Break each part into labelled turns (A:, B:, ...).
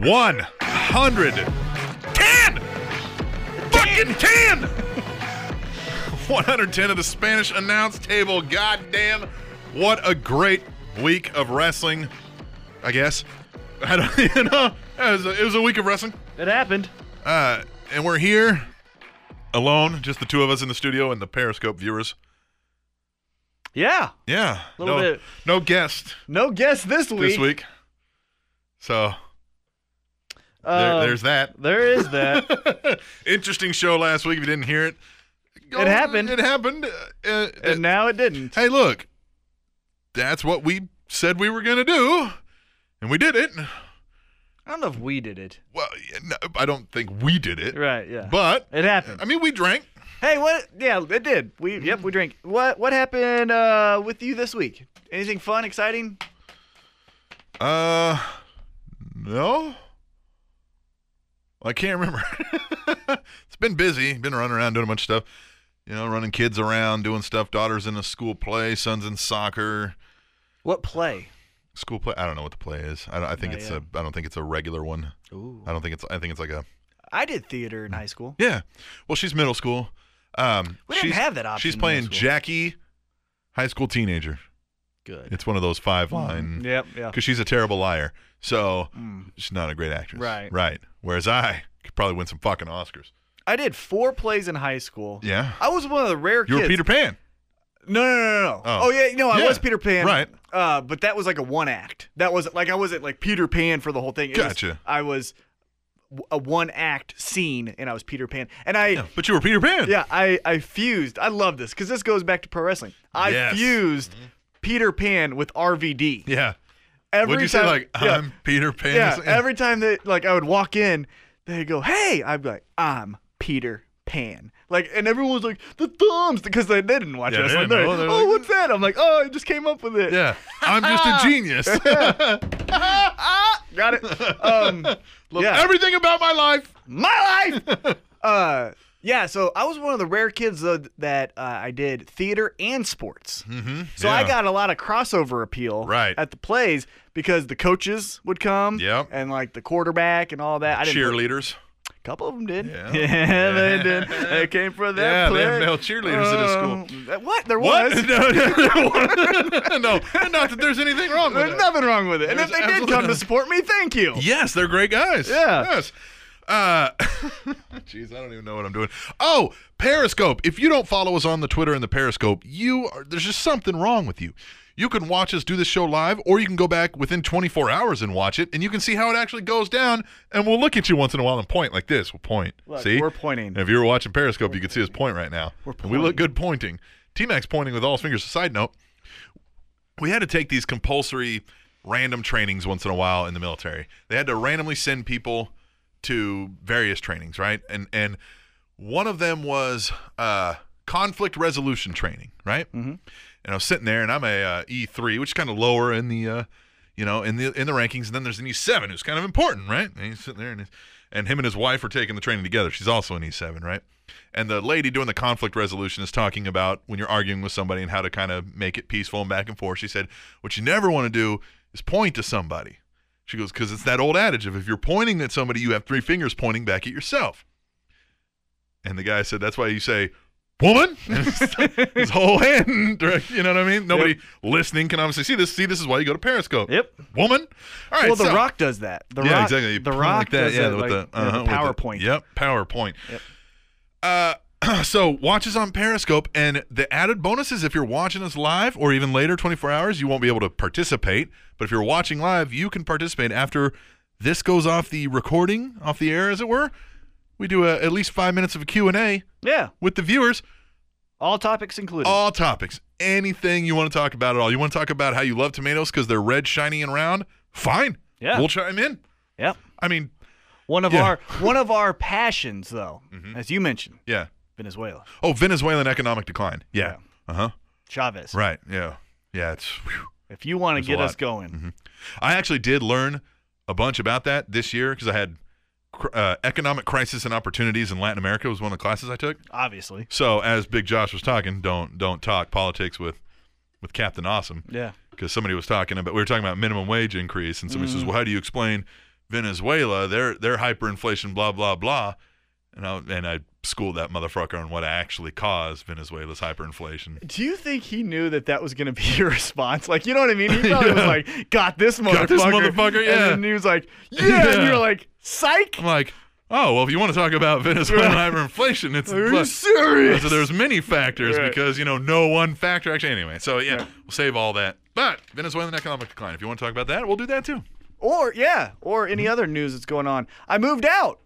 A: One hundred ten. Fucking ten. One hundred ten of the Spanish announce table. Goddamn! What a great week of wrestling. I guess. I don't you know. It was a, it was a week of wrestling.
B: It happened.
A: Uh, and we're here alone, just the two of us in the studio and the Periscope viewers.
B: Yeah.
A: Yeah.
B: Little
A: no,
B: bit.
A: no guest
B: No guess this week.
A: this week. So there,
B: Uh,
A: there's that.
B: There is that.
A: Interesting show last week. If you didn't hear it, go-
B: It happened.
A: It happened. Uh, uh,
B: and now it didn't.
A: hey, look, that's what we said we were gonna do, and we did it.
B: I don't know if we did it.
A: Well, yeah, no, I don't think we did it,
B: Right. Yeah.
A: but
B: it happened.
A: I mean, we drank.
B: hey, what? Yeah, it did. We yep. We drink. What? What happened uh, with you this week? Anything fun, exciting?
A: Uh, no, I can't remember. it's been busy. Been running around doing a bunch of stuff. You know, running kids around, doing stuff. Daughter's in a school play. Son's in soccer.
B: What play?
A: School play. I don't know what the play is. I, don't, I think
B: Not
A: it's
B: yet.
A: a. I don't think it's a regular one.
B: Ooh.
A: I don't think it's. I think it's like a.
B: I did theater in high school.
A: Yeah. Well, she's middle school. Um,
B: We didn't
A: she's-
B: have that option
A: She's
B: in
A: playing
B: middle school.
A: Jackie, high school teenager.
B: Good.
A: It's one of those five line.
B: Yep. Hmm. Yeah.
A: Because she's a terrible liar, so
B: Mm.
A: she's not a great actress.
B: Right.
A: Right. Whereas I could probably win some fucking Oscars.
B: I did four plays in high school.
A: Yeah.
B: I was one of the rare
A: You
B: kids.
A: were Peter Pan.
B: No, no, no, no, no.
A: Oh.
B: Oh, yeah, no, I
A: Yeah.
B: was Peter Pan.
A: Right.
B: Uh, but that was like a one act. That was like I wasn't like Peter Pan for the whole thing. It was-
A: Gotcha.
B: I was w- a one act scene, and I was Peter Pan, and I. Yeah.
A: But you were Peter Pan.
B: I, I fused. I love this because this goes back to pro wrestling. I
A: Yes. Mm-hmm.
B: fused Peter Pan with RVD.
A: Yeah.
B: Every
A: Would you say
B: time-
A: like
B: yeah.
A: I'm Peter Pan? or
B: Yeah,
A: something?
B: every time that like I would walk in, they go, "Hey," I'd be like, "I'm Peter Pan." Like, and everyone was like, "The thumbs," because they, they didn't watch
A: Yeah, they
B: wrestling.
A: didn't
B: They're
A: know.
B: like,
A: They were
B: oh,
A: like-
B: what's that? I'm like, "Oh, I just came up with it."
A: Yeah. I'm just a genius.
B: got it. Um,
A: Love
B: Yeah.
A: everything about my life.
B: my life. uh, yeah. So I was one of the rare kids though, that uh, I did theater and sports.
A: Mm-hmm.
B: So I got a lot of crossover appeal
A: Right.
B: at the plays because the coaches would come,
A: Yep.
B: and like the quarterback and all that. I didn't
A: cheerleaders.
B: couple of them did.
A: Yeah.
B: they did. They came from that
A: Yeah, they
B: play.
A: had male cheerleaders at a school.
B: school. What? There
A: What?
B: was.
A: No, no, no, no. Not that there's anything wrong with
B: There's
A: it.
B: nothing wrong with it. And
A: There's
B: if they did
A: absolutely
B: come to
A: nothing.
B: support me, thank you.
A: Yes, they're great guys.
B: Yeah.
A: Yes. Uh, jeez, I don't even know what I'm doing. Oh, Periscope. If you don't follow us on the Twitter and the Periscope, you are, there's just something wrong with you. You can watch us do this show live, or you can go back within 24 hours and watch it, and you can see how it actually goes down. And we'll look at you once in a while and point like this. We'll point.
B: Look,
A: see,
B: we're pointing.
A: And if you were watching Periscope, you could see us point right now.
B: We're
A: And we look good pointing. T Mac's pointing with all his fingers. Side note we had to take these compulsory random trainings once in a while in the military. They had to randomly send people to various trainings, right? And and one of them was uh, conflict resolution training, right? Mm-hmm. And I was sitting there, and I'm a uh, E3, which is kind of lower in the, uh, you know, in the in the rankings. And then there's an E7, who's kind of important, right? And he's sitting there, and he's, and him and his wife are taking the training together. She's also an E7, right? And the lady doing the conflict resolution is talking about when you're arguing with somebody and how to kind of make it peaceful and back and forth. She said, "What you never want to do is point to somebody." She goes, "Because it's that old adage of if you're pointing at somebody, you have three fingers pointing back at yourself." And the guy said, "That's why you say." Woman, And his- his whole hand, direct- you know what I mean. Nobody listening can obviously see this. See, this is why you go to Periscope.
B: Yep.
A: Woman. All right.
B: Well, The
A: so-
B: Rock does that. The
A: yeah,
B: Rock,
A: exactly. You
B: The
A: point
B: Rock
A: like that,
B: does
A: yeah,
B: that,
A: with
B: like,
A: the,
B: you know,
A: uh-huh,
B: the
A: with
B: PowerPoint.
A: yep, PowerPoint. Uh, so watch us on Periscope, and the added bonus is if you're watching us live or even later, 24 hours, you won't be able to participate. But if you're watching live, you can participate after this goes off the recording, off the air, as it were. we do a, at least five minutes of a Q&A
B: Yeah.
A: with the viewers.
B: All topics included.
A: All topics, anything you want to talk about at all. You want to talk about how you love tomatoes because they're red, shiny, and round? Fine.
B: Yeah.
A: We'll chime in.
B: yep.
A: I mean,
B: One of
A: Yeah. Mm-hmm.
B: our one of our passions though, as you mentioned,
A: yeah.
B: Venezuela.
A: Oh, Venezuelan economic decline. Yeah. Uh huh.
B: Chavez.
A: Right. Yeah. Yeah. It's. whew.
B: If you want
A: There's
B: to
A: a
B: get us
A: lot. Mm-hmm.
B: going.
A: I actually did learn a bunch about that this year because I had cr- uh, economic crisis and opportunities in Latin America was one of the classes I took.
B: Obviously.
A: So as Big Josh was talking, don't don't talk politics with with Captain Awesome
B: Yeah.
A: because somebody was talking about we were talking about minimum wage increase and somebody says, well, how do you explain Venezuela? They're they're hyperinflation, blah blah blah, and I and I schooled that motherfucker on what actually caused Venezuela's hyperinflation.
B: Do you think he knew that that was going to be your response? Like, you know what I mean? He probably was like, "Got this motherfucker."
A: Got this motherfucker, yeah.
B: And then he was like, "Yeah," and
A: Yeah.
B: you're like, "Psych."
A: I'm like, oh well, if you want to talk about Venezuelan hyperinflation, it's
B: Are you
A: plus-
B: serious?
A: So there's many factors
B: Right.
A: because you know no one factor actually. Anyway, so yeah,
B: Yeah.
A: we'll save all that. But Venezuelan economic decline. If you want to talk about that, we'll do that too.
B: Or yeah, or any other news that's going on. I moved out.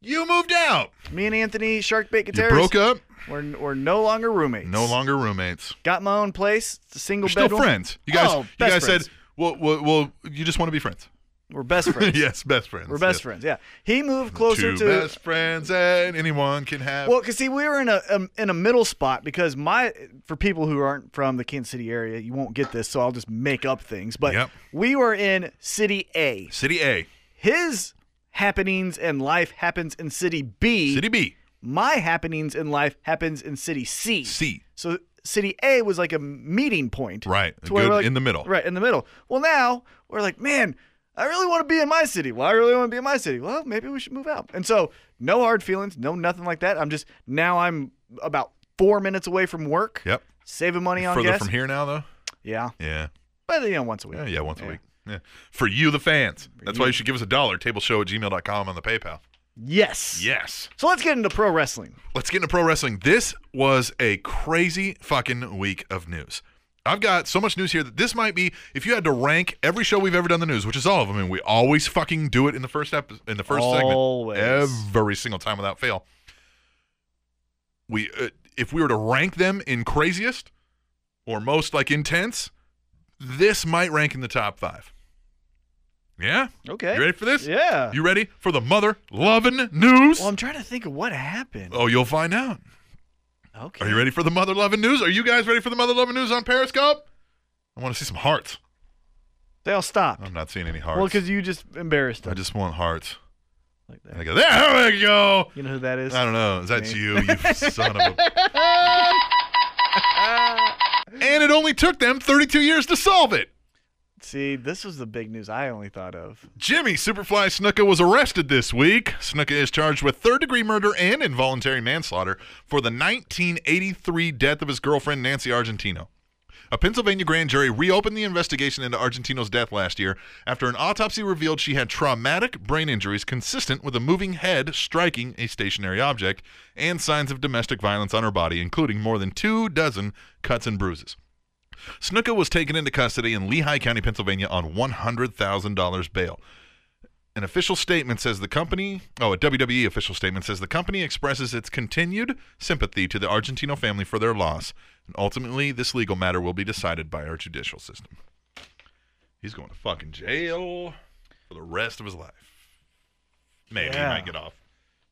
A: You moved out.
B: Me and Anthony Sharkbait
A: You
B: Guitars.
A: broke up.
B: We're, we're no longer roommates.
A: No longer roommates.
B: Got my own place. It's a single
A: You're still
B: bedroom.
A: friends. You guys.
B: Oh,
A: you
B: best
A: guys
B: friends.
A: said, well, well, well, you just want to be friends.
B: we're best friends.
A: yes, best friends.
B: We're best
A: yes.
B: friends. Yeah. He moved closer
A: Two
B: to
A: best friends that anyone can have.
B: Well, cause see, we were in a um, in a middle spot because my for people who aren't from the Kansas City area, you won't get this, so I'll just make up things. But
A: Yep.
B: we were in City A.
A: City A,
B: His happenings and life happens in City B.
A: City B,
B: My happenings in life happens in City C.
A: C.
B: So City A was like a meeting point,
A: Right,
B: to where
A: good-
B: we're like-
A: in the middle.
B: Right in the middle. Well, now we're like, man, I really want to be in my city. Well, I really want to be in my city. Well, maybe we should move out. And so, no hard feelings, no nothing like that. I'm just now I'm about four minutes away from work.
A: Yep.
B: Saving money on
A: Further
B: gas.
A: from here now though.
B: Yeah,
A: Yeah.
B: but you know, once a week.
A: Yeah, yeah, once a
B: Yeah.
A: week. Yeah. For you, the fans. That's why
B: you.
A: you should give us a dollar. Tableshow at gmail.com on the PayPal.
B: Yes.
A: Yes.
B: So let's get into pro wrestling.
A: Let's get into pro wrestling. This was a crazy fucking week of news. I've got so much news here that this might be if you had to rank every show we've ever done the news, which is all of them, and we always fucking do it in the first ep- in the first
B: Always.
A: segment, every single time without fail. We uh, if we were to rank them in craziest or most like intense, this might rank in the top five. Yeah,
B: Okay.
A: you ready for this?
B: Yeah.
A: You ready for the mother loving news?
B: well, I'm trying to think of what happened.
A: oh, you'll find out.
B: Okay.
A: Are you ready for the mother loving news? Are you guys ready for the mother loving news on Periscope? I want to see some hearts.
B: They all stopped.
A: I'm not seeing any hearts.
B: well, because you just embarrassed them.
A: I just want hearts.
B: like
A: And I
B: that.
A: go, there we go.
B: You know who that is?
A: I don't know. Is that
B: Me.
A: you, you son of a. and it only took them 32 years to solve it.
B: See, this was the big news I only thought of.
A: Jimmy Superfly Snuka was arrested this week. Snuka is charged with third degree murder and involuntary manslaughter for the 1983 death of his girlfriend, Nancy Argentino. A Pennsylvania grand jury reopened the investigation into Argentino's death last year after an autopsy revealed she had traumatic brain injuries consistent with a moving head striking a stationary object and signs of domestic violence on her body, including more than two dozen cuts and bruises. Snuka was taken into custody in Lehigh County, Pennsylvania on $100,000 bail. An official statement says the company, oh, a WWE official statement says the company expresses its continued sympathy to the Argentino family for their loss, and ultimately this legal matter will be decided by our judicial system. He's going to fucking jail for the rest of his life. Maybe
B: Yeah.
A: he might get off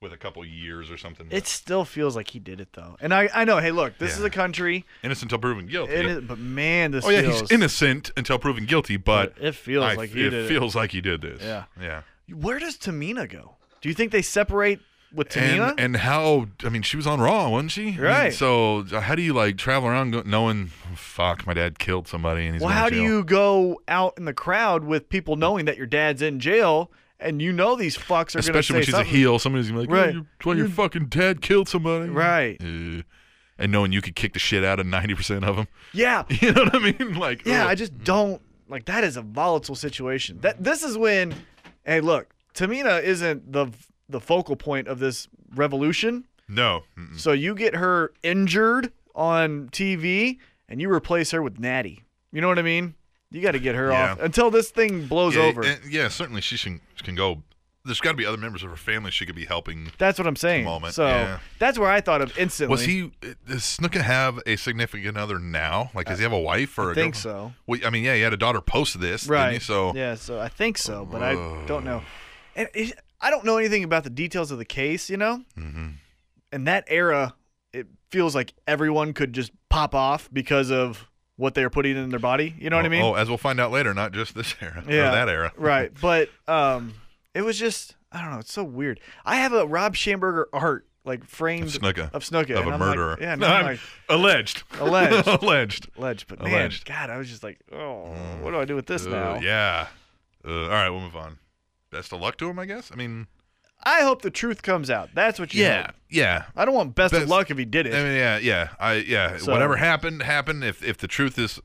A: with a couple years or something.
B: It still feels like he did it though, and I, I know. Hey, look, this is
A: Yeah.
B: a country,
A: innocent until proven guilty.
B: it is- but man, this
A: oh yeah,
B: feels
A: he's innocent until proven guilty, but
B: It feels
A: I-
B: like he
A: it
B: did. it.
A: feels like he did this.
B: Yeah.
A: yeah.
B: Where does Tamina go? Do you think they separate with Tamina?
A: And, and how? I mean, she was on Raw, wasn't she? I mean,
B: Right.
A: so uh, how do you like travel around go- knowing, fuck, my dad killed somebody, and he's
B: well,
A: going
B: how
A: to
B: do
A: jail?
B: you go out in the crowd with people knowing that your dad's in jail and you know these fucks are
A: Especially
B: going
A: when
B: to say
A: she's
B: something?
A: a heel, somebody's gonna be like,
B: Right.
A: right. well, your fucking dad killed somebody,
B: Right.
A: Uh, and knowing you could kick the shit out of ninety percent of them,
B: Yeah,
A: you know what I mean? Like,
B: yeah.
A: ugh.
B: I just don't like that. Is a volatile situation. That this is when, hey, look, Tamina isn't the the focal point of this revolution.
A: no. Mm-mm.
B: So you get her injured on TV and you replace her with Natty. You know what I mean? You got to get her
A: Yeah.
B: off until this thing blows
A: Yeah,
B: over.
A: and- yeah, certainly she can, can go there's got to be other members of her family she could be helping.
B: That's what I'm saying.
A: moment,
B: so
A: yeah.
B: that's where I thought of instantly.
A: Was he? uh, Does Snuka have a significant other now? Like, does he have a wife or?
B: I
A: a
B: think
A: girl-
B: so.
A: Well, I mean, yeah, he had a daughter post this,
B: Right.
A: Didn't he? So
B: yeah, so I think so, but I don't know. And it, I don't know anything about the details of the case, you know. Mm-hmm. In that era, it feels like everyone could just pop off because of what they were putting in their body. You know what I mean?
A: Oh, as we'll find out later, not just this era
B: Yeah.
A: or that era.
B: right. But um, it was just I don't know. It's so weird. I have a Rob Schamberger art like framed
A: Of Snuka.
B: of
A: Of
B: Snuka and
A: a
B: I'm like-
A: murderer.
B: yeah,
A: no,
B: no,
A: I'm
B: like,
A: alleged.
B: Alleged.
A: alleged.
B: alleged, but man,
A: Alleged.
B: God, I was just like, oh, what do I do with this
A: Uh,
B: now?
A: yeah. Uh, all right, we'll move on. Best of luck to him, I guess. I mean,
B: I hope the truth comes out. That's what you hope.
A: yeah.
B: I don't want best, of
A: Best-
B: luck if he did
A: I
B: it.
A: mean, yeah, yeah. I yeah.
B: So-
A: Whatever happened, happened. If if the truth is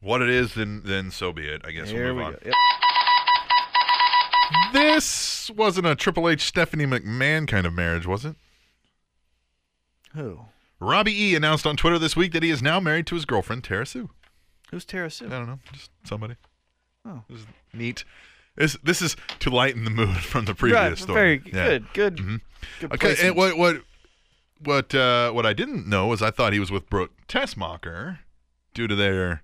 A: what it is, then then so be it. I guess
B: Here
A: we'll
B: we
A: move
B: go.
A: on.
B: Yep.
A: This wasn't a Triple H Stephanie McMahon kind of marriage, was it?
B: Who?
A: Robbie E announced on Twitter this week that he is now married to his girlfriend Tara Sue.
B: Who's Tara Sue?
A: I don't know, just somebody.
B: Oh.
A: This is neat. This this is to lighten the mood from the previous
B: right,
A: story.
B: very
A: Yeah. Mm-hmm.
B: good, good. good
A: Okay,
B: placement.
A: and what what what uh, what I didn't know was I thought he was with Brooke Tessmacher due to their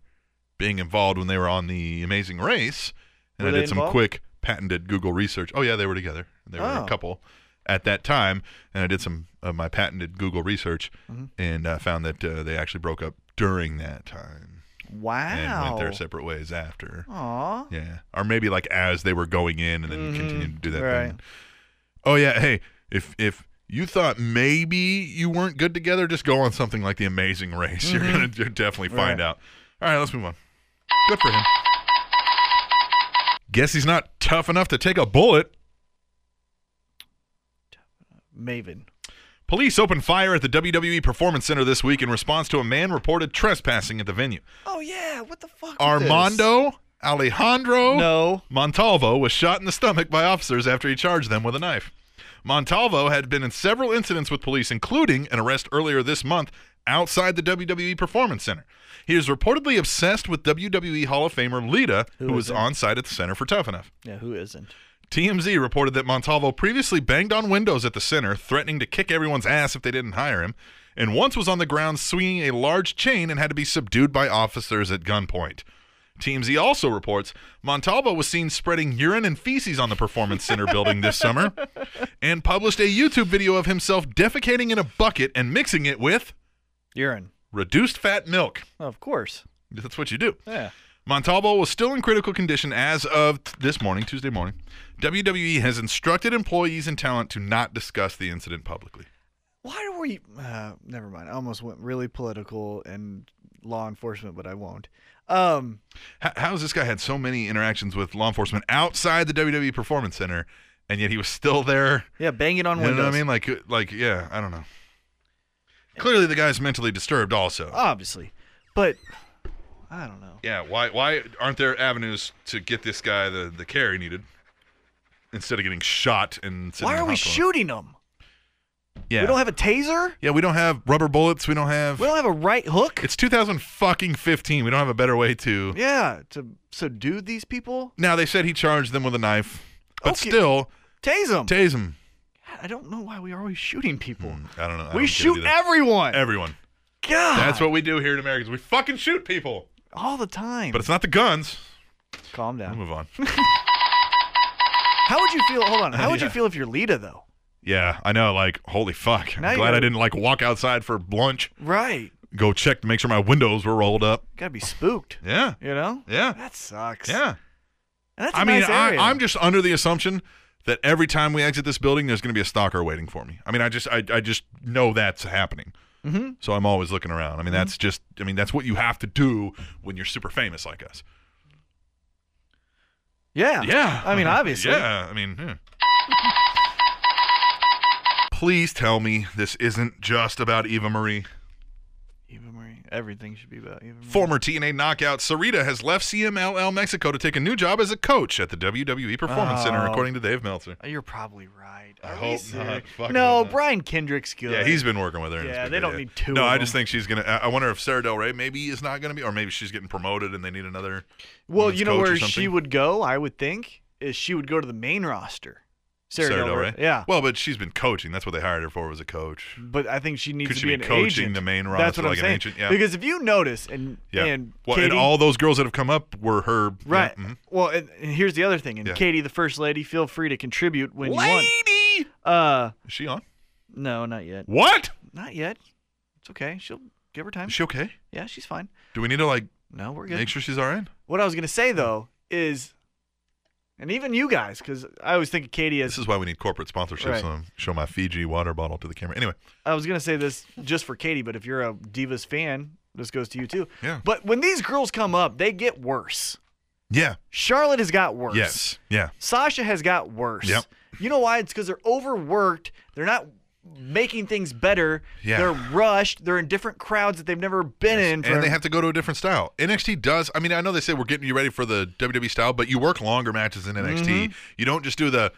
A: being involved when they were on the Amazing Race, and
B: Were
A: I
B: they
A: did some
B: involved?
A: quick patented Google research. Oh yeah, they were together. They were
B: Oh.
A: a couple at that time, and I did some of my patented Google research
B: Mm-hmm.
A: and uh, found that uh, they actually broke up during that time and
B: Wow.
A: went their separate ways after.
B: Aw.
A: Yeah. Or maybe like as they were going in and then continued to do that
B: Mm-hmm. Right.
A: thing. Oh yeah, hey, if if you thought maybe you weren't good together, just go on something like The Amazing Race. You're gonna you'll definitely find
B: Mm-hmm. Right.
A: out. All right, let's move on. Good for him. Guess he's not tough enough to take a bullet.
B: Maven.
A: Police opened fire at the WWE Performance Center this week in response to a man reported trespassing at the venue.
B: Oh yeah, what the fuck? was this?
A: Armando Alejandro
B: No.
A: Montalvo was shot in the stomach by officers after he charged them with a knife. Montalvo had been in several incidents with police, including an arrest earlier this month outside the WWE Performance Center. He is reportedly obsessed with WWE Hall of Famer Lita, who,
B: is
A: was
B: it?
A: on site at the center for Tough Enough.
B: Yeah, who isn't?
A: TMZ reported that Montalvo previously banged on windows at the center, threatening to kick everyone's ass if they didn't hire him, and once was on the ground swinging a large chain and had to be subdued by officers at gunpoint. TMZ also reports Montalvo was seen spreading urine and feces on the Performance Center building this summer and published a YouTube video of himself defecating in a bucket and mixing it with
B: Urine.
A: reduced fat milk.
B: of course.
A: That's what you do.
B: Yeah.
A: Montalvo was still in critical condition as of t- this morning, Tuesday morning. WWE has instructed employees and talent to not discuss the incident publicly.
B: Why were you? Uh, never mind. I almost went really political and law enforcement, but I won't. Um,
A: How, how has this guy had so many interactions with law enforcement outside the WWE Performance Center, and yet he was still there?
B: yeah, banging on
A: You
B: windows.
A: know what I mean? Like, uh, like, yeah, I don't know. Clearly, the guy's mentally disturbed. Also,
B: Uh, Obviously, but I don't know.
A: yeah. Why, why aren't there avenues to get this guy the the care he needed instead of getting shot and? sitting
B: Why
A: in
B: are
A: the
B: we
A: hospital?
B: shooting them?
A: Yeah,
B: We don't have a taser.
A: yeah, we don't have rubber bullets. We don't have.
B: We don't have a right hook.
A: It's 2000 fucking 15. We don't have a better way to.
B: yeah, to subdue these people.
A: Now they said he charged them with a knife, but
B: Okay.
A: still
B: Tase them.
A: tase him.
B: I don't know why we are always shooting
A: I
B: people.
A: don't know. Hmm. I don't get
B: We
A: it
B: shoot
A: either.
B: everyone.
A: everyone.
B: God,
A: That's what we do here in America. is We fucking shoot people,
B: all the time.
A: but it's not the guns.
B: calm
A: We'll
B: down.
A: move on.
B: How would you feel? Hold on. How would you
A: Yeah.
B: feel if you're Lita though?
A: Yeah, I know. Like, holy fuck!
B: Now
A: I'm
B: you
A: glad I
B: gotta-
A: didn't like walk outside for lunch.
B: Right.
A: Go check to make sure my windows were rolled up.
B: Gotta be spooked.
A: Yeah,
B: You know.
A: yeah,
B: That sucks.
A: yeah.
B: And that's a
A: I mean,
B: nice
A: I,
B: area.
A: I'm just under the assumption that every time we exit this building, there's going to be a stalker waiting for me. I mean, I just, I, I just know that's happening.
B: Mhm.
A: So I'm always looking around. I mean, that's
B: Mm-hmm.
A: just, I mean, that's what you have to do when you're super famous like us.
B: Yeah.
A: Yeah.
B: Uh, I mean, obviously.
A: Yeah. I mean, yeah. please tell me this isn't just about Eva Marie.
B: Eva Marie. Everything should be about Eva Marie.
A: Former TNA knockout Sarita has left CMLL Mexico to take a new job as a coach at the WWE Performance Center,
B: Oh.
A: according to Dave Meltzer.
B: Oh, You're probably right.
A: I
B: Are we
A: hope
B: serious?
A: not. Fuck, I
B: No,
A: hope not.
B: Brian Kendrick's good.
A: Yeah, he's been working with her. and it's
B: Yeah,
A: been
B: they
A: good,
B: don't need two
A: No,
B: of
A: I just
B: them.
A: think she's gonna. I I wonder if Sarah Del Rey maybe is not gonna be, or maybe she's getting promoted and they need another.
B: Well,
A: women's
B: you know
A: coach or
B: where
A: something.
B: she would go, I would think, is she would go to the main roster. Sarah,
A: Sarah Del
B: Del
A: Rey.
B: Rey. Yeah.
A: Well, but she's been coaching. That's what they hired her for. Was a coach.
B: but I think she needs
A: Could
B: to
A: she
B: be,
A: be
B: an
A: coaching
B: agent.
A: the main
B: That's
A: roster
B: what I'm
A: like an
B: saying.
A: agent? Yeah.
B: Because if you notice, and
A: Yeah.
B: and
A: well,
B: Katie,
A: and all those girls that have come up were her.
B: right.
A: Yeah, mhm.
B: Well, and, and here's the other thing. And
A: Yeah.
B: Katie, the first lady, feel free to contribute when you want.
A: Lady.
B: Uh,
A: Is she on?
B: no, not yet.
A: What?
B: Not yet. It's okay. She'll give her time.
A: Is she okay?
B: yeah, she's fine.
A: Do we need to like
B: No, we're good.
A: make sure she's all right?
B: What I was gonna say though is, and even you guys, because I always think of Katie as
A: This is why we need corporate sponsorships.
B: Right.
A: So I'm show my Fiji water bottle to the camera. Anyway,
B: I was gonna say this just for Katie, but if you're a Divas fan, this goes to you too.
A: Yeah.
B: But when these girls come up, they get worse.
A: yeah,
B: Charlotte has got worse.
A: yes, yeah,
B: Sasha has got worse.
A: Yep.
B: You know why? It's because they're overworked. They're not making things better.
A: Yeah.
B: They're rushed. They're in different crowds that they've never been in. For,
A: and they have to go to a different style. NXT does. I mean, I know they say we're getting you ready for the WWE style, but you work longer matches in NXT.
B: Mm-hmm.
A: You don't just do the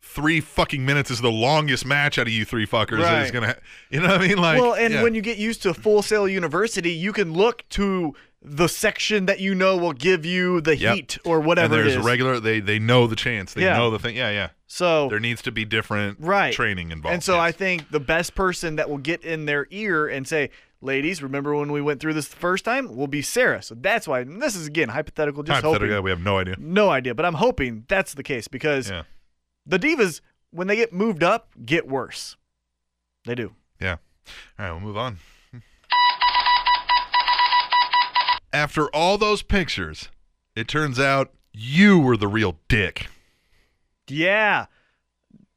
A: three fucking minutes is the longest match out of you three fuckers. that is
B: Right.
A: gonna, ha- you know what I mean? Like,
B: well, and
A: yeah.
B: when you get used to Full Sail University, you can look to the section that you know will give you the
A: Yep.
B: heat or
A: and
B: whatever it
A: there's
B: is.
A: regular, they they know the chance, they
B: Yeah.
A: know the thing. Yeah, yeah.
B: so
A: There needs to be different
B: Right.
A: training involved.
B: And so
A: yes.
B: I think the best person that will get in their ear and say, "Ladies, remember when we went through this the first time?" will be Sarah. So that's why and this is again hypothetical. Just
A: hypothetically,
B: hoping,
A: we have no idea.
B: no idea, but I'm hoping that's the case because
A: Yeah,
B: the divas, when they get moved up, get worse. They do.
A: yeah. All right, we'll move on. After all those pictures, it turns out you were the real dick.
B: Yeah.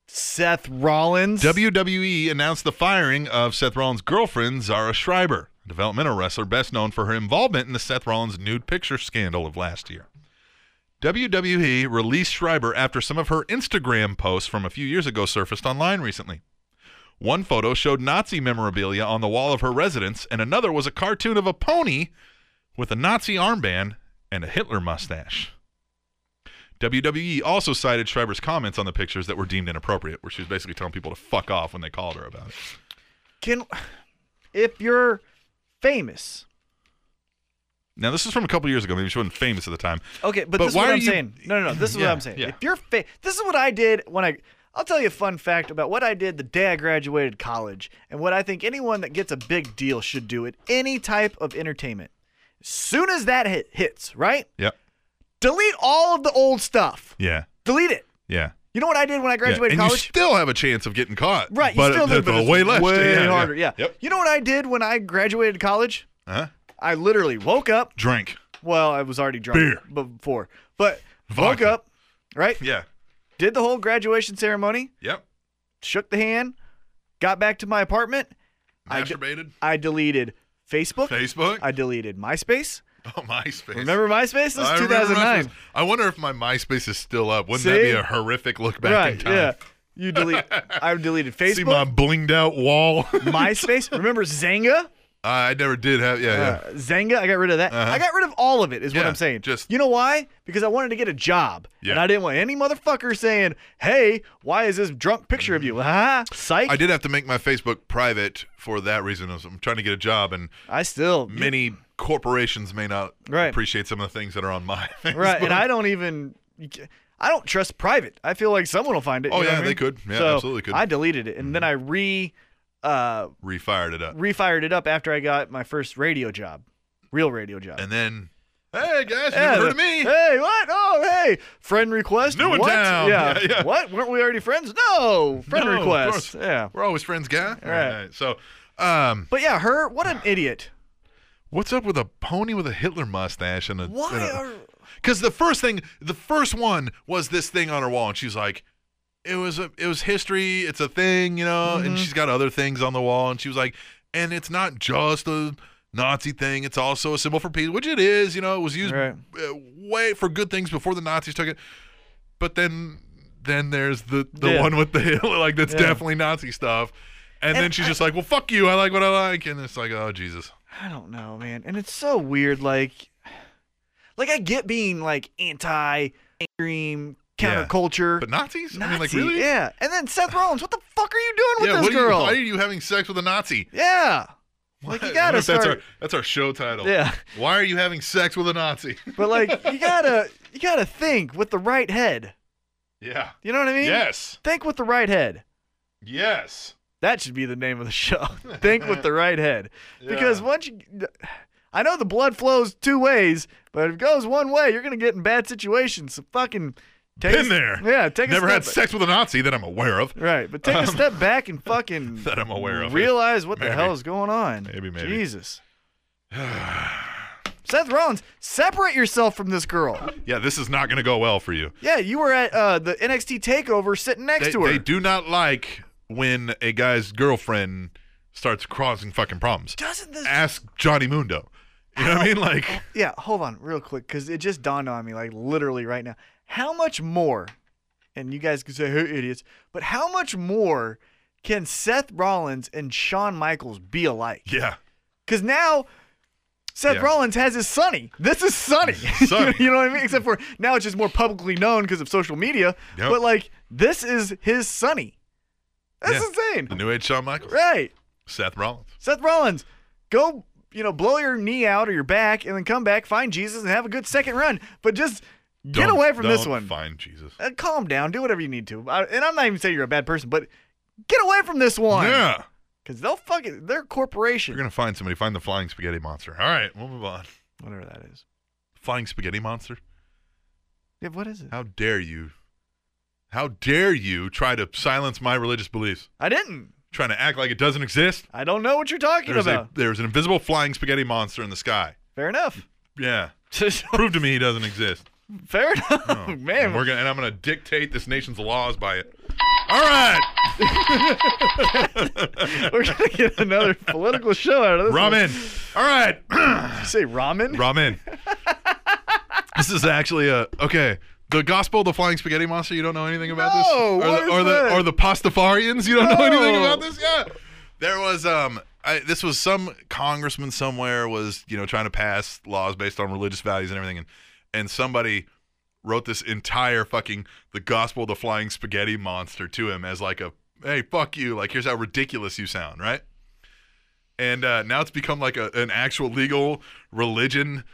B: Seth Rollins.
A: WWE E announced the firing of Seth Rollins' girlfriend, Zara Schreiber, a developmental wrestler best known for her involvement in the Seth Rollins nude picture scandal of last year. WWE released Schreiber after some of her Instagram posts from a few years ago surfaced online recently. One photo showed Nazi memorabilia on the wall of her residence, and another was a cartoon of a pony with a Nazi armband and a Hitler mustache. WWE E also cited Schreiber's comments on the pictures that were deemed inappropriate, where she was basically telling people to fuck off when they called her about it.
B: Can if you're famous.
A: Now, this is from a couple years ago. Maybe she wasn't famous at the time.
B: Okay, but,
A: But
B: this is
A: why
B: what
A: are
B: I'm
A: you-
B: saying. No, no, no. This is what
A: Yeah,
B: I'm saying.
A: yeah.
B: If you're fa- this is what I did when I I'll tell you a fun fact about what I did the day I graduated college and what I think anyone that gets a big deal should do at any type of entertainment. Soon as that hit hits, right?
A: Yep.
B: Delete all of the old stuff.
A: Yeah.
B: Delete it.
A: Yeah.
B: You know what I did when I
A: Yeah.
B: graduated
A: And you
B: college?
A: still have a chance of getting caught.
B: right, you
A: But
B: still
A: that's
B: did, but
A: a
B: it's
A: way less.
B: way
A: yeah,
B: harder. Yeah.
A: Yep.
B: You know what I did when I graduated college?
A: Huh?
B: I literally woke up.
A: Drink.
B: Well, I was already drunk
A: Beer.
B: before, but woke
A: Vodka.
B: up, right?
A: Yeah.
B: did the whole graduation ceremony,
A: Yep.
B: shook the hand, got back to my apartment. I d-
A: Masturbated.
B: I deleted Facebook.
A: Facebook.
B: I deleted MySpace.
A: oh, MySpace.
B: Remember MySpace? This
A: I
B: is
A: remember
B: 2009.
A: MySpace. I wonder if my MySpace is still up. Wouldn't that
B: See?
A: be a horrific look back in
B: Right,
A: time?
B: yeah. You delete. I deleted
A: See my
B: Facebook,
A: blinged out wall.
B: MySpace. Remember Zanga?
A: I never did have. Yeah, yeah.
B: Uh, Zanga. I got rid of that.
A: Uh-huh.
B: I got rid of all of it. Is what
A: Yeah,
B: I'm saying.
A: just-
B: you know why? Because I wanted to get a job,
A: Yeah.
B: and I didn't want any motherfucker saying, "Hey, why is this drunk picture of you?" Ah, psych.
A: Mm-hmm. I did have to make my Facebook private for that reason. I was- I'm trying to get a job, and
B: I still
A: many corporations may not
B: Right.
A: appreciate some of the things that are on my Facebook.
B: Right, and I don't even. you ca- I don't trust private. I feel like someone will find it.
A: Oh,
B: you know
A: yeah,
B: what I
A: they
B: mean?
A: could. Yeah,
B: So,
A: absolutely could. Mm-hmm.
B: I deleted it, and then I re, uh,
A: refired it up,
B: refired it up after I got my first radio job, real radio job.
A: and then hey guys, you
B: Yeah,
A: never heard
B: the-
A: of me?
B: Hey, what? Oh, hey, friend request.
A: New in
B: what?
A: town.
B: Yeah.
A: Yeah, yeah.
B: What? Weren't we already friends? No, friend
A: No, of
B: request.
A: course.
B: Yeah.
A: We're always friends, guy. All
B: right.
A: So, um,
B: But yeah, her. What an idiot.
A: what's up with a pony with a Hitler mustache and a? and
B: Why
A: a-
B: are?
A: Because the first thing, the first one was this thing on her wall, and she's like, "It was a, it was history. It's a thing, you know."
B: Mm-hmm.
A: And she's got other things on the wall, and she was like, "And it's not just a Nazi thing. It's also a symbol for peace, which it is. You know, it was used
B: Right.
A: uh, way for good things before the Nazis took it. But then, then there's the the
B: Yeah.
A: one with the Hitler, like that's
B: Yeah.
A: definitely Nazi stuff." And,
B: And
A: then she's just like, "Well, fuck you. I like what I like." And it's like, "Oh Jesus."
B: I don't know, man. And it's so weird. Like, like I get being like anti extreme
A: Yeah.
B: counterculture.
A: But Nazis?
B: Nazi,
A: I mean, like really?
B: yeah. And then Seth Rollins, what the fuck are you doing with
A: Yeah,
B: this
A: what are you-
B: girl?
A: why are you having sex with a Nazi?
B: yeah. Like you
A: I
B: gotta
A: wonder if that's
B: start.
A: our that's our show title.
B: Yeah.
A: Why are you having sex with a Nazi?
B: But like you gotta you gotta think with the right head.
A: Yeah.
B: You know what I mean?
A: Yes.
B: Think with the right head.
A: Yes.
B: That should be the name of the show. Think with the right head. Because
A: Yeah.
B: once you. I know the blood flows two ways, but if it goes one way, you're going to get in bad situations. So fucking. Take a
A: Been
B: s-
A: there.
B: Yeah, take
A: Never
B: a
A: had
B: step
A: sex with a Nazi that I'm aware of.
B: Right, but take a step back and fucking
A: That I'm aware of.
B: realize what the
A: Maybe.
B: hell is going on.
A: Maybe, maybe.
B: Jesus. Seth Rollins, separate yourself from this girl.
A: Yeah, this is not going to go well for you.
B: Yeah, you were at uh, the NXT Takeover sitting next
A: They,
B: to her.
A: they do not like when a guy's girlfriend starts causing fucking problems.
B: Doesn't this?
A: Ask Johnny Mundo. You know what I mean? Like,
B: yeah, hold on real quick because it just dawned on me, like literally right now, how much more? And you guys can say, "Hey, idiots!" But how much more can Seth Rollins and Shawn Michaels be alike?
A: yeah.
B: Because now Seth
A: Yeah.
B: Rollins has his Sonny. This is Sonny.
A: Sonny.
B: you know what I mean? Except for now it's just more publicly known because of social media.
A: Yep.
B: But like, this is his Sonny. That's
A: Yeah. The
B: insane.
A: new age Shawn Michaels.
B: Right.
A: Seth Rollins.
B: Seth Rollins, go, you know, blow your knee out or your back and then come back, find Jesus, and have a good second run. But just get
A: Don't-
B: away from this
A: don't
B: one.
A: Find Jesus.
B: Uh, calm down. Do whatever you need to. I, and I'm not even saying you're a bad person, but get away from this one.
A: Yeah.
B: Because they'll fucking, they're a
A: You're
B: corporation.
A: going to find somebody. Find the flying spaghetti monster. All right, we'll move on.
B: Whatever that is.
A: Flying spaghetti monster?
B: Yeah, what is it?
A: How dare you? How dare you try to silence my religious beliefs?
B: I didn't.
A: Trying to act like it doesn't exist?
B: I don't know what you're talking
A: There's,
B: about.
A: a, there's an invisible flying spaghetti monster in the sky.
B: Fair enough.
A: Yeah. Prove to me he doesn't exist.
B: Fair enough, man.
A: And Oh, we're gonna and I'm gonna dictate this nation's laws by it. All right.
B: We're gonna get another political show out of this. one.
A: Ramen. All right.
B: You say ramen?
A: Ramen. this is actually a okay. The gospel of the flying spaghetti monster, you don't know anything about this?
B: No,
A: or
B: what
A: the,
B: is
A: or
B: that?
A: the or the pastafarians, you don't know anything
B: No.
A: about this? Yeah. There was um I, this was some congressman somewhere was, you know, trying to pass laws based on religious values and everything and and somebody wrote this entire fucking the gospel of the flying spaghetti monster to him as like a hey fuck you like here's how ridiculous you sound right and uh, now it's become like a, an actual legal religion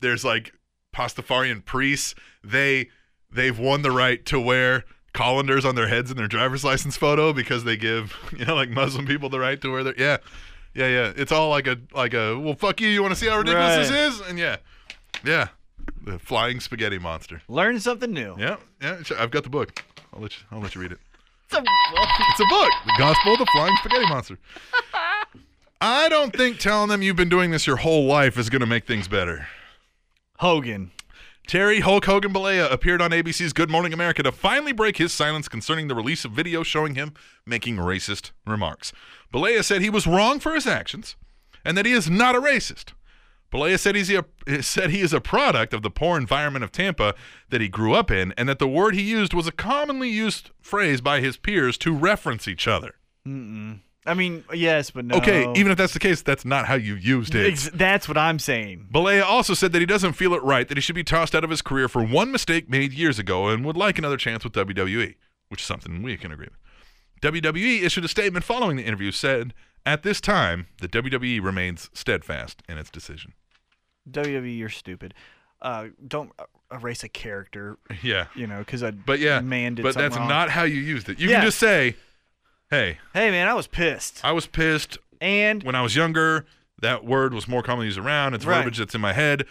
A: there's like pastafarian priests they they've won the right to wear colanders on their heads in their driver's license photo because they give you know like muslim people the right to wear their yeah yeah yeah it's all like a like a well fuck you you want to see how ridiculous
B: Right.
A: this is and yeah yeah the flying spaghetti monster
B: Learn something new.
A: yeah, yeah. sure. I've got the book. I'll let you. I'll let you read it.
B: It's a-
A: It's a book. The Gospel of the Flying Spaghetti Monster. I don't think telling them you've been doing this your whole life is going to make things better.
B: Hogan.
A: Terry Hulk Hogan Balea appeared on ABC's Good Morning America to finally break his silence concerning the release of video showing him making racist remarks. Balea said he was wrong for his actions and that he is not a racist. Balea said, he's a, said he is a product of the poor environment of Tampa that he grew up in and that the word he used was a commonly used phrase by his peers to reference each other.
B: I mean, yes, but no.
A: Okay, even if that's the case, that's not how you used it.
B: Um, Ex- that's what I'm saying.
A: Balea also said that he doesn't feel it right that he should be tossed out of his career for one mistake made years ago and would like another chance with WWE, which is something we can agree with. WWE issued a statement following the interview said, at this time, the WWE remains steadfast in its decision.
B: WWE, E, you're stupid. Uh, don't uh, erase a character,
A: Yeah.
B: you know, because a
A: But yeah,
B: man did
A: but
B: something
A: that's
B: wrong.
A: not how you used it. You
B: Yeah.
A: can just say, hey,
B: Hey, man, I was pissed.
A: I was pissed
B: And
A: when I was younger. That word was more commonly used around. It's
B: Right.
A: verbiage that's in my head.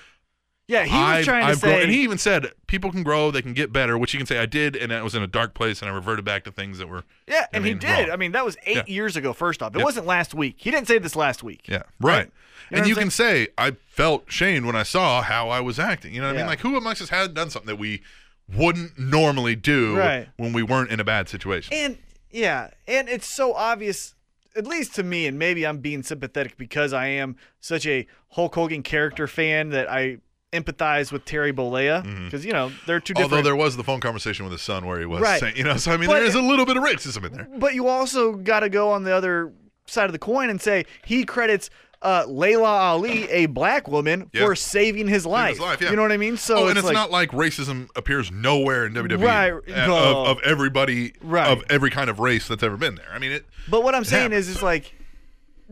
B: yeah, he was
A: I've-
B: trying to
A: I've grown-
B: say.
A: and he even said people can grow, they can get better, which you can say I did, and I was in a dark place, and I reverted back to things that were
B: yeah, and
A: I
B: he
A: mean,
B: did.
A: wrong.
B: I mean, that was eight
A: Yeah.
B: years ago. First off, it
A: Yep.
B: wasn't last week. He didn't say this last week.
A: yeah,
B: Right.
A: right.
B: You know what
A: and
B: I'm
A: you can say I felt shamed when I saw how I was acting. You know what I
B: Yeah.
A: mean? Like who amongst us had done something that we wouldn't normally do
B: Right.
A: when we weren't in a bad situation?
B: And yeah, and it's so obvious, at least to me, and maybe I'm being sympathetic because I am such a Hulk Hogan character fan that I empathize with Terry Bollea because you know they're two different.
A: Mm-hmm. Although there was the phone conversation with his son where he was
B: Right.
A: saying, you know, so I mean,
B: But-
A: there is a little bit of racism in there.
B: but you also got to go on the other side of the coin and say he credits. Uh, Layla Ali, a black woman,
A: Yeah.
B: for saving his life.
A: life, yeah.
B: You know what I mean? So
A: oh,
B: it's,
A: and it's
B: like,
A: not like racism appears nowhere in WWE
B: Right,
A: uh,
B: no.
A: of, of everybody
B: Right.
A: of every kind of race that's ever been there. I mean, it
B: But what I'm saying
A: happens.
B: is, is like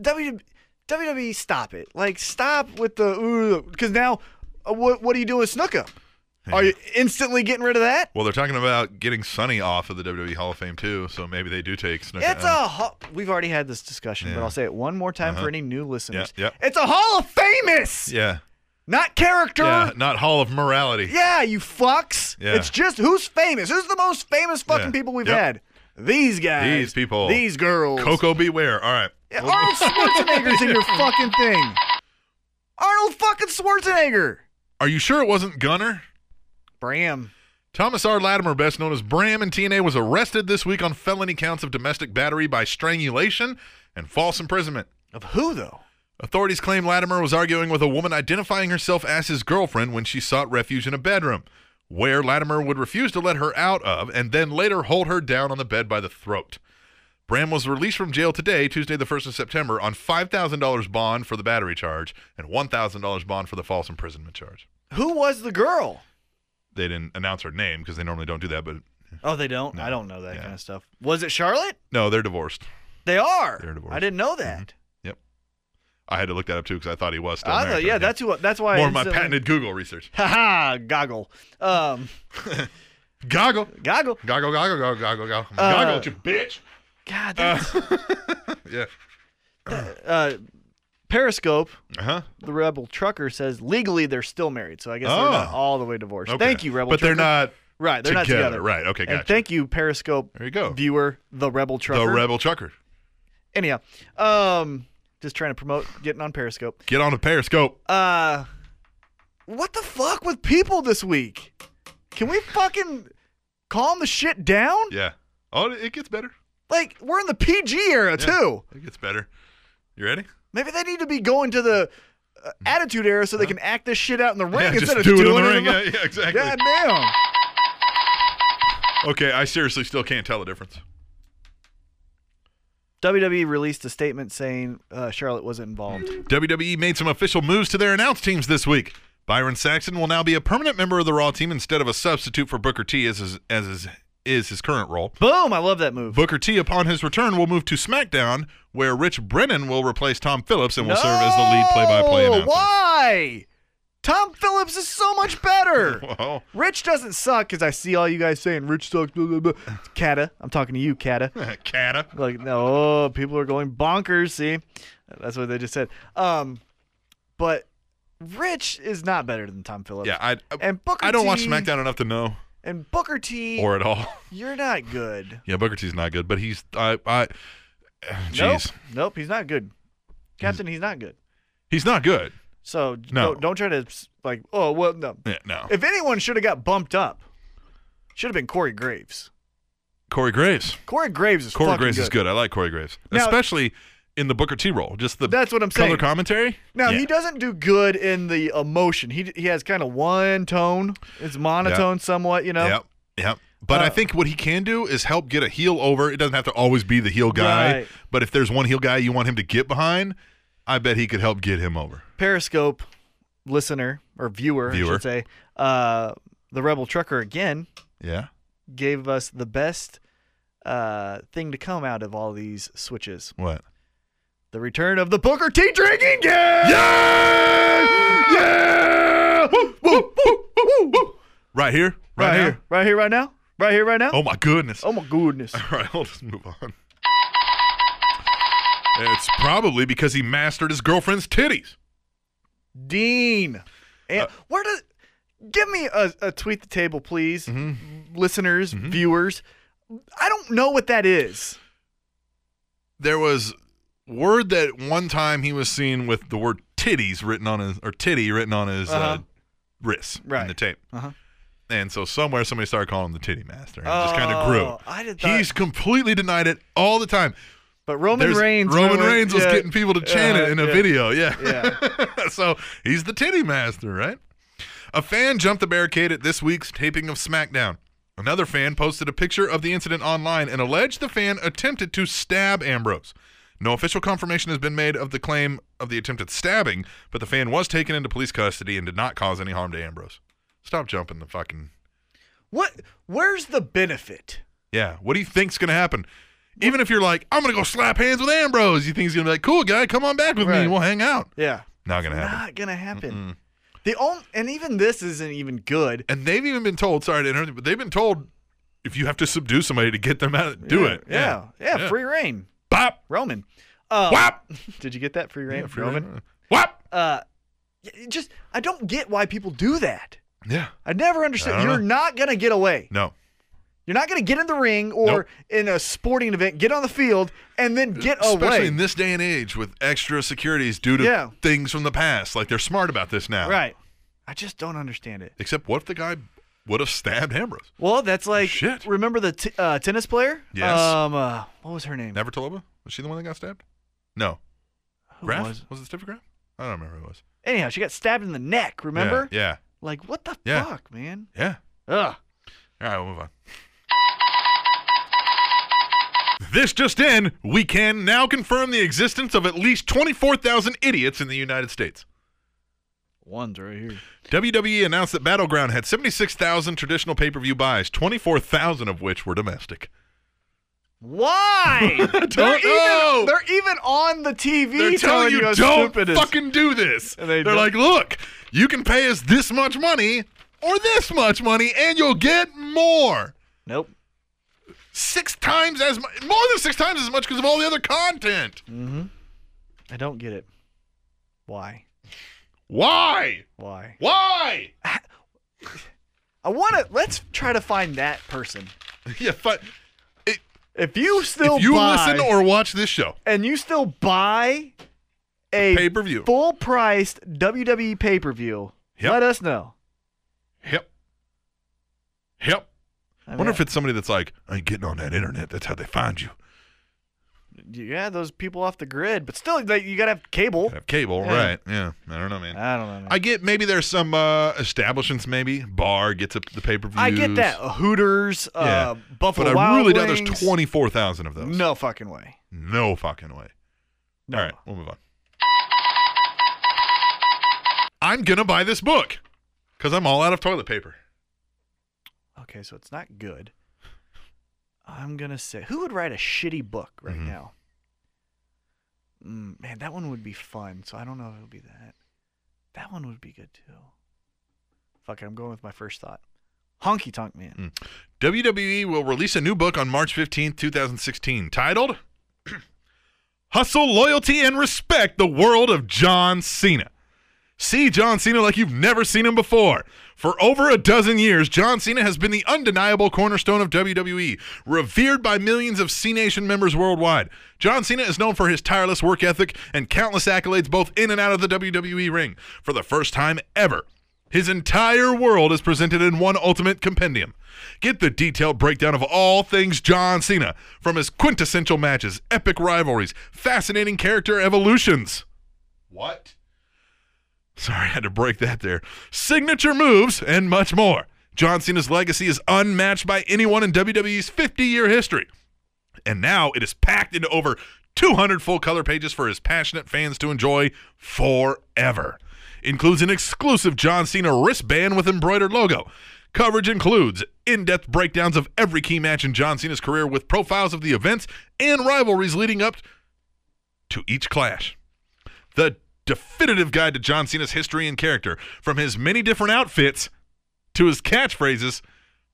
B: W E, WWE, stop it. Like, stop with the ooh, because now, uh, what what do you do with Snuka? Are you instantly getting rid of that?
A: Well, they're talking about getting Sonny off of the WWE Hall of Fame too, so maybe they do take Snuka.
B: It's
A: out.
B: a ho- we've already had this discussion, but
A: uh, Yeah.
B: I'll say it one more time for any new listeners.
A: yep.
B: It's a Hall of Famous,
A: yeah,
B: not character.
A: yeah,
B: Yeah.
A: not Hall of Morality.
B: you fucks.
A: Yeah.
B: It's just who's famous. Who's the most famous fucking
A: Yeah.
B: people we've
A: Yep.
B: had? These guys.
A: These people.
B: These girls.
A: Coco, beware! All right,
B: Yeah, Arnold Schwarzenegger's in your fucking thing. Arnold fucking Schwarzenegger.
A: are you sure it wasn't Gunner?
B: Bram.
A: Thomas R. Latimer, best known as Bram in TNA, was arrested this week on felony counts of domestic battery by strangulation and false imprisonment.
B: Of who though?
A: Authorities claim Latimer was arguing with a woman identifying herself as his girlfriend when she sought refuge in a bedroom, where Latimer would refuse to let her out of and then later hold her down on the bed by the throat. Bram was released from jail today, Tuesday, the 1st of September, on $5,000 bond for the battery charge and $1,000 bond for the false imprisonment charge.
B: Who was the girl?
A: They didn't announce her name because they normally don't do that, but
B: Oh, they don't. I don't know that
A: Yeah.
B: kind of stuff. Was it Charlotte?
A: no, they're divorced.
B: They are.
A: They're divorced.
B: I didn't know that.
A: I had to look that up too because I thought he was still
B: I
A: married.
B: thought,
A: to
B: yeah,
A: her.
B: that's who. That's why.
A: more
B: I
A: of my
B: instantly-
A: patented Google research.
B: Haha, goggle. Um,
A: Goggle,
B: goggle.
A: goggle, goggle, goggle, goggle, goggle,
B: Uh,
A: goggle, you bitch.
B: God, that's, uh,
A: Yeah.
B: Periscope,
A: Uh huh.
B: the Rebel Trucker says legally they're still married, so I guess
A: Oh.
B: they're not all the way divorced.
A: Okay.
B: Thank you, Rebel.
A: But
B: Trucker.
A: they're not
B: right. They're
A: together.
B: not together.
A: Right. Okay.
B: And
A: Gotcha.
B: thank you, Periscope.
A: There you go.
B: Viewer, the Rebel Trucker.
A: the Rebel Trucker.
B: Anyhow, um, just trying to promote getting on Periscope.
A: Get on a Periscope.
B: Uh, what the fuck with people this week? Can we fucking calm the shit down?
A: Yeah. Oh, it it gets better.
B: Like we're in the PG era
A: Yeah.
B: too.
A: It gets better. You ready?
B: Maybe they need to be going to the uh, attitude era so they can act this shit out in the ring
A: Mm-hmm. yeah,
B: instead
A: just do
B: of
A: it in
B: doing
A: the ring.
B: in
A: Yeah, yeah, exactly.
B: God damn.
A: Okay, I seriously still can't tell the difference.
B: WWE E released a statement saying uh, Charlotte wasn't involved.
A: WWE E made some official moves to their announced teams this week. Byron Saxon will now be a permanent member of the Raw team instead of a substitute for Booker T, as is, as is, is his current role.
B: Boom! I love that move.
A: Booker T, upon his return, will move to SmackDown, where Rich Brennan will replace Tom Phillips and will serve as the lead
B: No!
A: play-by-play announcer.
B: Why? Tom Phillips is so much better.
A: Well,
B: Rich doesn't suck because I see all you guys saying Rich sucks. Blah, blah, blah. Kata, I'm talking to you, Kata.
A: Canna.
B: Like, no, people are going bonkers. See, that's what they just said. Um, but Rich is not better than Tom Phillips.
A: Yeah, I
B: And Booker
A: I don't watch
B: T-
A: SmackDown enough to know
B: And Booker T,
A: or at all.
B: you're not good.
A: Yeah, Booker T's not good, but he's I I jeez.
B: Nope. Nope. He's not good. Captain, he's, not good.
A: He's not good.
B: So
A: No.
B: don't, don't try to like. Oh well, no.
A: Yeah, no.
B: If anyone should have got bumped up, should have been Corey Graves.
A: Corey Graves.
B: Corey Graves is
A: Corey
B: fucking
A: Graves
B: good.
A: is good. I like Corey Graves.
B: Now-
A: Especially in the Booker T role. Just the
B: That's what I'm
A: color
B: saying.
A: commentary.
B: Now
A: Yeah.
B: he doesn't do good in the emotion. He he has kind of one tone. It's monotone somewhat, you know.
A: Yep. Yep. But I
B: Uh,
A: think what he can do is help get a heel over. It doesn't have to always be the heel guy.
B: Right.
A: But if there's one heel guy you want him to get behind, I bet he could help get him over.
B: Periscope listener or viewer, I
A: Viewer.
B: should say. Uh, the Rebel Trucker again
A: Yeah.
B: gave us the best uh, thing to come out of all these switches.
A: What?
B: The return of the Booker T drinking game.
A: Yeah! Yeah! Woo, woo, woo, woo, woo. Right here.
B: Right,
A: now?
B: here, right here, right now, right here, right now.
A: Oh Uh. my goodness.
B: Oh my goodness.
A: All right, I'll just move on. It's probably because he mastered his girlfriend's titties.
B: Dean.
A: Uh.
B: And where does give me a, a tweet the table, please,
A: Mm-hmm.
B: listeners, viewers. I don't know what that is.
A: There was word that one time he was seen with the word titties written on his or titty written on his uh
B: Uh-huh.
A: wrist in
B: Right.
A: the tape.
B: Uh-huh.
A: And so somewhere somebody started calling him the titty master. And it just kind of
B: Oh,
A: grew.
B: I did
A: He's completely denied it all the time.
B: But Roman
A: There's-
B: Reigns.
A: Roman
B: remember-
A: Reigns was
B: yeah.
A: getting people to chant
B: Uh,
A: it in a
B: yeah.
A: video. Yeah. so he's the titty master, right? A fan jumped the barricade at this week's taping of SmackDown. Another fan posted a picture of the incident online and alleged the fan attempted to stab Ambrose. No official confirmation has been made of the claim of the attempted stabbing, but the fan was taken into police custody and did not cause any harm to Ambrose. Stop jumping the fucking.
B: What? Where's the benefit?
A: Yeah. What do you think's going to happen? Even if you're like, I'm going to go slap hands with Ambrose, you think he's going to be like, cool, guy, come on back with me
B: Right.
A: and we'll hang out.
B: Yeah.
A: Not going to happen.
B: Not gonna happen. The only, and even this isn't even good.
A: And they've even been told, sorry to interrupt you, but they've been told if you have to subdue somebody to get them out, do it.
B: Yeah. Yeah.
A: Yeah.
B: Free reign.
A: Bop,
B: Roman. Uh,
A: whap,
B: Did you get that? Free reign.
A: Yeah, free
B: Roman.
A: rein. whap.
B: Uh, y- just I don't get why people do that.
A: Yeah.
B: I never
A: I
B: understood.
A: don't
B: You're
A: know.
B: not gonna get away.
A: No.
B: You're not gonna get in the ring or
A: Nope.
B: in a sporting event, get on the field, and then get
A: Especially
B: away.
A: in this day and age with extra securities due to
B: Oh, Yeah.
A: things from the past. Like they're smart about this now.
B: right. I just don't understand it.
A: Except what if the guy would have stabbed Ambrose?
B: Well, that's like
A: Shit.
B: remember the t- uh, tennis player?
A: Yes.
B: Um, uh, what was her name?
A: Navratilova? Was she the one that got stabbed? No.
B: Who
A: Graf?
B: was?
A: Was it Steffi Graf? I don't remember who it was.
B: Anyhow, she got stabbed in the neck. Remember?
A: Yeah.
B: Like what the
A: Yeah.
B: fuck, man?
A: Yeah. yeah.
B: Ugh.
A: All right, we'll move on. This just in, we can now confirm the existence of at least 24,000 idiots in the United States.
B: One's right here.
A: WWE announced that Battleground had 76,000 traditional pay per view buys, 24,000 of which were domestic.
B: Why? they're,
A: know.
B: Even, they're even on the TV
A: They're telling you,
B: how
A: don't
B: stupid it is."
A: fucking do this.
B: And they
A: they are
B: don't.
A: like, look, you can pay us this much money or this much money, and you'll get more.
B: Nope.
A: Six times as much, more than six times as much because of all the other content.
B: I don't get it. Why?
A: Why?
B: Why?
A: Why?
B: I want to. Let's try to find that person.
A: Yeah, fi-
B: If you still
A: if you
B: buy,
A: listen or watch this show,
B: and you still buy a
A: pay per view.
B: full priced WWE pay per view,
A: Yep.
B: E let us know.
A: Yep. Yep.
B: I
A: I wonder
B: mean,
A: if it's somebody that's like, I ain't getting on that internet. That's how they find you.
B: yeah, those people off the grid, but still, like, you gotta have cable.
A: They have cable,
B: Oh. Yeah. Uh,
A: right? Yeah. I don't know, man.
B: I don't know. Man.
A: I get maybe there's some uh, establishments, maybe bar gets up the pay per view.
B: I get that Hooters, uh, Buffalo
A: but I
B: Wild
A: really doubt
B: Wings.
A: there's twenty four thousand of those.
B: No fucking way.
A: no fucking way.
B: No.
A: All right, we'll move on. I'm gonna buy this book because I'm all out of toilet paper.
B: Okay, so it's not good. I'm gonna say, who would write a shitty book right
A: Mhm.
B: now? Mm, man, that one would be fun. So I don't know if it would be that. That one would be good too. Fuck it, I'm going with my first thought. Honky Tonk Man.
A: WWE E will release a new book on March 15th, 2016, titled Hustle, Loyalty, and Respect The World of John Cena. See John Cena like you've never seen him before. For over a dozen years, John Cena has been the undeniable cornerstone of WWE, revered by millions of C Nation members worldwide. John Cena is known for his tireless work ethic and countless accolades both in and out of the WWE ring. For the first time ever, his entire world is presented in one ultimate compendium. Get the detailed breakdown of all things John Cena, from his quintessential matches, epic rivalries, fascinating character evolutions. What? Sorry, I had to break that there. Signature moves and much more. John Cena's legacy is unmatched by anyone in WWE's 50 year history. And now it is packed into over 200 full color pages for his passionate fans to enjoy forever. Includes an exclusive John Cena wristband with embroidered logo. Coverage includes in depth breakdowns of every key match in John Cena's career with profiles of the events and rivalries leading up to each clash the definitive guide to John Cena's history and character, from his many different outfits to his catchphrases,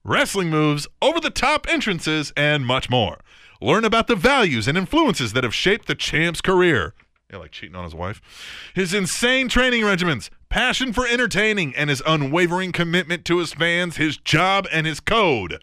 A: wrestling moves, over the top entrances, and much more. Learn about the values and influences that have shaped the champ's career. Yeah, like cheating on his wife. His insane training regimens, passion for entertaining, and his unwavering commitment to his fans, his job, and his code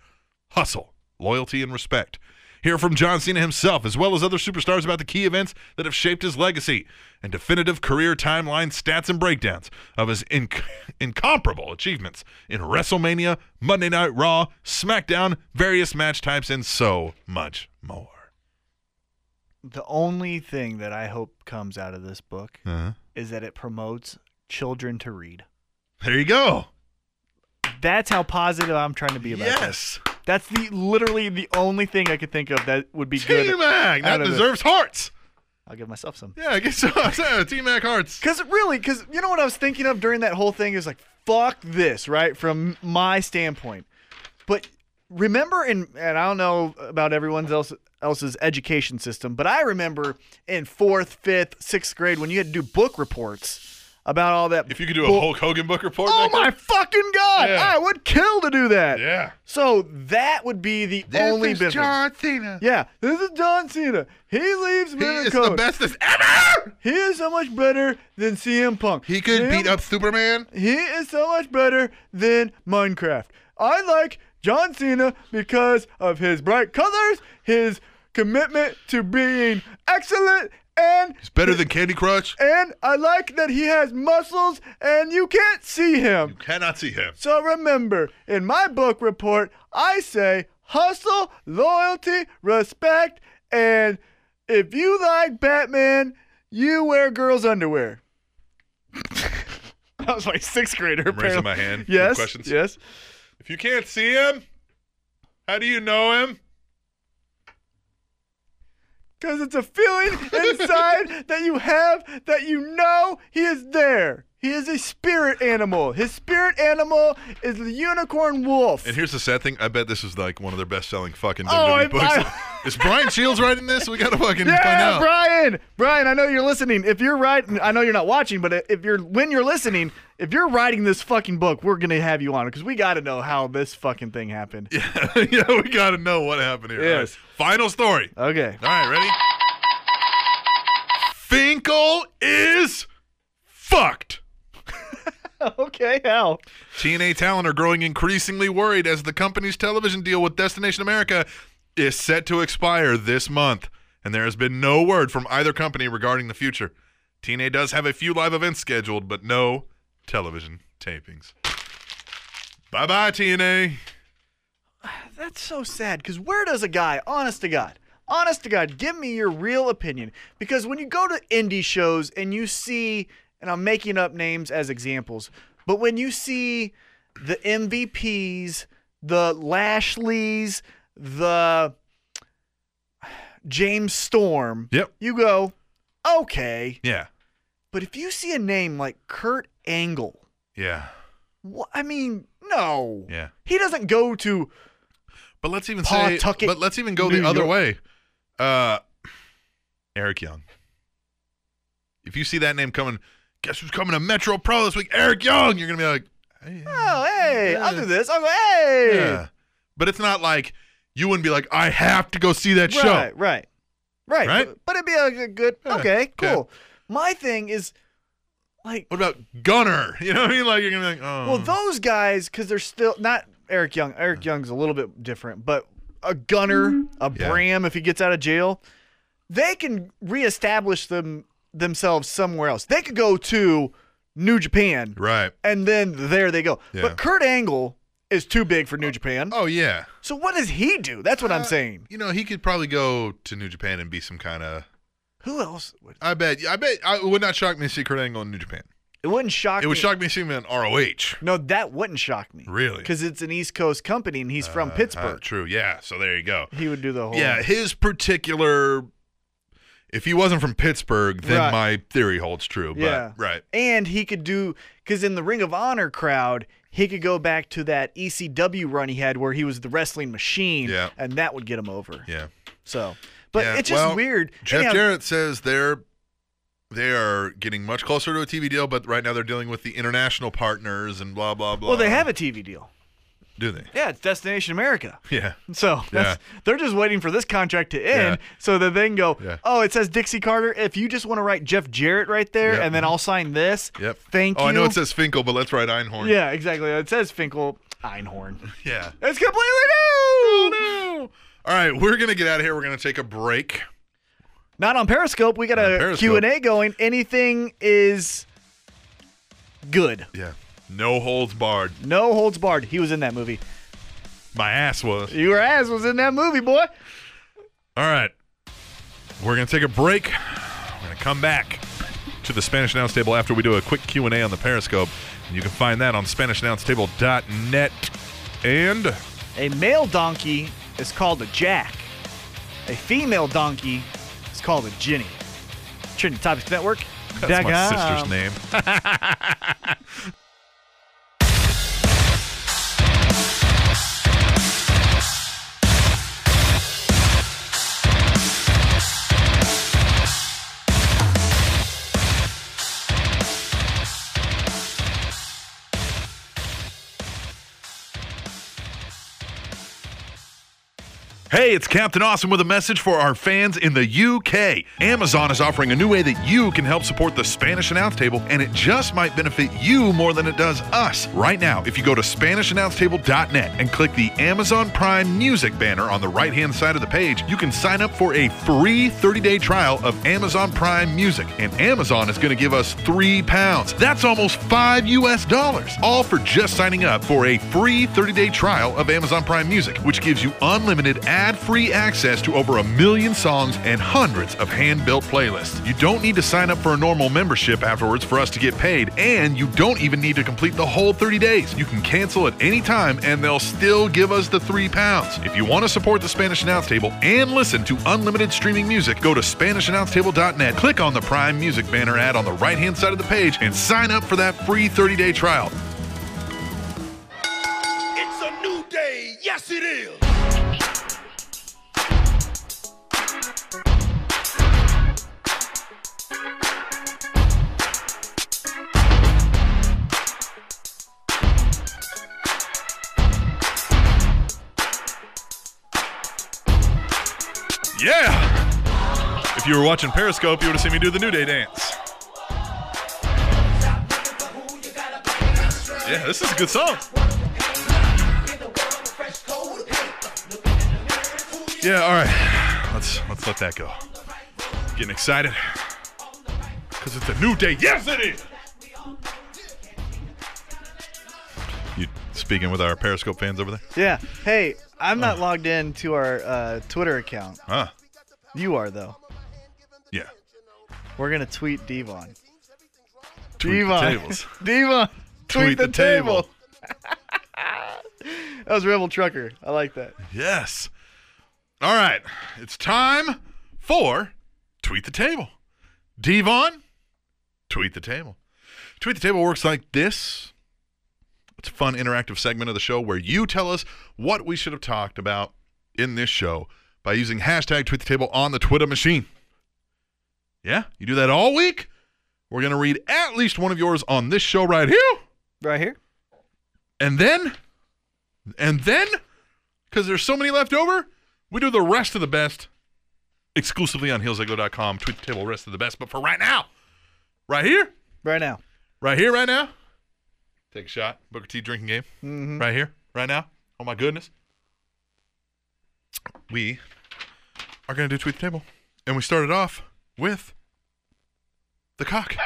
A: hustle, loyalty, and respect. Hear from John Cena himself, as well as other superstars, about the key events that have shaped his legacy and definitive career timeline stats and breakdowns of his inc- incomparable achievements in WrestleMania, Monday Night Raw, SmackDown, various match types, and so much more. Mm.
B: The only thing that I hope comes out of this book
A: Uh-huh.
B: is that it promotes children to read.
A: There you go.
B: That's how positive I'm trying to be about this.
A: Yes.
B: That's the literally the only thing I could think of that would be
A: T
B: good.
A: Mac. That
B: out of it.
A: deserves hearts.
B: I'll give myself some.
A: Yeah, I guess so. T Mac hearts.
B: Because really, because you know what I was thinking of during that whole thing is like, fuck this, right? From my standpoint. But remember, in and I don't know about everyone else else's education system, but I remember in fourth, fifth, sixth grade when you had to do book reports. about all that.
A: If you could do a
B: bull-
A: Hulk Hogan book report,
B: Oh
A: back
B: my
A: there-
B: fucking god!
A: Yeah.
B: I would kill to do that.
A: Yeah.
B: So that would be the only
A: is
B: benefit.
A: John Cena.
B: Yeah, this is John Cena. He leaves
A: He is
B: Minnesota.
A: the bestest ever.
B: He is so much better than CM Punk.
A: He could
B: Him-
A: beat up Superman.
B: He is so much better than Minecraft. I like John Cena because of his bright colors, his commitment to being excellent, and
A: He's better than Candy Crush.
B: and I like that he has muscles and you can't see him.
A: You cannot see him.
B: So remember, in my book report, I say hustle, loyalty, respect, and if you like Batman, you wear girls' underwear. I was like sixth grader.
A: I'm raising my
B: apparently.
A: hand. You have
B: Yes.
A: Questions.
B: Yes.
A: If you can't see him, how do you know him?
B: Because it's a feeling inside that you have that you know he is there. He is a spirit animal. His spirit animal is the unicorn wolf.
A: And here's the sad thing. I bet this is like one of their best-selling fucking
B: Oh,
A: WWE
B: I-
A: books.
B: I-
A: is Brian Shields writing this? We gotta fucking find
B: Yeah,
A: out.
B: Brian. Brian, I know you're listening. If you're writing, I know you're not watching, but if you're when you're listening, if you're writing this fucking book, we're gonna have you on it because we got to know how this fucking thing happened.
A: Yeah, yeah, we gotta know what happened here. All right,
B: Yes.
A: Final story.
B: Okay.
A: All right, ready? Finkel is fucked.
B: Okay. How?
A: TNA talent are growing increasingly worried as the company's television deal with Destination America is set to expire this month, and there has been no word from either company regarding the future. TNA does have a few live events scheduled, but no television tapings. Bye bye, TNA.
B: That's so sad because where does a guy, honest to God, honest to God, give me your real opinion? Because when you go to indie shows and you see, and I'm making up names as examples, but when you see the MVPs, the Lashleys, the James Storm,
A: Yep.
B: you go, okay.
A: Yeah.
B: But if you see a name like Kurt Angle,
A: Yeah.
B: wha- I mean, no.
A: Yeah.
B: He doesn't go to
A: But let's even say,
B: Pawtucket,
A: but let's even go
B: New
A: the other
B: York.
A: way. Uh, Eric Young. If you see that name coming, guess who's coming to Metro Pro this week? Eric Young. You're gonna be like, hey,
B: Oh, hey, I'll
A: Yeah.
B: do this. I'll go, hey.
A: yeah. But it's not like you wouldn't be like, I have to go see that
B: Right,
A: show.
B: right, right.
A: Right?
B: But, but it'd be a a good,
A: Yeah,
B: okay,
A: good.
B: cool. My thing is, like,
A: What about Gunner? You know what I mean? Like you're gonna be like, oh,
B: well, those guys, because they're still not Eric Young. Eric Young's a little bit different, but a gunner, a
A: Hmm. Yeah.
B: Bram, if he gets out of jail, they can reestablish them themselves somewhere else. They could go to New Japan,
A: right.
B: and then there they go.
A: Yeah.
B: But Kurt Angle is too big for New Japan.
A: Oh yeah. Uh,
B: So what does he do? That's what I'm saying.
A: You know, he could probably go to New Japan and be some kind of.
B: Who else? Would,
A: I bet. I bet. I it would not shock me to see Kurt Angle in New Japan.
B: it wouldn't shock.
A: It would
B: me.
A: shock me to see him in ROH.
B: No, that wouldn't shock me.
A: Really?
B: Because it's an East Coast company and he's from
A: Uh, uh,
B: Pittsburgh. Oh.
A: true. Yeah. So there you go.
B: he would do the whole.
A: Yeah. His particular. If he wasn't from Pittsburgh, then
B: Right.
A: my theory holds true. But,
B: Yeah.
A: Right.
B: And he could do, because in the Ring of Honor crowd, he could go back to that ECW run he had where he was the wrestling machine.
A: Yeah.
B: And that would get him over.
A: Yeah.
B: So, but
A: Yeah,
B: it's just
A: well,
B: weird.
A: Jeff
B: Anyhow,
A: Jarrett says they're they are getting much closer to a TV deal, but right now they're dealing with the international partners and blah blah blah.
B: Well, they have a TV deal.
A: do they?
B: Yeah, it's Destination America.
A: Yeah.
B: So that's, they're just waiting for this contract to end
A: Yeah.
B: so that they can go,
A: Yeah.
B: oh, it says Dixie Carter. If you just want to write Jeff Jarrett right there
A: Yep.
B: and then I'll sign this,
A: Yep.
B: thank
A: oh,
B: you.
A: I know it says Finkel, but let's write Einhorn.
B: Yeah, exactly. It says Finkel Einhorn.
A: Yeah.
B: It's completely new.
A: All right, we're gonna get out of here. We're gonna take a break.
B: Not on Periscope. We got
A: Not on
B: a Q
A: Periscope.
B: and A going. Anything is good.
A: Yeah. No holds barred.
B: No holds barred. He was in that movie.
A: My ass was.
B: Your ass was in that movie, boy.
A: All right. We're going to take a break. We're going to come back to the Spanish Announce Table after we do a quick Q&A on the Periscope. And you can find that on SpanishAnnounceTable.net. And
B: A male donkey is called a jack. A female donkey is called a Jenny. Trinity Topics Network.
A: that's my sister's name. Hey, it's Captain Awesome with a message for our fans in the UK. Amazon is offering a new way that you can help support the Spanish Announce Table, and it just might benefit you more than it does us. Right now, if you go to SpanishAnnounceTable.net and click the Amazon Prime Music banner on the right hand side of the page, you can sign up for a free 30 day trial of Amazon Prime Music, and Amazon is going to give us three pounds. That's almost five US dollars, all for just signing up for a free 30 day trial of Amazon Prime Music, which gives you unlimited ad free access to over a million songs and hundreds of hand built playlists. You don't need to sign up for a normal membership afterwards for us to get paid, and you don't even need to complete the whole 30 days. You can cancel at any time and they'll still give us the three pounds. If you want to support the Spanish Announce Table and listen to unlimited streaming music, go to SpanishAnnounceTable.net, click on the Prime Music banner ad on the right hand side of the page, and sign up for that free 30 day trial.
C: It's a new day. Yes, it is.
A: Yeah! If you were watching Periscope, you would have seen me do the New Day dance. Yeah, this is a good song. Yeah, all right. Let's let's let that go. Getting excited because it's a new day. Yes, it is. You speaking with our Periscope fans over there?
B: Yeah. Hey, I'm
A: Uh.
B: not logged in to our uh, Twitter account.
A: Huh?
B: You are though.
A: Yeah.
B: We're gonna tweet Devon.
A: Tweet the
B: Devon.
A: tables.
B: Devon. Tweet,
A: Tweet
B: the,
A: the
B: table.
A: table.
B: that was Rebel Trucker. I like that.
A: Yes. All right. It's time for Tweet the Table. Devon, Tweet the Table. Tweet the Table works like this it's a fun, interactive segment of the show where you tell us what we should have talked about in this show by using hashtag Tweet the Table on the Twitter machine. Yeah, you do that all week. We're going to read at least one of yours on this show right here.
B: Right here.
A: And then, and then, because there's so many left over, we do the rest of the best exclusively on heelzigler.com. Tweet the table, rest of the best. But for right now, right here,
B: Right now.
A: right here, right now, take a shot. Booker T drinking game. Right here, right now. Oh my goodness. We are going to do tweet the table. And we started off with the cock.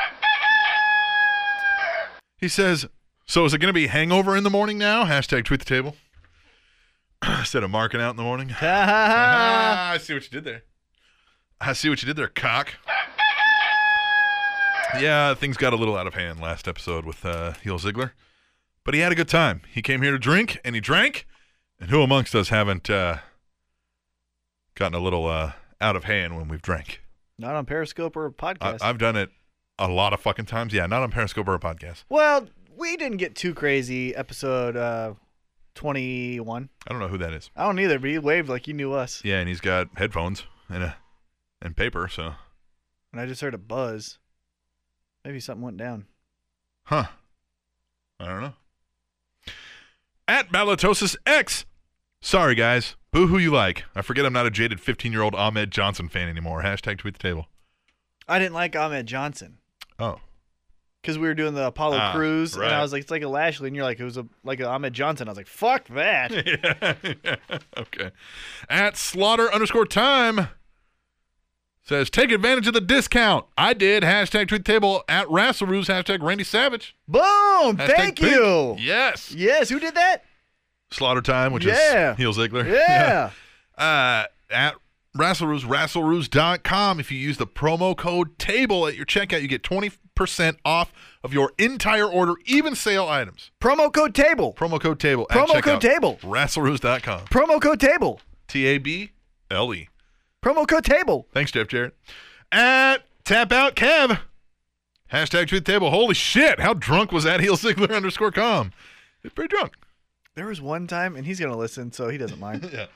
A: He says, So is it going to be hangover in the morning now? Hashtag tweet the table. Instead of marking out in the morning.
B: Ha, ha, ha.
A: Ah, I see what you did there. I see what you did there, cock. Yeah, things got a little out of hand last episode with uh, Heel Ziggler, but he had a good time. He came here to drink, and he drank. And who amongst us haven't uh, gotten a little uh, out of hand when we've drank?
B: Not on Periscope or podcast.
A: I, I've done it a lot of fucking times. Yeah, not on Periscope or a podcast.
B: well, we didn't get too crazy. Episode uh, 21.
A: I don't know who that is.
B: I don't either, but he waved like he knew us.
A: Yeah, and he's got headphones and a, and paper. So,
B: And I just heard a buzz. Maybe something went down.
A: huh? I don't know. At Balatosis X. Sorry, guys. Boo who you like. I forget I'm not a jaded 15 year old Ahmed Johnson fan anymore. Hashtag tweet the table.
B: I didn't like Ahmed Johnson
A: Oh.
B: because we were doing the Apollo
A: Ah,
B: Cruise, and I
A: right.
B: was like, it's like a Lashley, and you're like, it was a, like an Ahmed Johnson. I was like, fuck that.
A: okay. At slaughter underscore time says, take advantage of the discount. I did. Hashtag tweet the table. At Rasselroos. Hashtag Randy Savage.
B: Boom!
A: Hashtag
B: Thank
A: pink.
B: you.
A: Yes.
B: Yes, who did that?
A: Slaughter time, which
B: Yeah.
A: is Heel Ziggler.
B: Yeah.
A: uh, at Rasselroos, rasselroos.com. If you use the promo code TABLE at your checkout, you get 20% off of your entire order, even sale items.
B: Promo code table.
A: Promo code TABLE at
B: Promo
A: checkout.
B: code table.
A: Rasselroos.com.
B: Promo code table.
A: T A B L E.
B: Promo code table.
A: Thanks, Jeff Jarrett. At Tap Out Kev. Hashtag tweet the table. Holy shit. How drunk was that heel Ziggler underscore com? He's pretty drunk.
B: There was one time, and he's gonna listen, so he doesn't mind.
A: Yeah.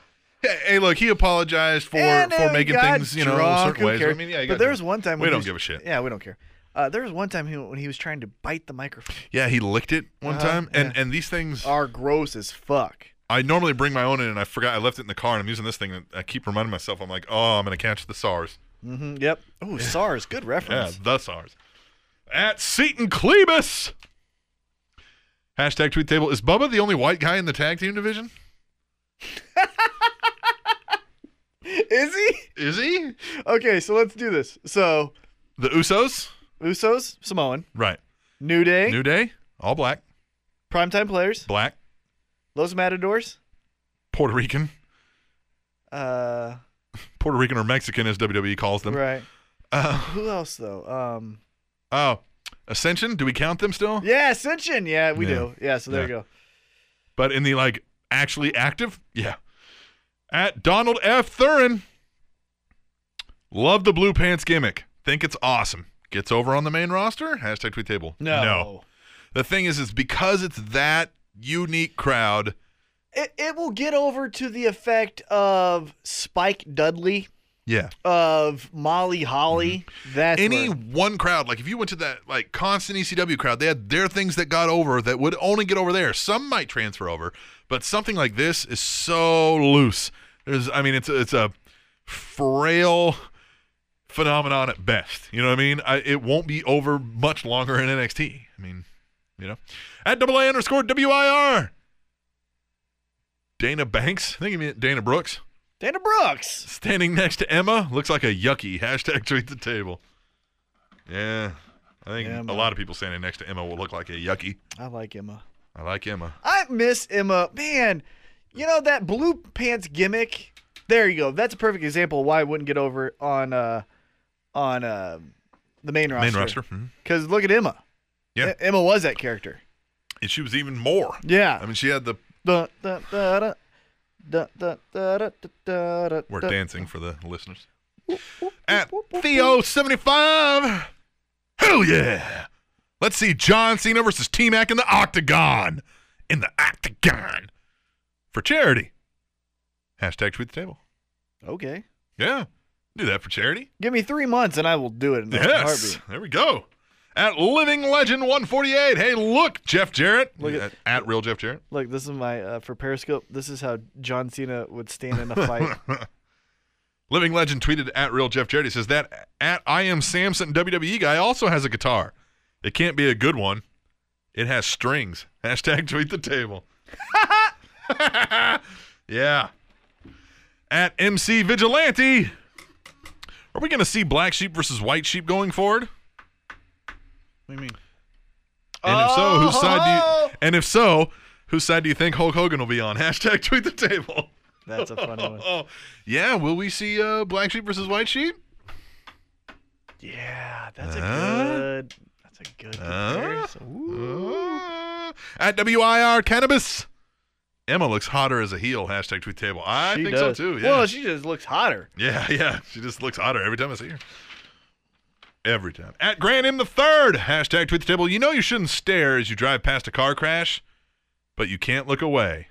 A: Hey, hey, look, he apologized for
B: And, uh,
A: for
B: he
A: making
B: got
A: things, you know,
B: drunk,
A: certain
B: who
A: ways.
B: cares?
A: I mean, yeah, he
B: but
A: got
B: there was
A: drunk.
B: one time
A: we
B: when he
A: don't
B: was-
A: give a shit.
B: Yeah, we don't care. Uh, there was one time he, when he was trying to bite the microphone.
A: Yeah, he licked it one
B: Uh-huh,
A: time, and
B: yeah.
A: and these things
B: Are gross as fuck.
A: I normally bring my own in, and I forgot I left it in the car, and I'm using this thing. And I keep reminding myself, I'm like, oh, I'm gonna catch the SARS.
B: Mm, Yep. Oh, SARS. Good
A: Mm-hmm, Yeah,
B: reference.
A: the SARS. At Seton Klebus. Hashtag tweet table. Is Bubba the only white guy in the tag team division?
B: Is he?
A: Is he?
B: Okay, so let's do this. So
A: The Usos?
B: Usos, Samoan,
A: Right.
B: New Day,
A: New Day? All black.
B: primetime players,
A: Black.
B: Los Matadors.
A: Puerto Rican.
B: Uh,
A: Puerto Rican or Mexican, as WWE calls them.
B: right.
A: Uh,
B: Who else though? Um,
A: oh, Ascension? Do we count them still?
B: yeah, Ascension. Yeah, we
A: Yeah.
B: do. Yeah, so there you go.
A: But in the like actually active? Yeah. At Donald F. Thurin. Love the blue pants gimmick. Think it's awesome. Gets over on the main roster? Hashtag tweet table. No. The thing is, is because it's that unique crowd.
B: It, it will get over to the effect of Spike Dudley,
A: Yeah.
B: of Molly Holly. That's
A: Mm-hmm. Any
B: where-
A: one crowd, like if you went to that like constant ECW crowd, they had their things that got over that would only get over there. Some might transfer over, but something like this is so loose. There's, I mean, it's a, it's a frail phenomenon at best. You know what I mean? I, it won't be over much longer in NXT. I mean, you know, at double A underscore WIR. Dana Banks, I think he meant Dana Brooks.
B: Dana Brooks.
A: Standing next to Emma looks like a yucky. Hashtag tweet the table. Yeah. I think
B: Yeah,
A: a
B: man.
A: lot of people standing next to Emma will look like a yucky.
B: I like Emma.
A: I like Emma.
B: I miss Emma. Man, you know that blue pants gimmick? There you go. That's a perfect example of why it wouldn't get over on uh on uh the main roster.
A: Main roster. mhm.
B: Cuz look at Emma.
A: Yeah.
B: E- Emma was that character.
A: And she was even more.
B: Yeah.
A: I mean, she had the.
B: Dun, dun, dun, dun. Dun, dun, dun, dun, dun, dun, dun,
A: We're
B: dun.
A: dancing for the listeners. At Theo75. Hell yeah. Let's see John Cena versus T Mac in the Octagon. In the Octagon. For charity. Hashtag tweet the table.
B: Okay.
A: Yeah. Do that for charity.
B: Give me 3 months and I will do it in a
A: Yes.
B: heartbeat.
A: There we go. At Living Legend 148. Hey, look, Jeff Jarrett.
B: Look at-
A: at, at real Jeff Jarrett.
B: Look, this is my uh, for Periscope. This is how John Cena would stand in a fight.
A: Living Legend tweeted at real Jeff Jarrett. He says that at I am Samson WWE guy also has a guitar. It can't be a good one. It has strings. Hashtag tweet the table. yeah. At MC Vigilante. Are we going to see black sheep versus white sheep going forward?
B: what do you mean?
A: And if so, whose
B: Oh!
A: side do you? And if so, whose side do you think Hulk Hogan will be on? Hashtag tweet the table.
B: That's a funny one.
A: Oh, yeah. Will we see uh, black sheep versus white sheep?
B: Yeah, that's
A: Huh?
B: a good. That's a good
A: Huh?
B: comparison. Ooh.
A: Uh, at WIR cannabis. Emma looks hotter as a heel. Hashtag tweet table. I
B: She
A: think
B: does.
A: so too. Yeah.
B: Well, she just looks hotter.
A: yeah, yeah. She just looks hotter every time I see her. Every time. At Grand M the third. Hashtag tweet the table. You know you shouldn't stare as you drive past a car crash, but you can't look away.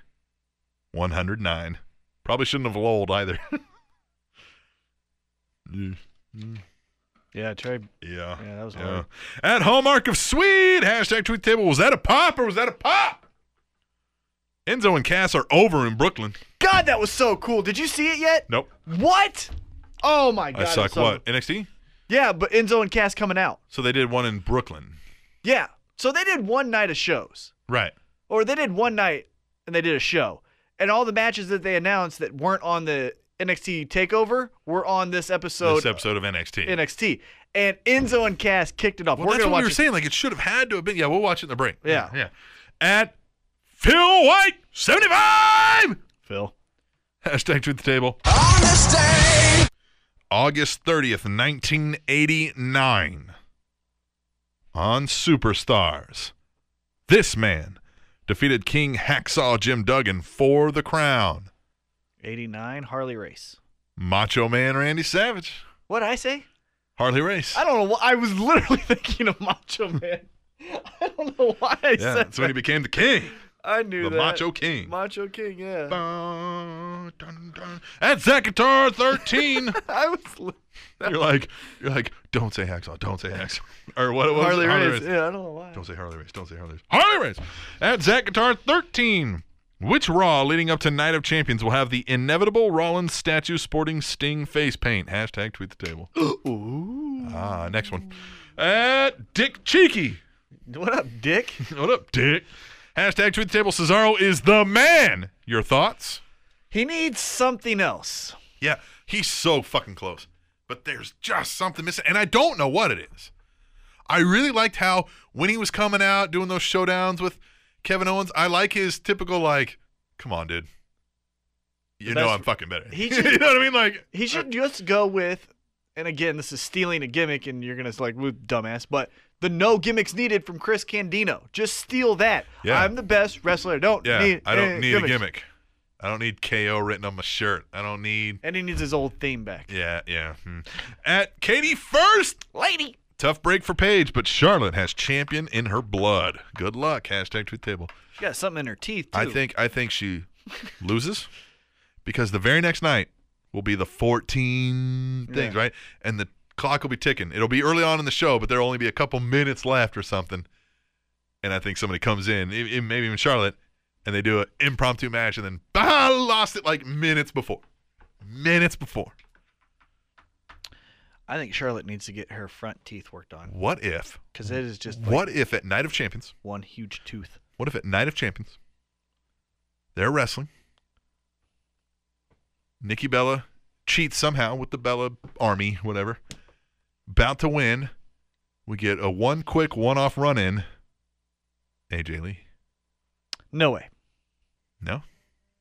A: 109. Probably shouldn't have lolled either. Mm.
B: Yeah, try.
A: Yeah.
B: Yeah, that was hard.
A: At Hallmark of Swede, hashtag tweet table. Was that a pop or was that a pop? Enzo and Cass are over in Brooklyn.
B: God, that was so cool. Did you see it yet?
A: Nope.
B: What? Oh my God!
A: I
B: it's
A: suck.
B: so-
A: What? NXT?
B: Yeah, but Enzo and Cass coming out.
A: So they did one in Brooklyn.
B: Yeah. So they did one night of shows,
A: Right.
B: or they did one night and they did a show, and all the matches that they announced that weren't on the NXT Takeover were on this episode.
A: this episode of NXT.
B: of NXT. And Enzo and Cass kicked it off.
A: well,
B: we're
A: that's
B: gonna
A: what we
B: watch
A: were
B: it.
A: saying. Like it should have had to have been. Yeah, we'll watch it in the break.
B: Yeah.
A: Yeah. At Phil White, 75!
B: Phil.
A: Hashtag tweet the table. August 30th, 1989. On Superstars, this man defeated King Hacksaw Jim Duggan for the crown.
B: 89 Harley Race.
A: Macho Man Randy Savage,
B: What I say?
A: Harley Race.
B: I don't know. wh- I was literally thinking of Macho Man. I don't know why I
A: yeah,
B: said
A: that's when he
B: that.
A: became the king,
B: I knew
A: the
B: that.
A: Macho King.
B: Macho King, yeah.
A: Dun, dun, dun. At Zachatar 13.
B: I was li-
A: you're like, you're like, don't say Hacksaw, don't say Hacksaw, or what, what was it?
B: Harley Race. Yeah, I don't know why.
A: Don't say Harley Race. Don't say Harley Race. Harley Race at Zach Guitar 13. Which Raw leading up to Night of Champions will have the inevitable Rollins statue sporting Sting face paint? Hashtag tweet the table.
B: Ooh.
A: Ah, next one. At Dick Cheeky.
B: What up, Dick?
A: What up, Dick? Hashtag tweet the table. Cesaro is the man. Your thoughts?
B: he needs something else.
A: Yeah, he's so fucking close. But there's just something missing, and I don't know what it is. I really liked how when he was coming out doing those showdowns with Kevin Owens, I like his typical like, "Come on, dude, you know
B: best-
A: I'm fucking better."
B: He
A: you
B: should-
A: know what I mean? Like,
B: He should just go with, and again, this is stealing a gimmick, and you're gonna like, "Woo, dumbass, but the no gimmicks needed from Chris Candino. Just steal that.
A: Yeah.
B: I'm the best wrestler. I don't
A: yeah,
B: need.
A: I don't
B: eh,
A: need
B: gimmicks.
A: a gimmick. I don't need KO written on my shirt. I don't need.
B: And he needs his old theme back.
A: Yeah, yeah. hmm. At Katie first.
B: Lady.
A: Tough break for Paige, but Charlotte has champion in her blood. Good luck. Hashtag tweet table.
B: She got something in her teeth too.
A: I think I think she loses because the very next night will be the 14 things,
B: Yeah.
A: right? And the clock will be ticking. It'll be early on in the show, but there'll only be a couple minutes left or something. And I think somebody comes in, e- e- maybe even Charlotte, and they do an impromptu match, and then bah, lost it like minutes before. Minutes before.
B: I think Charlotte needs to get her front teeth worked on
A: What if?
B: because it is just like,
A: What if at Night of Champions?
B: one huge tooth.
A: What if at Night of Champions, they're wrestling? Nikki Bella cheats somehow with the Bella Army, whatever. About to win. We get a one quick one off run in. AJ Lee.
B: No way.
A: No?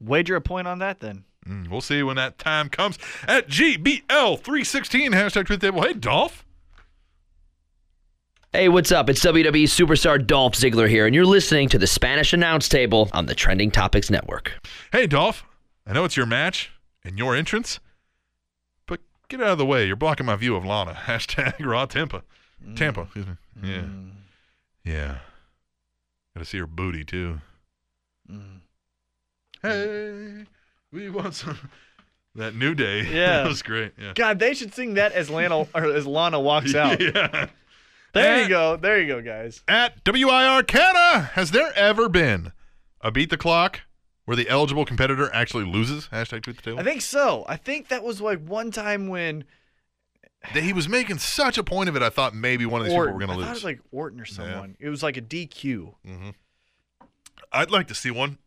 B: Wager a point on that then.
A: Mm, we'll see when that time comes. At GBL316, hashtag truth table. Hey, Dolph.
D: Hey, what's up? It's WWE superstar Dolph Ziggler here, and you're listening to the Spanish Announce Table on the Trending Topics Network.
A: Hey, Dolph. I know it's your match and your entrance, but get out of the way. You're blocking my view of Lana. Hashtag Raw Tampa. Tampa, excuse me. Yeah.
B: Mm,
A: Yeah. Gotta see her booty too.
B: mm.
A: Hey, we want some. That new day.
B: Yeah.
A: that was great. Yeah.
B: God, they should sing that as Lana or as Lana walks out.
A: yeah.
B: There
A: Eh.
B: you go. There you go, guys.
A: At WIR Canada, has there ever been a beat the clock where the eligible competitor actually loses? Hashtag tweet the table.
B: I think so. I think that was like one time when
A: That he was making such a point of it. I thought maybe one of these
B: Orton.
A: people were
B: I
A: gonna
B: thought
A: lose.
B: it
A: Mm.
B: was like Orton or someone. It was like a DQ.
A: I'd like to see one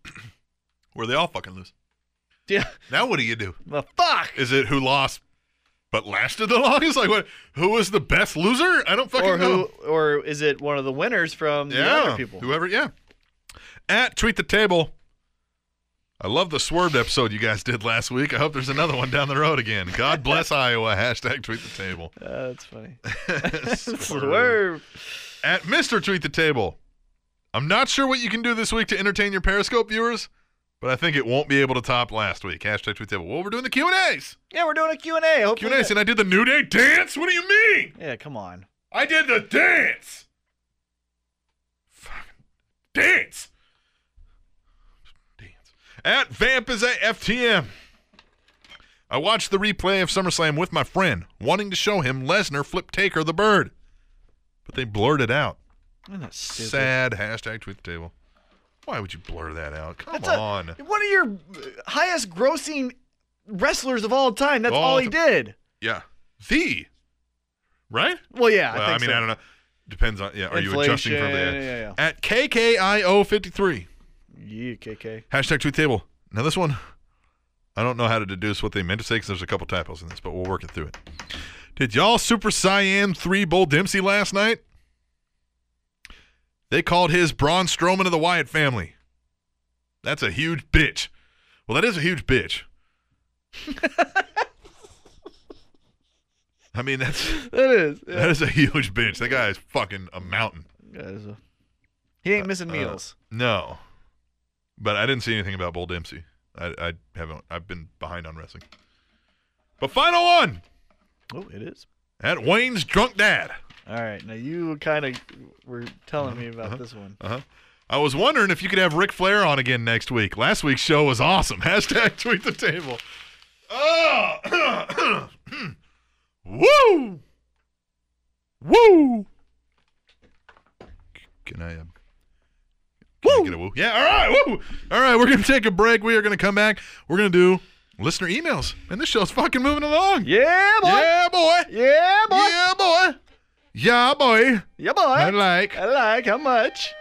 A: where they all fucking lose.
B: Yeah.
A: Now what do you do?
B: The fuck.
A: Is it who lost but lasted the longest? Like what? Who was the best loser? I don't fucking
B: Or
A: know.
B: who? Or is it one of the winners from the
A: yeah,
B: other people?
A: Whoever, yeah. At tweet the table. I love the swerved episode you guys did last week. I hope there's another one down the road again. God bless Iowa. Hashtag tweet the table.
B: Uh, that's funny.
A: Swerve.
B: Swerve.
A: At Mr. Tweet the Table. I'm not sure what you can do this week to entertain your Periscope viewers, but I think it won't be able to top last week. Hashtag tweet the table. Well, we're doing the Q and A's.
B: Yeah, we're doing a Q and A.
A: Q
B: Hopefully
A: and A's, and I did the New Day dance. What do you mean?
B: that- Yeah, come on.
A: I did the dance. Fucking dance. Dance. At Vamp is a FTM. I watched the replay of SummerSlam with my friend, wanting to show him Lesnar flip Taker the bird. But they blurred it out.
B: Isn't that stupid?
A: Sad hashtag tweet the table. Why would you blur that out? Come
B: That's a-
A: on.
B: one of your uh, highest grossing wrestlers of all time. That's
A: All
B: all he
A: time.
B: did.
A: yeah. The. Right?
B: Well, yeah.
A: well,
B: I, think
A: mean,
B: so.
A: I don't know. Depends on. Yeah. Are you adjusting
B: Inflation,
A: for the.
B: yeah, yeah.
A: At KKIO53.
B: Yeah, KK.
A: Hashtag tweet table. Now this one, I don't know how to deduce what they meant to say because there's a couple typos in this, but we'll work it through it. Did y'all Super Cyan three Bull Dempsey last night? They called his Braun Strowman of the Wyatt family. That's a huge bitch. Well, that is a huge bitch. I mean, that's
B: That is.
A: that is a huge bitch. That guy is fucking a mountain.
B: he ain't missing
A: Uh,
B: meals.
A: No, but I didn't see anything about Bull Dempsey. I, I haven't. I've been behind on wrestling. But final one
B: Oh, it is.
A: at Wayne's drunk dad.
B: All right. Now you kind of were telling me about this one.
A: Uh-huh. I was wondering if you could have Ric Flair on again next week. Last week's show was awesome. Hashtag tweet the table. Oh, woo, woo. Can I? Um, uh, Can I Get a woo. Yeah. All right. Woo. All right. We're going to take a break. We are going to come back. We're going to do listener emails. And this show's fucking moving along.
B: Yeah, boy. Yeah,
A: Yeah, boy.
B: boy. Yeah,
A: Yeah, boy. Yeah, boy.
B: boy.
A: I
B: I like,
A: like.
B: how much.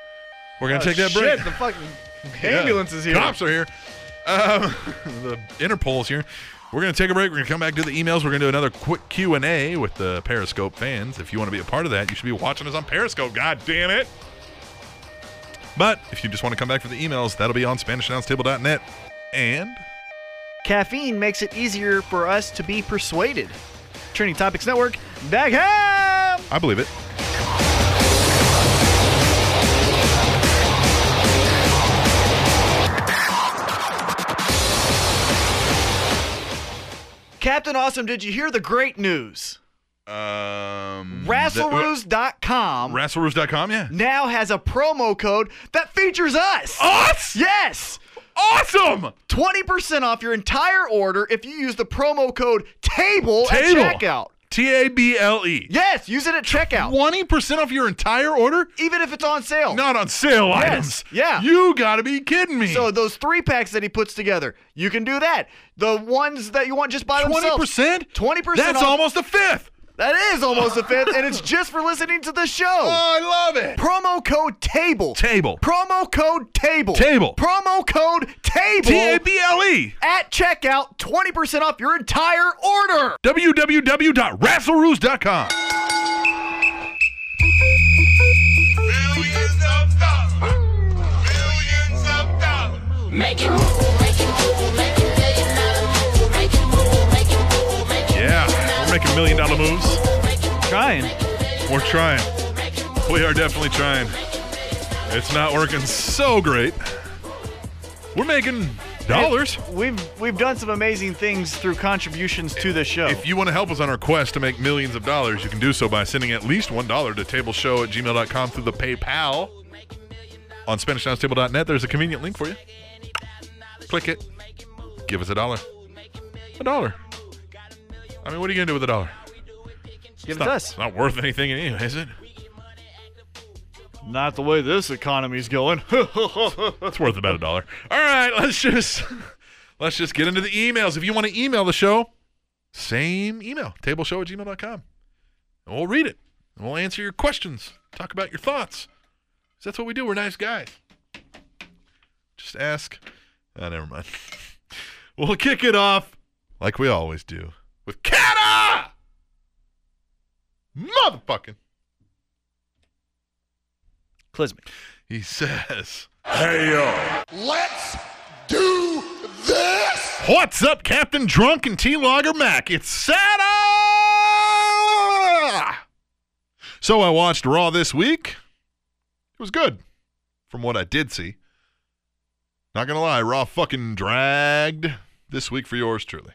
A: We're going
B: Oh,
A: to take that
B: shit,
A: break.
B: the fucking
A: Yeah.
B: ambulance is here.
A: Cops are here. Um, the Interpol's here. We're gonna take a break. We're gonna come back to the emails. We're gonna do another quick Q and A with the Periscope fans. If you want to be a part of that, you should be watching us on Periscope. God damn it! But if you just want to come back for the emails, that'll be on SpanishAnnounceTable.net. And
B: Caffeine makes it easier for us to be persuaded. Trending Topics Network, Dagham!
A: I believe it.
B: Captain Awesome, did you hear the great news?
A: Um,
B: Rasselroos.com
A: Rasselroos.com. Yeah.
B: now has a promo code that features us.
A: Oh! Us.
B: Yes!
A: Awesome.
B: 20% off your entire order if you use the promo code TABLE,
A: Table.
B: at checkout.
A: T A B L E.
B: Yes, use it at checkout.
A: Twenty percent off your entire order.
B: Even if it's on sale.
A: Not on sale
B: Oh. Yes,
A: items.
B: yeah.
A: You gotta be kidding me.
B: So those three packs that he puts together, you can do that. The ones that you want just by
A: twenty
B: themselves.
A: percent.
B: 20%
A: That's
B: off.
A: almost a fifth.
B: That is almost a fifth, and it's just for listening to the show.
A: I love it.
B: Promo code TABLE.
A: Table.
B: Promo code TABLE.
A: Table.
B: Promo code TABLE.
A: T A B L E.
B: at checkout, 20% off your entire order.
A: www.rasselroos.com.
C: Millions of dollars. Millions of dollars.
E: Make it move, make it move, make it millionaire move, make it move, make it move, make it
A: Yeah. We're making million dollar moves.
B: Trying.
A: We're trying. We are definitely trying. It's not working so great. We're making dollars.
B: We've we've done some amazing things through contributions to the show.
A: If you want to help us on our quest to make millions of dollars, you can do so by sending at least $1 to tableshow at gmail.com through the PayPal. On SpanishNowsTable.net, there's a convenient link for you. Click it. Give us a dollar. A dollar. I mean, what are you going to do with a dollar?
B: Give
A: It's
B: it
A: not,
B: to us.
A: it's not worth anything anyway, is it?
B: Not the way this economy's going.
A: It's worth about a dollar. All right, let's just let's just get into the emails. If you want to email the show, same email, tableshow at gmail.com. And we'll read it. And we'll answer your questions. Talk about your thoughts. 'Cause That's what we do. We're nice guys. Just ask. Ah, never mind. We'll kick it off like we always do with Kata! Motherfucking.
B: Clisme.
A: He says.
C: Hey yo. Let's do this.
A: What's up, Captain Drunk and T Logger Mac? It's Saturday. So I watched Raw this week. It was good, from what I did see. Not gonna lie, Raw fucking dragged this week for yours truly.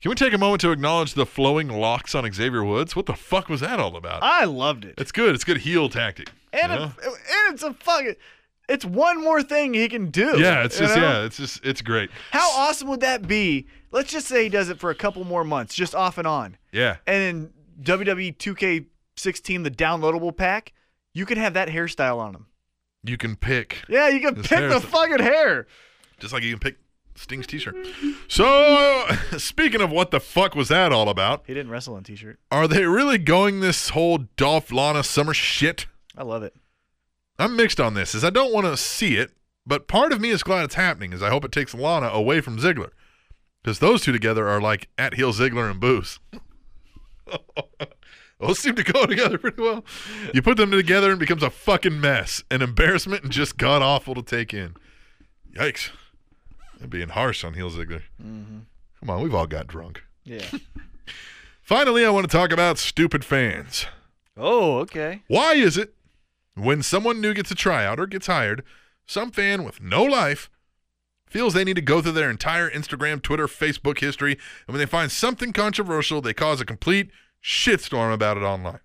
A: Can we take a moment to acknowledge the flowing locks on Xavier Woods? What the fuck was that all about?
B: I loved it.
A: it's good. It's good heel tactic.
B: And,
A: you
B: a,
A: know?
B: and it's a fucking. It's one more thing he can do.
A: yeah, it's
B: you
A: just
B: know?
A: yeah, it's just it's great.
B: How awesome would that be? Let's just say he does it for a couple more months, just off and on.
A: yeah.
B: And then WWE 2K16, the downloadable pack, you can have that hairstyle on him.
A: You can pick
B: Yeah, you can
A: His
B: pick the
A: hairstyle.
B: fucking hair.
A: Just like you can pick Sting's t-shirt. So, speaking of what the fuck was that all about?
B: He didn't wrestle in t-shirt.
A: Are they really going this whole Dolph Lana summer shit?
B: I love it.
A: I'm mixed on this, as I don't want to see it, but part of me is glad it's happening, as I hope it takes Lana away from Ziggler, because those two together are like at heel Ziggler and Booze. Those seem to go together pretty well. You put them together and it becomes a fucking mess, an embarrassment, and just god awful to take in. Yikes! I'm being harsh on heel Ziggler. Come on, we've all got drunk.
B: Yeah.
A: Finally, I want to talk about stupid fans.
B: oh, okay.
A: Why is it when someone new gets a tryout or gets hired, some fan with no life feels they need to go through their entire Instagram, Twitter, Facebook history, and when they find something controversial, they cause a complete shitstorm about it online?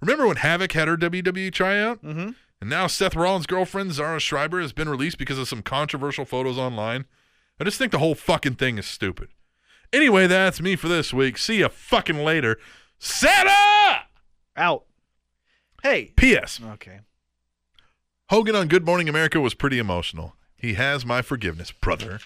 A: Remember when Havoc had her WWE tryout?
B: Mm-hmm.
A: And now Seth Rollins' girlfriend, Zara Schreiber, has been released because of some controversial photos online. I just think the whole fucking thing is stupid. Anyway, that's me for this week. See ya fucking later. Santa!
B: Out. Hey.
A: P.S.
B: Okay.
A: Hogan on Good Morning America was pretty emotional. He has my forgiveness, brother.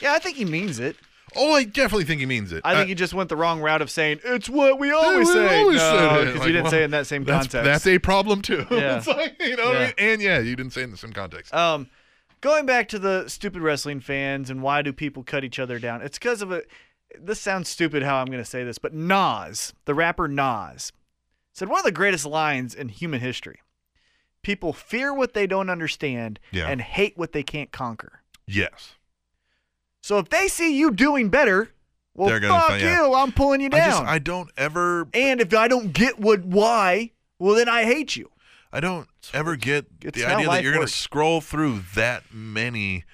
B: Yeah, I think he means it.
A: Oh, I definitely think he means it.
B: I think
A: Uh,
B: he just went the wrong route of saying it's what we always
A: we
B: say.
A: always
B: no,
A: said it.
B: because
A: Like,
B: you didn't say
A: well,
B: it in that same
A: that's,
B: context.
A: that's a problem too.
B: Yeah.
A: it's like, you know what I
B: Yeah.
A: mean? And yeah, you didn't say it in the same context.
B: Um, going back to the stupid wrestling fans and why do people cut each other down? It's because of a. This sounds stupid how I'm going to say this, but Nas, the rapper Nas, said one of the greatest lines in human history. People fear what they don't understand
A: Yeah.
B: and hate what they can't conquer.
A: yes.
B: So if they see you doing better, well,
A: They're
B: fuck
A: gonna say, yeah.
B: you, I'm pulling you down.
A: I just I don't ever
B: and if I don't get what why, well then I hate you.
A: I don't ever get
B: it's
A: the
B: how
A: idea that
B: life
A: you're going to
B: works.
A: scroll through that many,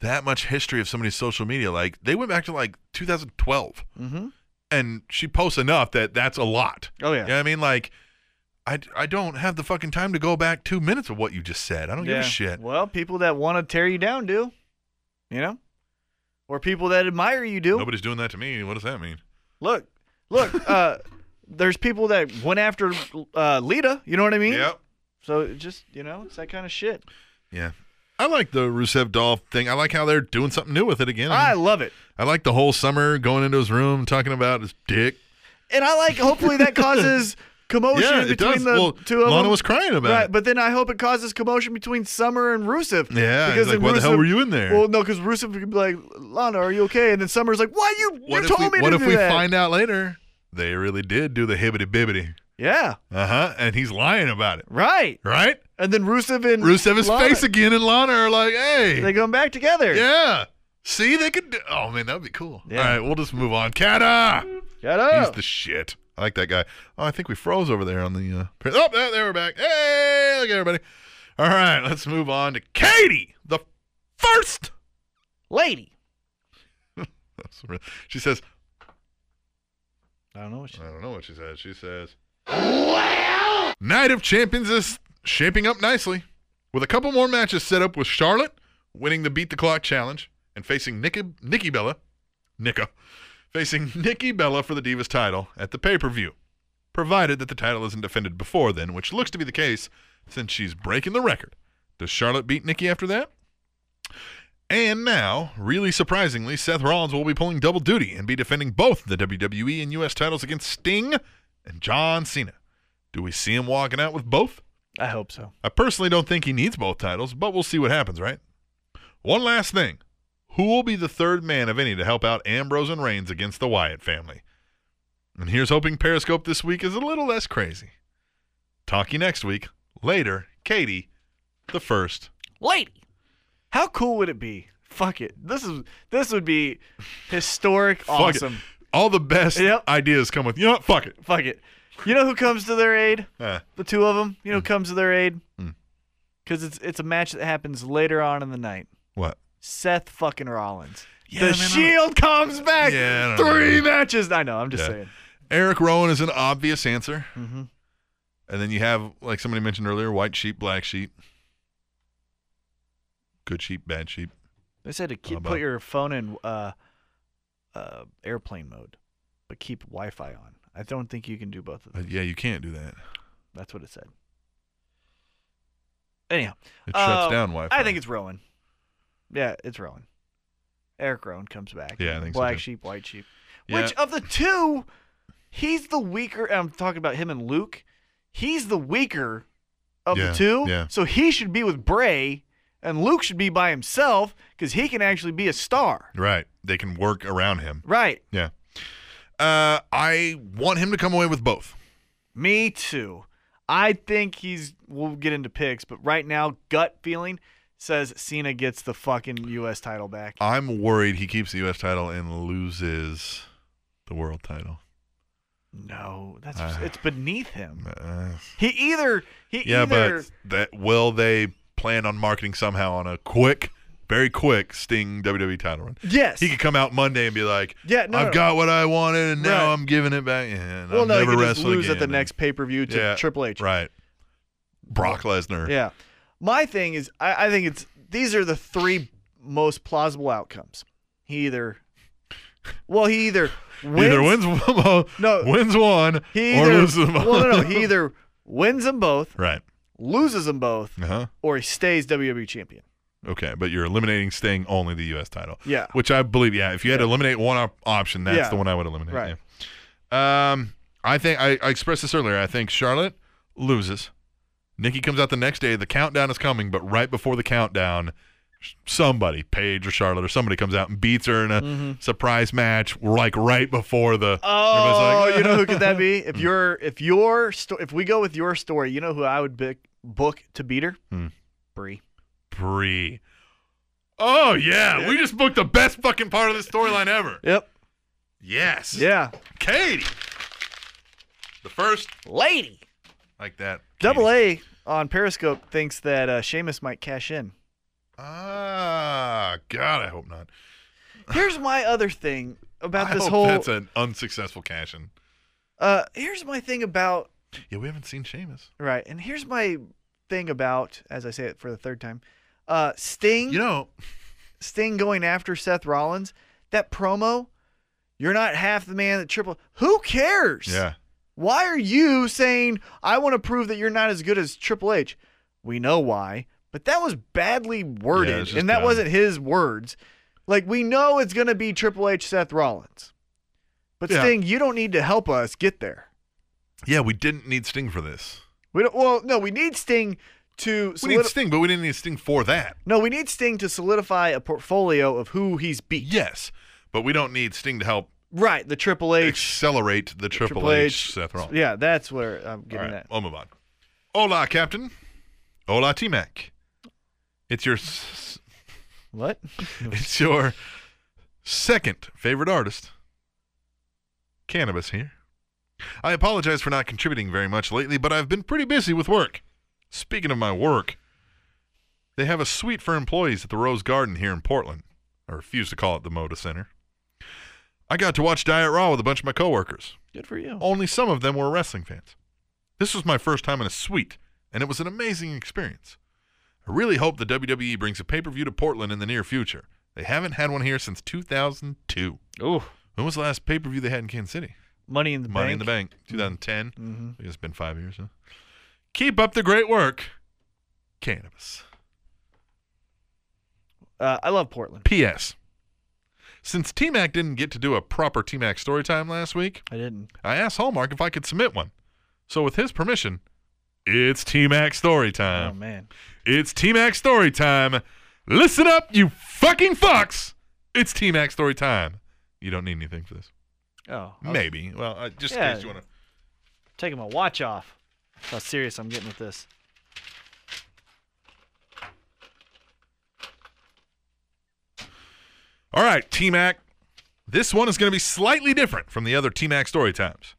A: that much history of somebody's social media. Like they went back to like 2012,
B: Mhm.
A: and she posts enough that that's a lot.
B: Oh, yeah.
A: you know what I mean, like I I don't have the fucking time to go back two minutes of what you just said. I don't give a shit.
B: Well, people that want to tear you down do, you know, or people that admire you do.
A: Nobody's doing that to me. What does that mean?
B: Look, look. uh, there's people that went after uh, Lita. You know what I mean?
A: Yep.
B: So it just you know, it's that kind of shit.
A: Yeah. I like the Rusev doll thing. I like how they're doing something new with it again.
B: I love it,
A: I like the whole summer going into his room talking about his dick.
B: and I like. Hopefully, that causes commotion
A: yeah, it
B: Oh, between
A: does.
B: the
A: well,
B: two of
A: Lana
B: them.
A: was crying about
B: Right,
A: it.
B: but then I hope it causes commotion between Summer and Rusev.
A: Yeah, he's like,
B: because then
A: "Why the hell
B: Rusev-
A: were you in there?"
B: Well, no, because Rusev could be like, "Lana, are you okay?" And then Summer's like, "Why you?
A: What
B: you
A: if
B: told
A: we,
B: me
A: what
B: to
A: if
B: do
A: we
B: that."
A: find out later they really did do the hibbity bibbity?
B: yeah,
A: Uh huh. And he's lying about it,
B: right.
A: right?
B: And then Rusev and
A: Rusev is
B: Lana,
A: face again, and Lana are like, hey,
B: They come back together.
A: yeah. See, they could. Do- oh man, that'd be cool.
B: Yeah. Oh.
A: All right, we'll just move on. Kata,
B: Shut
A: he's
B: up.
A: the shit. I like that guy. Oh, I think we froze over there on the. Uh, par- oh, there, there we're back. Hey, look at everybody. All right, let's move on to Katie, the first.
B: lady.
A: She says,
B: I don't know what she.
A: I don't know what she says. She says, "Well, Night of Champions is shaping up nicely, with a couple more matches set up with Charlotte winning the Beat the Clock challenge and facing Nikki Nikki Bella, Nika, facing Nikki Bella for the Divas title at the pay per view, provided that the title isn't defended before then, which looks to be the case since she's breaking the record. Does Charlotte beat Nikki after that? And now, really surprisingly, Seth Rollins will be pulling double duty and be defending both the WWE and US titles against Sting and John Cena. Do we see him walking out with both?
B: I hope so.
A: I personally don't think he needs both titles, but we'll see what happens, right? One last thing. Who will be the third man of any to help out Ambrose and Reigns against the Wyatt family? And here's hoping Periscope this week is a little less crazy. Talk you next week. Later, Katie, the first.
B: Lady. How cool would it be? Fuck it. This is this would be historic.
A: Fuck it.
B: awesome.
A: All the best
B: Yep.
A: ideas come with, you know what? Fuck it.
B: Fuck it. You know who comes to their aid?
A: Uh,
B: The two of them. You know who comes to their aid?
A: Mm.
B: Because it's it's a match that happens later on in the night.
A: what?
B: Seth fucking Rollins.
A: Yeah,
B: the
A: man, I don't-
B: Shield comes back.
A: Yeah, I don't
B: three
A: know.
B: matches. I know. I'm just
A: Yeah.
B: saying.
A: Eric Rowan is an obvious answer.
B: Mm-hmm.
A: And then you have, like somebody mentioned earlier, white sheep, black sheep. Good sheep, bad sheep.
B: They said to keep,
A: about-
B: put your phone in uh, uh, airplane mode, but keep Wi-Fi on. I don't think you can do both of
A: Uh,
B: them.
A: yeah, you can't do that.
B: That's what it said. Anyhow,
A: It shuts
B: uh,
A: down Wi-Fi.
B: I think it's Rowan. Yeah, it's Rowan. Eric Rowan comes back.
A: Yeah, I think so,
B: Black
A: too.
B: sheep, white sheep.
A: Yeah.
B: Which of the two, he's the weaker. I'm talking about him and Luke. He's the weaker of
A: Yeah,
B: the two.
A: yeah.
B: So he should be with Bray, and Luke should be by himself because he can actually be a star.
A: right. They can work around him.
B: Right.
A: Yeah. Uh, I want him to come away with both.
B: Me too. I think he's. We'll get into picks, but right now, gut feeling says Cena gets the fucking U.S. title back.
A: I'm worried he keeps the U.S. title and loses the world title.
B: No, that's
A: Uh,
B: it's beneath him.
A: Uh,
B: He either he
A: yeah,
B: either
A: but that will they plan on marketing somehow on a quick, very quick Sting WWE title run?
B: yes.
A: He could come out Monday and be like,
B: Yeah, no,
A: I've
B: no.
A: got what I wanted, and now
B: Right.
A: I'm giving it back. And
B: well,
A: I'll
B: no,
A: never
B: he could just
A: wrestle
B: lose at
A: again."
B: the
A: And-
B: next pay per view to
A: Yeah,
B: Triple H.
A: Right. Brock Lesnar.
B: Yeah. My thing is, I, I think it's these are the three most plausible outcomes. He either, well, he either wins,
A: Either wins, no,
B: No.
A: wins one
B: he
A: or
B: either,
A: loses them
B: well, no, no, he either wins them both
A: right.
B: loses them both,
A: Uh huh.
B: or he stays WWE champion.
A: Okay, but you're eliminating staying only the U.S. title.
B: Yeah.
A: Which I believe, yeah. If you had to eliminate one op- option, that's
B: Yeah.
A: the one I would eliminate.
B: Right.
A: yeah. Um, I think I, I expressed this earlier. I think Charlotte loses. Nikki comes out the next day. The countdown is coming, but right before the countdown, sh- somebody, Paige or Charlotte or somebody, comes out and beats her in a
B: Mm-hmm.
A: surprise match, like right before the.
B: Oh,
A: everybody's like,
B: you know who could that be? If your if your sto- if we go with your story, you know who I would pick, book to beat her?
A: Hmm.
B: Brie.
A: Bree. Oh yeah, we just booked the best fucking part of this storyline ever.
B: Yep.
A: Yes.
B: Yeah.
A: Katie. The first
B: Lady.
A: like that.
B: Double
A: Katie.
B: A on Periscope thinks that uh, Sheamus might cash in.
A: Ah, God, I hope not.
B: Here's my other thing about
A: I
B: this
A: hope
B: whole.
A: that's an unsuccessful cashing.
B: uh, here's my thing about
A: Yeah, we haven't seen Sheamus.
B: right, and here's my thing about as I say it for the third time, uh, Sting.
A: You know,
B: Sting going after Seth Rollins. That promo. You're not half the man that Triple. Who cares?
A: yeah,
B: Why are you saying I want to prove that you're not as good as Triple H? We know why, but that was badly
A: Yeah,
B: worded,
A: it's just
B: and that
A: dumb.
B: wasn't his words. Like we know it's gonna be Triple H, Seth Rollins, but
A: Yeah.
B: Sting, you don't need to help us get there.
A: yeah, we didn't need Sting for this.
B: We don't. Well, no, we need Sting to.
A: we need
B: solidi-
A: Sting, but we didn't need Sting for that.
B: no, we need Sting to solidify a portfolio of who he's beat.
A: Yes, but we don't need Sting to help
B: Right, the Triple H.
A: accelerate the Triple, H, Seth Rollins.
B: Yeah, that's where I'm getting
A: All right,
B: that.
A: I'll move on. Hola, Captain. Hola, T Mac. It's your s-
B: What?
A: It's your second favorite artist, Cannabis here. I apologize for not contributing very much lately, but I've been pretty busy with work. Speaking of my work, they have a suite for employees at the Rose Garden here in Portland. I refuse to call it the Moda Center. I got to watch Diet Raw with a bunch of my coworkers.
B: Good for you.
A: Only some of them were wrestling fans. This was my first time in a suite, and it was an amazing experience. I really hope the WWE brings a pay per view to Portland in the near future. They haven't had one here since 2002.
B: Ooh,
A: When was the last pay per view they had in Kansas City?
B: money in the
A: Money in
B: bank.
A: the Bank, 2010. I guess it's been five years, huh? Keep up the great work, Cannabis.
B: Uh, I love Portland.
A: P.S. Since T Mac didn't get to do a proper T Mac story time last week,
B: I didn't.
A: I asked Hallmark if I could submit one. So, with his permission, it's T Mac story
B: Oh
A: time.
B: man.
A: It's T Mac story time. Listen up, you fucking fucks. It's T Mac story time. You don't need anything for this.
B: Oh, I was
A: Maybe. Well, uh, just
B: Yeah.
A: in case you want to.
B: taking my watch off. That's how serious I'm getting with this.
A: All right, T Mac. This one is going to be slightly different from the other T Mac story times.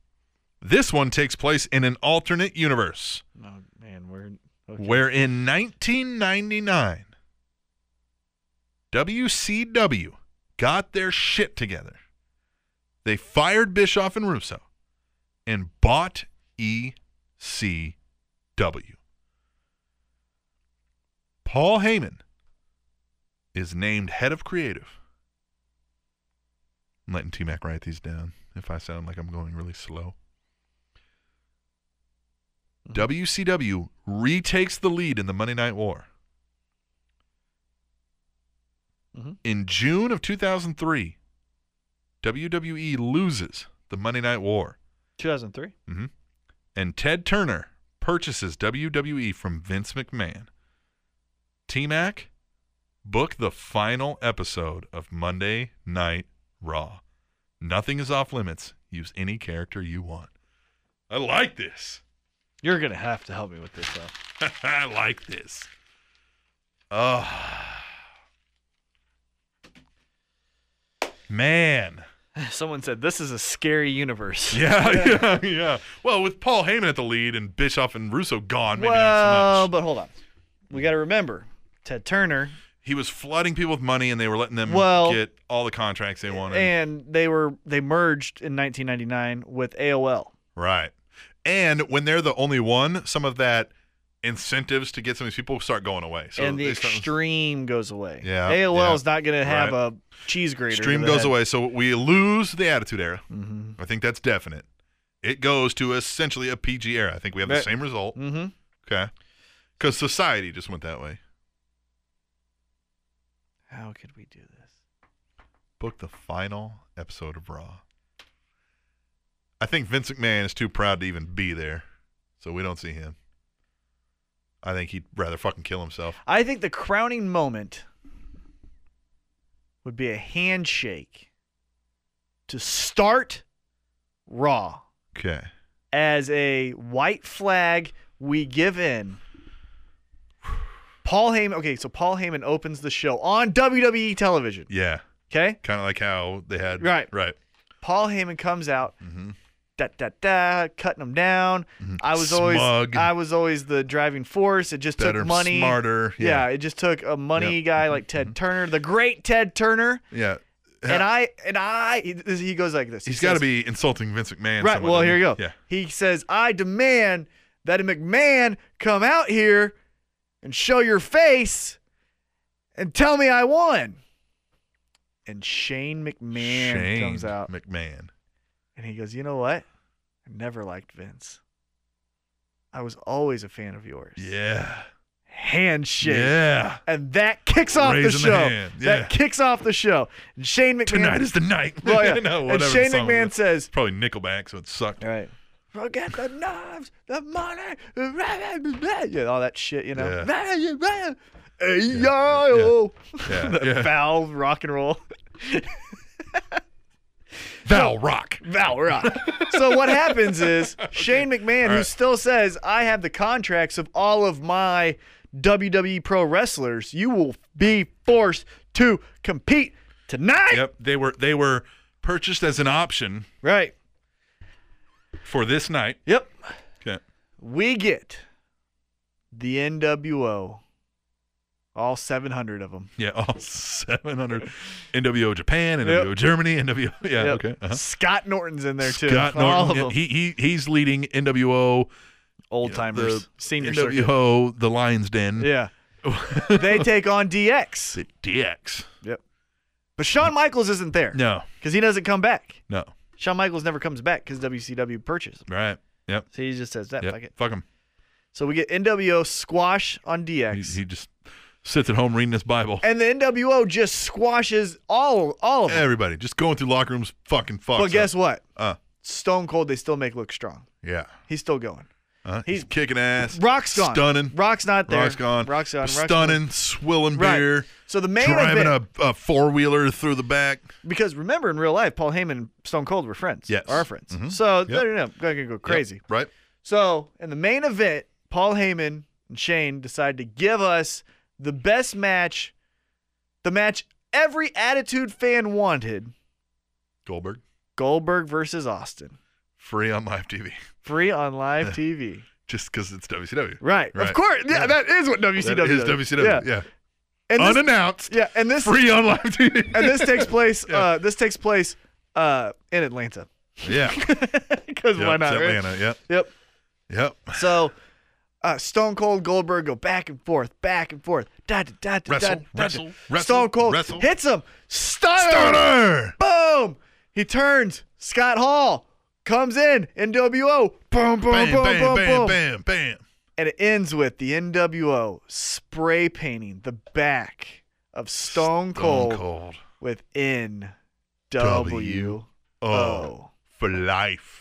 A: This one takes place in an alternate universe
B: Oh man, we're okay.
A: where in 1999, WCW got their shit together. They fired Bischoff and Russo and bought E ECW. Paul Heyman is named head of creative. I'm letting T Mac write these down if I sound like I'm going really slow. WCW retakes the lead in the Monday Night War.
B: Mhm.
A: In June of 2003, WWE E loses the Monday Night War, Mm-hmm.
B: 2003.
A: and Ted Turner purchases WWE from Vince McMahon. T Mac, book the final episode of Monday Night Raw. Nothing is off limits. Use any character you want. I like this.
B: You're gonna have to help me with this though.
A: I like this. Oh. Man.
B: Someone said this is a scary universe.
A: Yeah, yeah, yeah. Well, with Paul Heyman at the lead and Bischoff and Russo gone, maybe
B: well,
A: not so much.
B: but hold on. We got to remember, Ted Turner,
A: He was flooding people with money and they were letting them
B: Well-
A: get all the contracts they wanted.
B: and they were they merged in 1999 with AOL.
A: right. And when they're the only one, some of that incentives to get some of these people start going away. So
B: and the
A: they start-
B: extreme goes away.
A: Yeah,
B: AOL
A: yeah,
B: is not going to have
A: right.
B: a cheese grater. to
A: Stream
B: the
A: goes
B: head. Mm-hmm.
A: away, so we lose the Attitude Era. I think that's definite. It goes to essentially a PG era. I think we have the
B: That-
A: same result.
B: Mhm.
A: Okay. because society just went that way.
B: How could we do this?
A: Book the final episode of Raw. I think Vince McMahon is too proud to even be there, so we don't see him. I think he'd rather fucking kill himself.
B: I think the crowning moment would be a handshake to start Raw
A: Okay.
B: as a white flag. We give in. Paul Heyman. Okay, so Paul Heyman opens the show on WWE television.
A: Yeah.
B: Okay,
A: Kind of like how they had.
B: Right.
A: Right.
B: Paul Heyman comes out.
A: Mm-hmm.
B: Da da da, cutting them down. I was always
A: Smug.
B: I was always the driving force. It just
A: Better,
B: took money.
A: smarter.
B: Yeah.
A: Yeah.
B: it just took a money
A: Yep. Mm-hmm.
B: guy like Ted Turner, the great Ted Turner.
A: Yeah.
B: And I and I he- this- he goes like this. He
A: He's got to
B: says-
A: be insulting Vince McMahon.
B: right.
A: somewhat,
B: Well,
A: doesn't
B: here
A: he?
B: you go.
A: Yeah.
B: He says, "I demand that a McMahon come out here and show your face and tell me I won." And Shane McMahon
A: Shane
B: comes out
A: McMahon.
B: and he goes, "You know what? I never liked Vince. I was always a fan of yours."
A: Yeah.
B: Handshake.
A: Yeah.
B: and that kicks off the
A: Raising
B: show.
A: the hand, yeah.
B: That kicks off the show. And Shane McMahon.
A: Tonight is the night.
B: Well, yeah.
A: no,
B: and
A: whatever the
B: Shane
A: song
B: McMahon
A: was.
B: says,
A: It's probably Nickelback, so it sucked.
B: "All right, forget the knives, the money, yeah, all that shit, you know." A-I-O.
A: Yeah,
B: the
A: yeah.
B: foul rock and roll.
A: Val Rock.
B: Val Rock. so what happens is Shane McMahon, who
A: right.
B: still says, I have the contracts of all of my WWE pro wrestlers, you will be forced to compete tonight.
A: Yep, they were they were purchased as an option
B: Right.
A: for this night.
B: Yep.
A: Okay.
B: We get the NWO, all 700 of them.
A: Yeah, all 700 NWO Japan, NWO Germany, NWO. Yeah, okay. uh-huh.
B: Scott Norton's in there too.
A: Scott
B: all
A: Norton,
B: of them.
A: he, he he's leading NWO,
B: Old timers,
A: the
B: senior circuit.
A: NWO, the Lions Den,
B: Yeah. they take on DX.
A: the DX.
B: Yep. But Shawn Michaels isn't there
A: No,
B: because he doesn't come back.
A: no,
B: Shawn Michaels never comes back because WCW purchased him.
A: right? Yep,
B: So he just says that.
A: yep.
B: Fuck it.
A: Fuck him.
B: So we get NWO squash on DX.
A: He, he just sits at home reading his Bible.
B: and the NWO just squashes all all of them.
A: Everybody just going through locker rooms, fucking fucks.
B: but guess what?
A: Uh.
B: Stone Cold they still make look strong.
A: Yeah.
B: He's still going.
A: Uh,
B: He's-
A: he's, kicking ass.
B: Rock's gone.
A: Stunning.
B: Rock's not there.
A: Rock's gone.
B: Rock's gone. Rock's
A: Stunning. Swilling
B: Right.
A: beer.
B: So the main
A: driving
B: event,
A: a, a four wheeler through the back.
B: because remember in real life, Paul Heyman and Stone Cold were friends.
A: Yes.
B: Are friends.
A: Mhm.
B: So
A: Yep.
B: they're gonna- they're gonna go crazy.
A: Yep, right?
B: So in the main event, Paul Heyman and Shane decide to give us the best match, the match every attitude fan wanted.
A: Goldberg.
B: Goldberg versus Austin.
A: Free on live TV.
B: Free on live TV.
A: Just because it's WCW.
B: Right. Of
A: Right.
B: course. Yeah,
A: Yeah.
B: that is what WCW
A: That is
B: does.
A: WCW.
B: Yeah.
A: Yeah.
B: And this,
A: Unannounced.
B: yeah, and this
A: Free on live TV.
B: and this takes place
A: Yeah.
B: uh this takes place uh in Atlanta.
A: yeah.
B: Because
A: Yep,
B: why
A: it's
B: not? right?
A: Atlanta. Yep.
B: Yep.
A: Yep.
B: So uh, Stone Cold Goldberg go back and forth, back and forth. Da, da, da, da,
A: Wrestle,
B: da, da,
A: wrestle,
B: da.
A: wrestle,
B: Stone Cold
A: wrestle.
B: hits him. Stunner.
A: Stunner.
B: Boom. He turns. Scott Hall comes in. NWO. Boom, boom,
A: Bam,
B: boom,
A: bam,
B: boom,
A: bam,
B: boom.
A: bam, bam.
B: And it ends with the NWO spray painting the back of Stone Cold,
A: Stone Cold.
B: with NWO.
A: Oh. For life.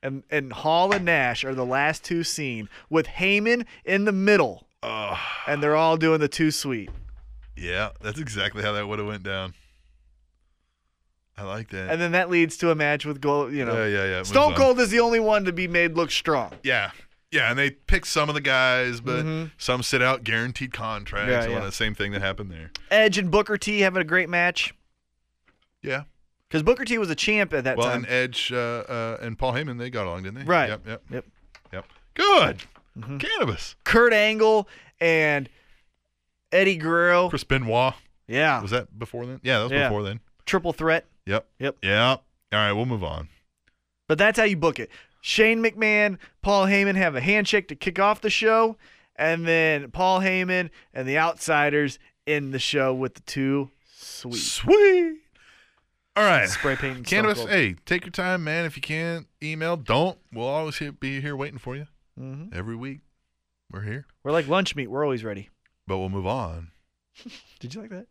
B: And and Hall and Nash are the last two seen with Heyman in the middle.
A: Oh,
B: and they're all doing the two sweet.
A: yeah. That's exactly how that would have went down. I like that.
B: And then that leads to a match with Gold, you know.
A: Yeah, yeah, yeah, it
B: Stone
A: moves on.
B: Cold is the only one to be made look strong.
A: Yeah. Yeah, and they pick some of the guys, but
B: Mhm.
A: some sit out guaranteed contracts.
B: Yeah,
A: a lot
B: yeah.
A: of the same thing that happened there.
B: Edge and Booker T having a great match
A: Yeah.
B: because Booker T was a champ at that
A: Well,
B: time.
A: and Edge uh, uh, and Paul Heyman, they got along, didn't they?
B: Right. Mm-hmm.
A: Yep, yep,
B: yep.
A: yep. Good. Cannabis.
B: Kurt Angle and Eddie Guerrero.
A: Chris Benoit.
B: yeah.
A: Was that before then? Yeah, that was
B: Oh. Yeah.
A: before then.
B: Triple threat.
A: Yep.
B: Yep.
A: Yep. All right, we'll move on.
B: But that's how you book it. Shane McMahon, Paul Heyman have a handshake to kick off the show, and then Paul Heyman and the Outsiders end the show with the two sweet.
A: Sweet. All right.
B: Spray painting Stone
A: Cannabis.
B: Cold.
A: Hey, take your time,
B: Mm-hmm.
A: man. If you can't email, don't. We'll always he- be here waiting for you every week. We're here,
B: We're like lunch meat. We're always ready.
A: but we'll move on.
B: Did you like that?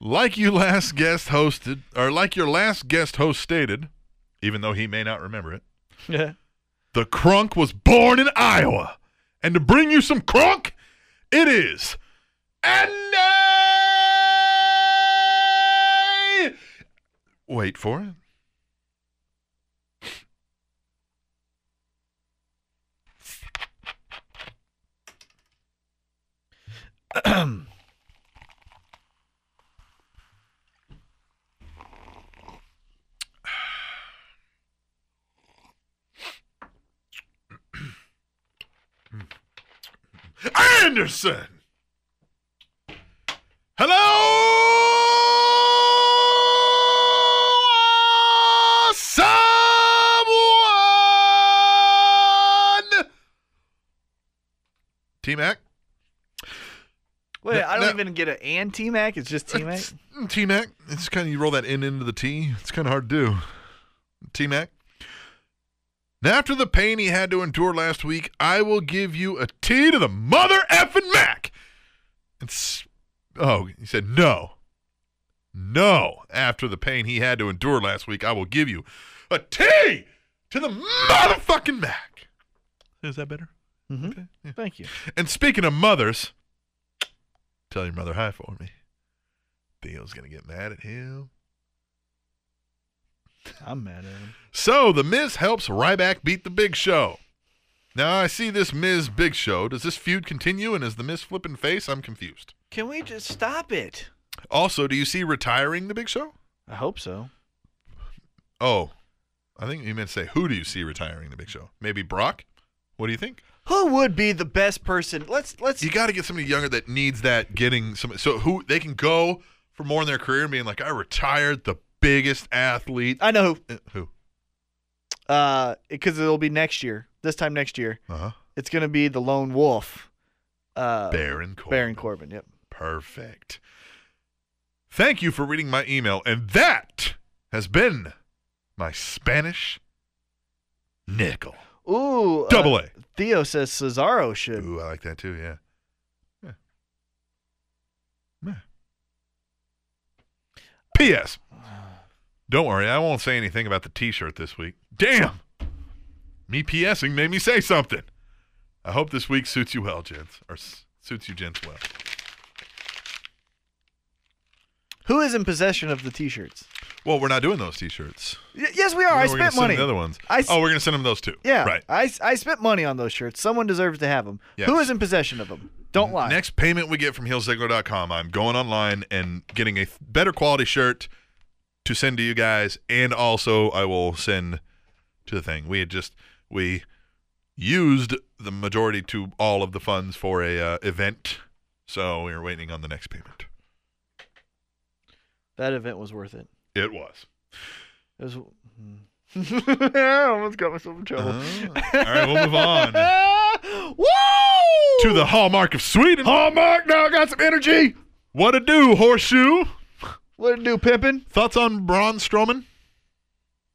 A: Like you last guest hosted, or like your last guest host stated, even though he may not remember it,
B: Yeah.
A: the crunk was born in Iowa. And to bring you some crunk, it is Andy. Wait for it. Anderson. Hello, someone. T Mac.
B: Wait,
A: No,
B: I don't
A: no.
B: even get an and T Mac. It's just T Mac.
A: T Mac. Mm, It's kind of you roll that N into the T. It's kind of hard to do. T Mac. Now, after the pain he had to endure last week, I will give you a T to the mother effing Mac. It's oh, he said no, no. After the pain he had to endure last week, I will give you a T to the motherfucking Mac. Is that better?
B: hmm Thank you.
A: And speaking of mothers, tell your mother hi for me. Theo's gonna get mad at him.
B: I'm mad at him.
A: So the Miz helps Ryback beat the Big Show. Now I see this Miz Big Show. Does this feud continue? And is the Miz flipping face? I'm confused.
B: Can we just stop it?
A: Also, do you see retiring the Big Show?
B: I hope so.
A: Oh, I think you meant to say who do you see retiring the Big Show? Maybe Brock. What do you think?
B: Who would be the best person? Let's let's.
A: You got to get somebody younger that needs that getting some. So who they can go for more in their career and being like, I retired the biggest athlete.
B: I know
A: Uh, who?
B: who. Uh, because it'll be next year. This time next year,
A: Uh huh.
B: it's gonna be the Lone Wolf. Uh,
A: Baron Corbin.
B: Baron Corbin. Yep.
A: Perfect. Thank you for reading my email, and that has been my Spanish nickel.
B: Ooh. uh,
A: Double A.
B: Theo says Cesaro should.
A: Ooh, I like that too. Yeah. Yeah. Yeah. P.S. Don't worry, I won't say anything about the T-shirt this week. Damn. Me PSing made me say something. I hope this week suits you well, gents, or s- suits you gents well.
B: Who is in possession of the T-shirts?
A: Well, we're not doing those T-shirts.
B: Y- yes, we are. I
A: No, we're gonna
B: spent
A: send
B: money.
A: The other ones.
B: I s-
A: oh, we're gonna send them those two.
B: Yeah,
A: Right.
B: I, s- I spent money on those shirts. Someone deserves to have them.
A: Yes.
B: Who is in possession of them? Don't lie.
A: Next payment we get from heelzigler.com, I'm going online and getting a th- better quality shirt to send to you guys, and also I will send to the thing. We had just we used the majority to all of the funds for a uh, event, so we are waiting on the next payment.
B: That event was worth it.
A: It was.
B: It was. Mm. I almost got myself in trouble.
A: all right, we'll move on to
B: Woo!
A: Oh, the hallmark of Sweden. Hallmark now got some energy. What a do, horseshoe.
B: What it do, pimpin'?
A: Thoughts on Braun Strowman?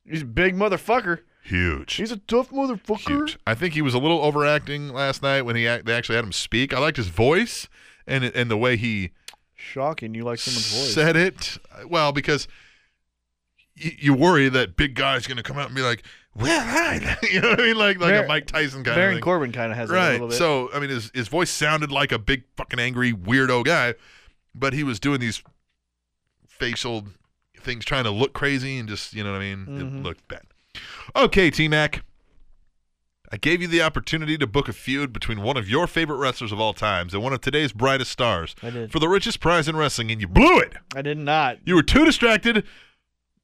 B: He's a big motherfucker.
A: Huge.
B: He's a tough motherfucker.
A: huge. I think he was a little overacting last night when he act, they actually had him speak. I liked his voice and and the way he
B: Shocking. You like someone's voice?
A: said it. Well, because y- you worry that big guy's going to come out and be like, "Well, hi," you know what I mean, like like
B: Baron-
A: a Mike Tyson kind
B: Baron
A: of thing.
B: Corbin kind of has that a little
A: right.
B: bit.
A: So I mean, his his voice sounded like a big fucking angry weirdo guy, but he was doing these facial things, trying to look crazy and just you know what I mean. It
B: Mhm.
A: looked bad. Okay, T Mac. I gave you the opportunity to book a feud between one of your favorite wrestlers of all times and one of today's brightest stars
B: I did.
A: for the richest prize in wrestling, and you blew it.
B: I did not.
A: You were too distracted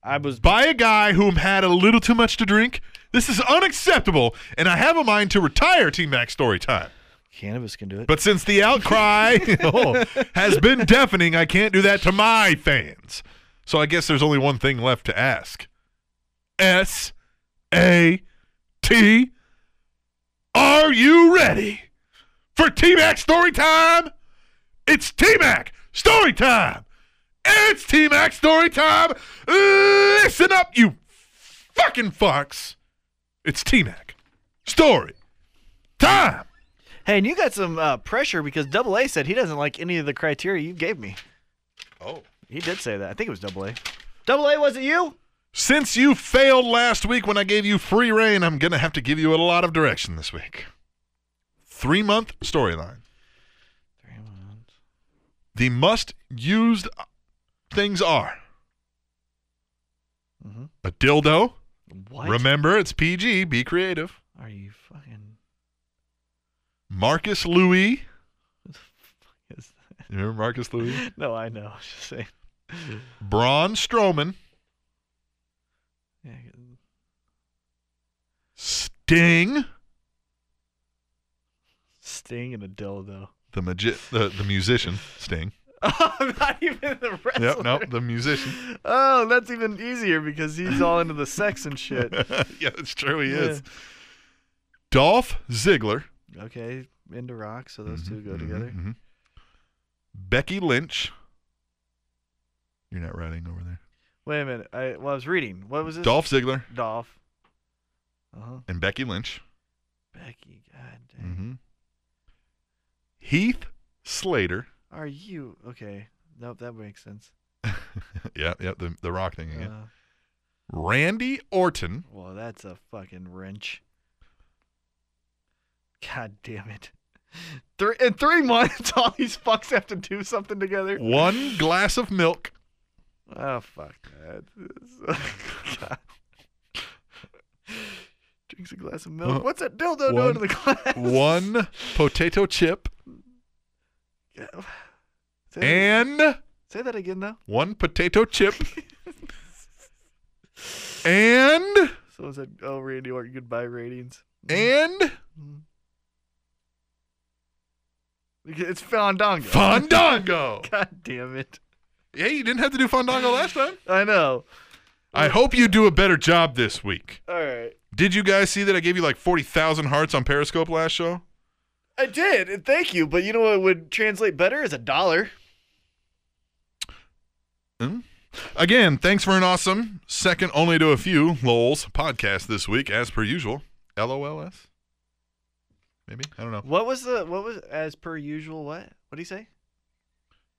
B: I was.
A: by a guy whom had a little too much to drink. This is unacceptable, and I have a mind to retire T Mac story time.
B: Cannabis can do it.
A: But since the outcry oh, has been deafening, I can't do that to my fans. So I guess there's only one thing left to ask. S A T Are you ready for T Mac story time? It's T Mac story time. It's T Mac story time. Listen up, you fucking fucks. It's T Mac story time.
B: Hey, and you got some uh, pressure because Double A said he doesn't like any of the criteria you gave me.
A: Oh.
B: He did say that. I think it was Double A. Double A, was it you?
A: Since you failed last week when I gave you free reign, I'm going to have to give you a lot of direction this week. Three month storyline. The must used things are a dildo.
B: Mm-hmm. What?
A: Remember, it's PG. Be creative.
B: Are you fucking?
A: Marcus Louis.
B: What the fuck is that?
A: You remember Marcus Louis?
B: No, I know. I was just saying.
A: Braun Strowman.
B: Yeah, I get-
A: Sting.
B: Sting and a dildo.
A: The, magi- the, the musician. Sting.
B: Oh, not even the wrestler.
A: Yep, nope, the musician.
B: Oh, that's even easier because he's all into the sex and shit.
A: yeah, it's true. He
B: Yeah.
A: is. Dolph Ziggler,
B: okay, into rock, so those two go
A: Mhm,
B: together.
A: mhm. Becky Lynch. You're not writing over there.
B: Wait a minute. I well, I was reading. What was this?
A: Dolph Ziggler
B: Dolph. Uh huh.
A: and Becky Lynch.
B: Becky, god dang.
A: hmm Heath Slater.
B: Are you okay? Nope, that makes sense.
A: yeah, yeah, the, the rock thing again.
B: Uh,
A: Randy Orton.
B: well, that's a fucking wrench. God damn it. Three in three months, all these fucks have to do something together.
A: One glass of milk.
B: Oh fuck that. God. Drinks a glass of milk.
A: Uh,
B: What's that dildo doing
A: one-
B: to the glass?
A: One potato chip.
B: Yeah. Say, that-
A: And
B: say that again though.
A: one potato chip. and
B: Someone said, "Oh, Randy Orton, goodbye ratings."
A: and
B: It's Fandango.
A: Fandango.
B: God damn it!
A: Hey, you didn't have to do Fandango last time.
B: I know.
A: I hope you do a better job this week.
B: All right,
A: Did you guys see that I gave you like 40,000 hearts on Periscope last show?
B: I did, and thank you. But you know what would translate better is a dollar.
A: Again, thanks for an awesome, second only to a few, LOLs podcast this week, as per usual. LOLS? Maybe? I don't know.
B: What was the? What was as per usual? What? What do you say?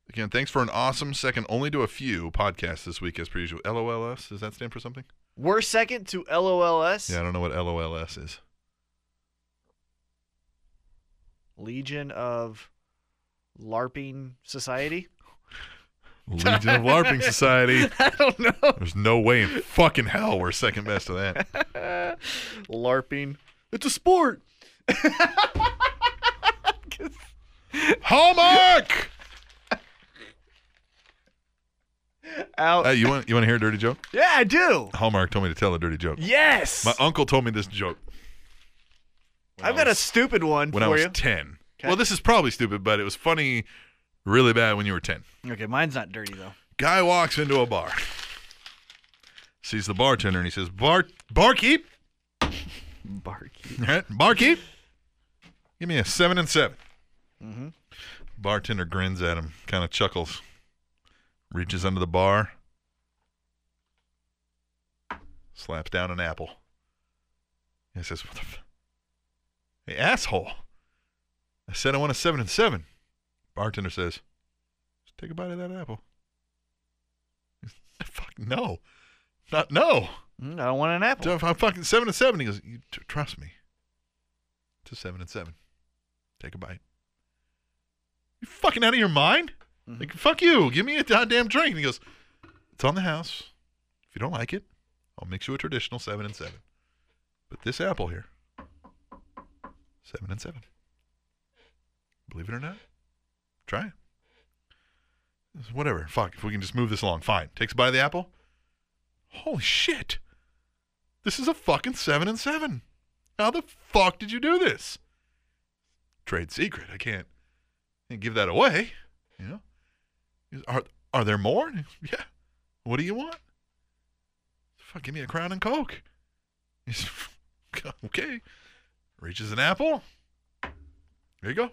A: Again, thanks for an awesome, second only to a few podcast this week, as per usual. LOLS? Does that stand for something?
B: We're second to LOLS.
A: Yeah, I don't know what LOLS is.
B: Legion of LARPing Society.
A: Legion of LARPing Society.
B: I don't know.
A: There's no way in fucking hell we're second best to that.
B: LARPing. It's a sport.
A: Hallmark!
B: Out.
A: Uh, you want you want to hear a dirty joke?
B: yeah, I do.
A: Hallmark told me to tell a dirty joke.
B: Yes.
A: My uncle told me this joke when
B: I've
A: I
B: got a
A: was-
B: stupid one
A: when
B: for
A: I was
B: you.
A: ten.
B: Okay.
A: Well, this is probably stupid, but it was funny, really bad when you were ten.
B: okay, mine's not dirty though.
A: Guy walks into a bar, sees the bartender, and he says, "Bar barkeep,
B: Barky.
A: All right, barkeep, give me a seven and 7
B: Mm-hmm.
A: Bartender grins at him, kind of chuckles, reaches under the bar, slaps down an apple. He says, "What the f- hey, asshole? I said I want a seven and seven. Bartender says, "Just take a bite of that apple." Fuck no, not no.
B: Mm, I don't want an apple.
A: So if I'm fucking seven and seven. He goes, you tr- trust me. To seven and seven. Take a bite. You fucking out of your mind? Like fuck you. Give me a goddamn drink. And he goes, it's on the house. If you don't like it, I'll mix you a traditional seven and seven. But this apple here, seven and seven. Believe it or not, try it. He goes, Whatever. Fuck. If we can just move this along, fine. Takes a bite of the apple. Holy shit. This is a fucking seven and seven. How the fuck did you do this? Trade secret. I can't, can't give that away. You know? He goes, Are are there more? And he goes, Yeah. What do you want? Fuck, give me a crown and coke. He's okay. Reaches an apple. There you go.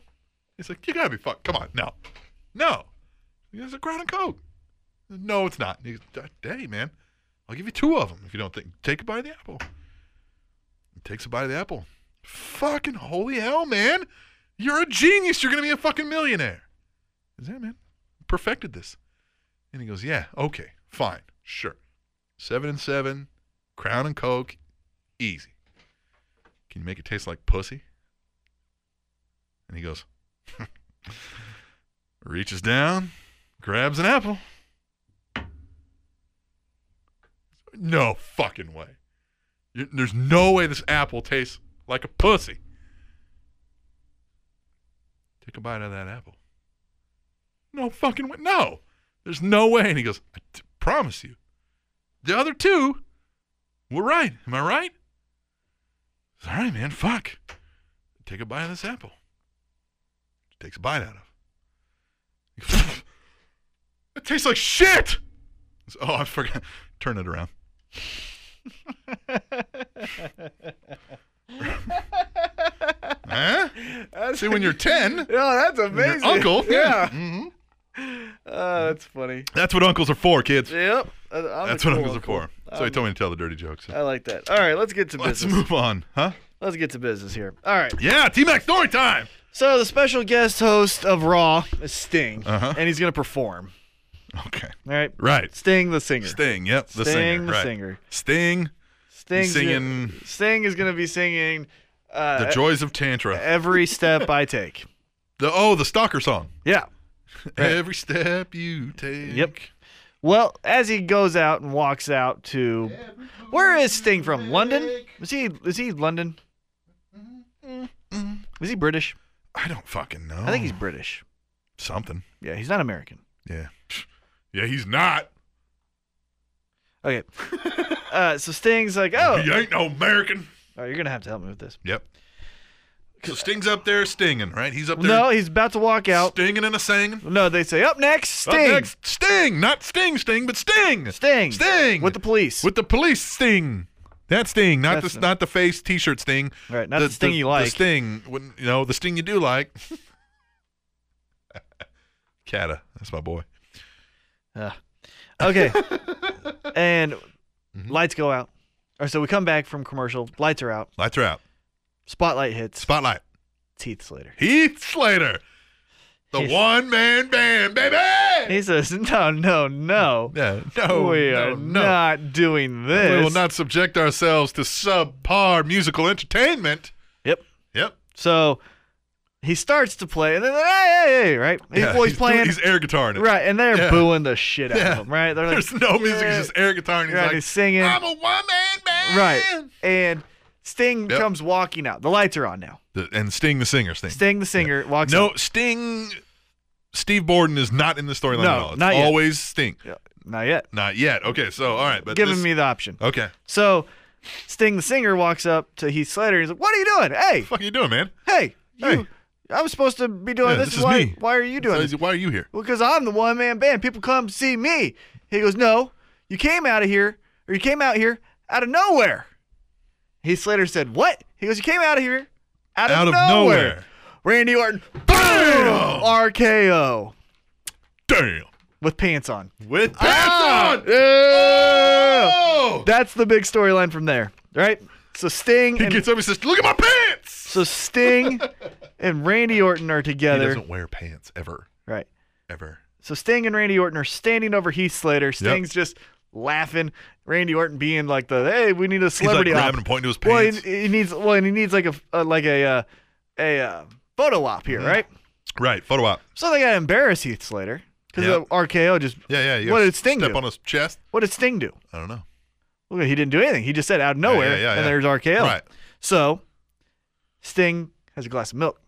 A: He's like, you gotta be fucked. Come on, no, no. He goes, a crown and coke. No, it's not. He's, hey, man, I'll give you two of them if you don't think. Take a bite of the apple. He takes a bite of the apple. Fucking holy hell, man! You're a genius. You're going to be a fucking millionaire. Is that man perfected this? And he goes, Yeah, okay, fine, sure. Seven and seven, crown and coke, easy. Can you make it taste like pussy? And he goes, reaches down, grabs an apple. No fucking way. You- There's no way this apple tastes like a pussy. Take a bite out of that apple. No fucking way. No. There's no way. And he goes, I t- promise you. The other two were right. Am I right? I said, All right, man. Fuck. Take a bite of this apple. Takes a bite out of. He goes, It tastes like shit. I said, Oh, I forgot. Turn it around. huh? See, when you're 10,
B: Oh, that's
A: your
B: amazing.
A: uncle. Yeah.
B: Yeah.
A: hmm
B: Oh, that's funny.
A: That's what uncles are for, kids.
B: Yep. I- I'm a
A: That's
B: cool
A: what uncles are
B: uncle.
A: for. So he told me to tell the dirty jokes.
B: I like that. All right, let's get to
A: Let's
B: business.
A: move on, huh?
B: Let's get to business here. All right.
A: Yeah, T Mac story time.
B: So the special guest host of Raw is Sting,
A: Uh-huh.
B: and he's gonna perform.
A: Okay.
B: All right.
A: Right.
B: Sting the singer.
A: Sting, yep. The
B: Sting
A: singer.
B: the
A: right.
B: singer.
A: Sting,
B: Sting's
A: singing-
B: gonna- Sting is gonna be singing.
A: the
B: Uh,
A: joys of Tantra.
B: every step I take.
A: The Oh, the stalker song.
B: Yeah.
A: Every step you take.
B: Yep. Well, as he goes out and walks out to, where is Sting from? London? Is he? Is he London? Is he British?
A: I don't fucking know.
B: I think he's British.
A: something.
B: Yeah, he's not American.
A: Yeah. Yeah, he's not.
B: Okay. Uh, so Sting's like, oh,
A: He ain't no American.
B: oh, you're gonna have to help me with this.
A: Yep. So Sting's up there stinging, right? He's up there
B: No, he's about to walk out.
A: stinging and a singing.
B: No, they say up next, Sting.
A: Up next, Sting, not Sting, Sting, but Sting,
B: Sting.
A: Sting,
B: With the police.
A: with the police, Sting. That Sting, not
B: That's
A: the
B: not-
A: not the face T-shirt Sting.
B: Right, not the Sting you like.
A: The Sting, when, you know, the Sting you do like. Kata, that's my boy.
B: Ah. okay. and
A: Mm-hmm.
B: lights go out. Or so we come back from commercial. Lights are out.
A: Lights are out.
B: Spotlight hits.
A: Spotlight.
B: Teeth Slater.
A: Heath Slater, the
B: He's-
A: one man band, baby.
B: He says, "No, no, no.
A: yeah, no,
B: we
A: no,
B: are
A: no.
B: not doing this.
A: We will not subject ourselves to subpar musical entertainment.
B: Yep.
A: Yep.
B: So he starts to play, and then hey, hey, hey, right? He's,
A: Yeah,
B: well, he's,
A: doing-
B: playing,
A: He's air guitarring it.
B: right? And they're
A: Yeah.
B: booing the shit out
A: Yeah.
B: of him, right? They're like,
A: There's no music.
B: "Yeah."
A: He's just air guitar, and he's
B: Right,
A: like,
B: he's singing.
A: "I'm a one man band."
B: right. And Sting
A: Yep.
B: comes walking out. The lights are on now.
A: The- and Sting the singer, Sting.
B: Sting, the singer, walks
A: no,
B: out.
A: Sting. Steve Borden is not in the storyline
B: No,
A: at all. It's
B: not yet.
A: always Sting.
B: Yeah, Not yet.
A: Not yet. Okay, so all right, but
B: Giving
A: this- Oh.
B: me the option.
A: okay.
B: So Sting the singer walks up to Heath Slater and he's like, What are you doing? Hey,
A: Fuck you doing, man?
B: hey,
A: Hey.
B: you I was supposed to be doing
A: Yeah,
B: this.
A: this
B: is
A: is
B: why
A: me.
B: why are you doing
A: So
B: this?
A: he's- why are you here?
B: Well, because I'm the one man band. People come see me. He goes, No, you came out of here, or you came out here out of nowhere. Heath Slater said, What? He goes, You came out of here out of,
A: Out of
B: nowhere.
A: nowhere.
B: Randy Orton,
A: Bam!
B: RKO
A: Damn.
B: with pants on.
A: With pants on.
B: Yeah!
A: Oh!
B: That's the big storyline from there, right? So Sting
A: He
B: and
A: gets up and says, "Look at my pants."
B: So Sting and Randy Orton are
A: He
B: together.
A: doesn't wear pants ever,
B: Right.
A: ever.
B: So Sting and Randy Orton are standing over Heath Slater. Sting's just laughing. Randy Orton being like the hey, we need a
A: He's like
B: celebrity. op."
A: grabbing and pointing to his
B: well,
A: pants.
B: he, he needs well, and he needs like a, a like a uh, a uh, photo op
A: Mm-hmm.
B: here, right?
A: right. Photo op.
B: So they got to embarrass Heath Slater because
A: Yep.
B: RKO just
A: Yeah, yeah. You
B: What
A: gotta
B: did Sting
A: step
B: do?
A: on his chest?
B: what did Sting do?
A: I don't know.
B: Well, he didn't do anything. He just said out of nowhere,
A: yeah, yeah,
B: and
A: yeah.
B: there's RKO.
A: Right.
B: So Sting has a glass of milk,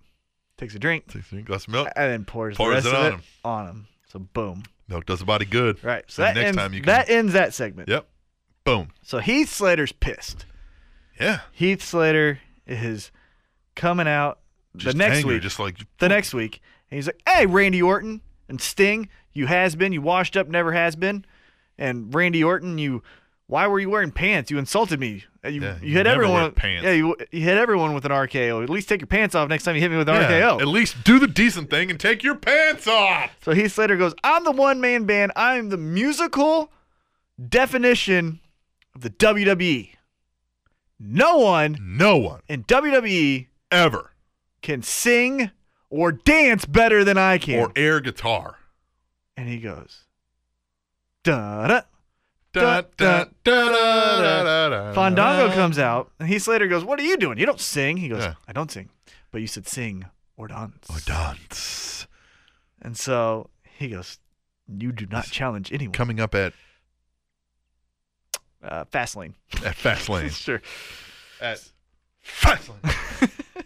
B: takes a drink,
A: Takes a drink, glass of milk.
B: and then pours, the
A: Pours
B: rest
A: it
B: of
A: on
B: it
A: him.
B: on him. So boom.
A: Milk does the body good.
B: Right. So
A: So
B: that
A: next
B: ends,
A: time you can.
B: that ends that segment.
A: yep. Boom.
B: So Heath Slater's pissed.
A: Yeah.
B: Heath Slater is coming out
A: Just
B: the next
A: angry,
B: week.
A: just like
B: the next week, and he's like, "Hey, Randy Orton and Sting, you has been, you washed up, never has been, and Randy Orton, you." Why were you wearing pants? You insulted me. Uh, You,
A: Yeah,
B: you
A: you
B: hit
A: never
B: everyone.
A: wear pants.
B: Yeah, you, you hit everyone with an RKO. At least take your pants off next time you hit me with an
A: Yeah,
B: RKO.
A: At least do the decent thing and take your pants off.
B: So Heath Slater goes, I'm the one man band. I'm the musical definition of the WWE. No one
A: No one
B: in WWE
A: ever
B: can sing or dance better than I can.
A: or air guitar.
B: and he goes, da da.
A: Da, da, da, da, da, da, da,
B: Fandango
A: da.
B: comes out, and Heath Slater goes, "What are you doing? You don't sing." He goes,
A: Yeah.
B: "I don't sing, but you should sing or dance."
A: Or dance.
B: And so he goes, "You do not challenge anyone."
A: Coming up at,
B: Uh, Fastlane.
A: at Fastlane.
B: sure.
A: at Fastlane.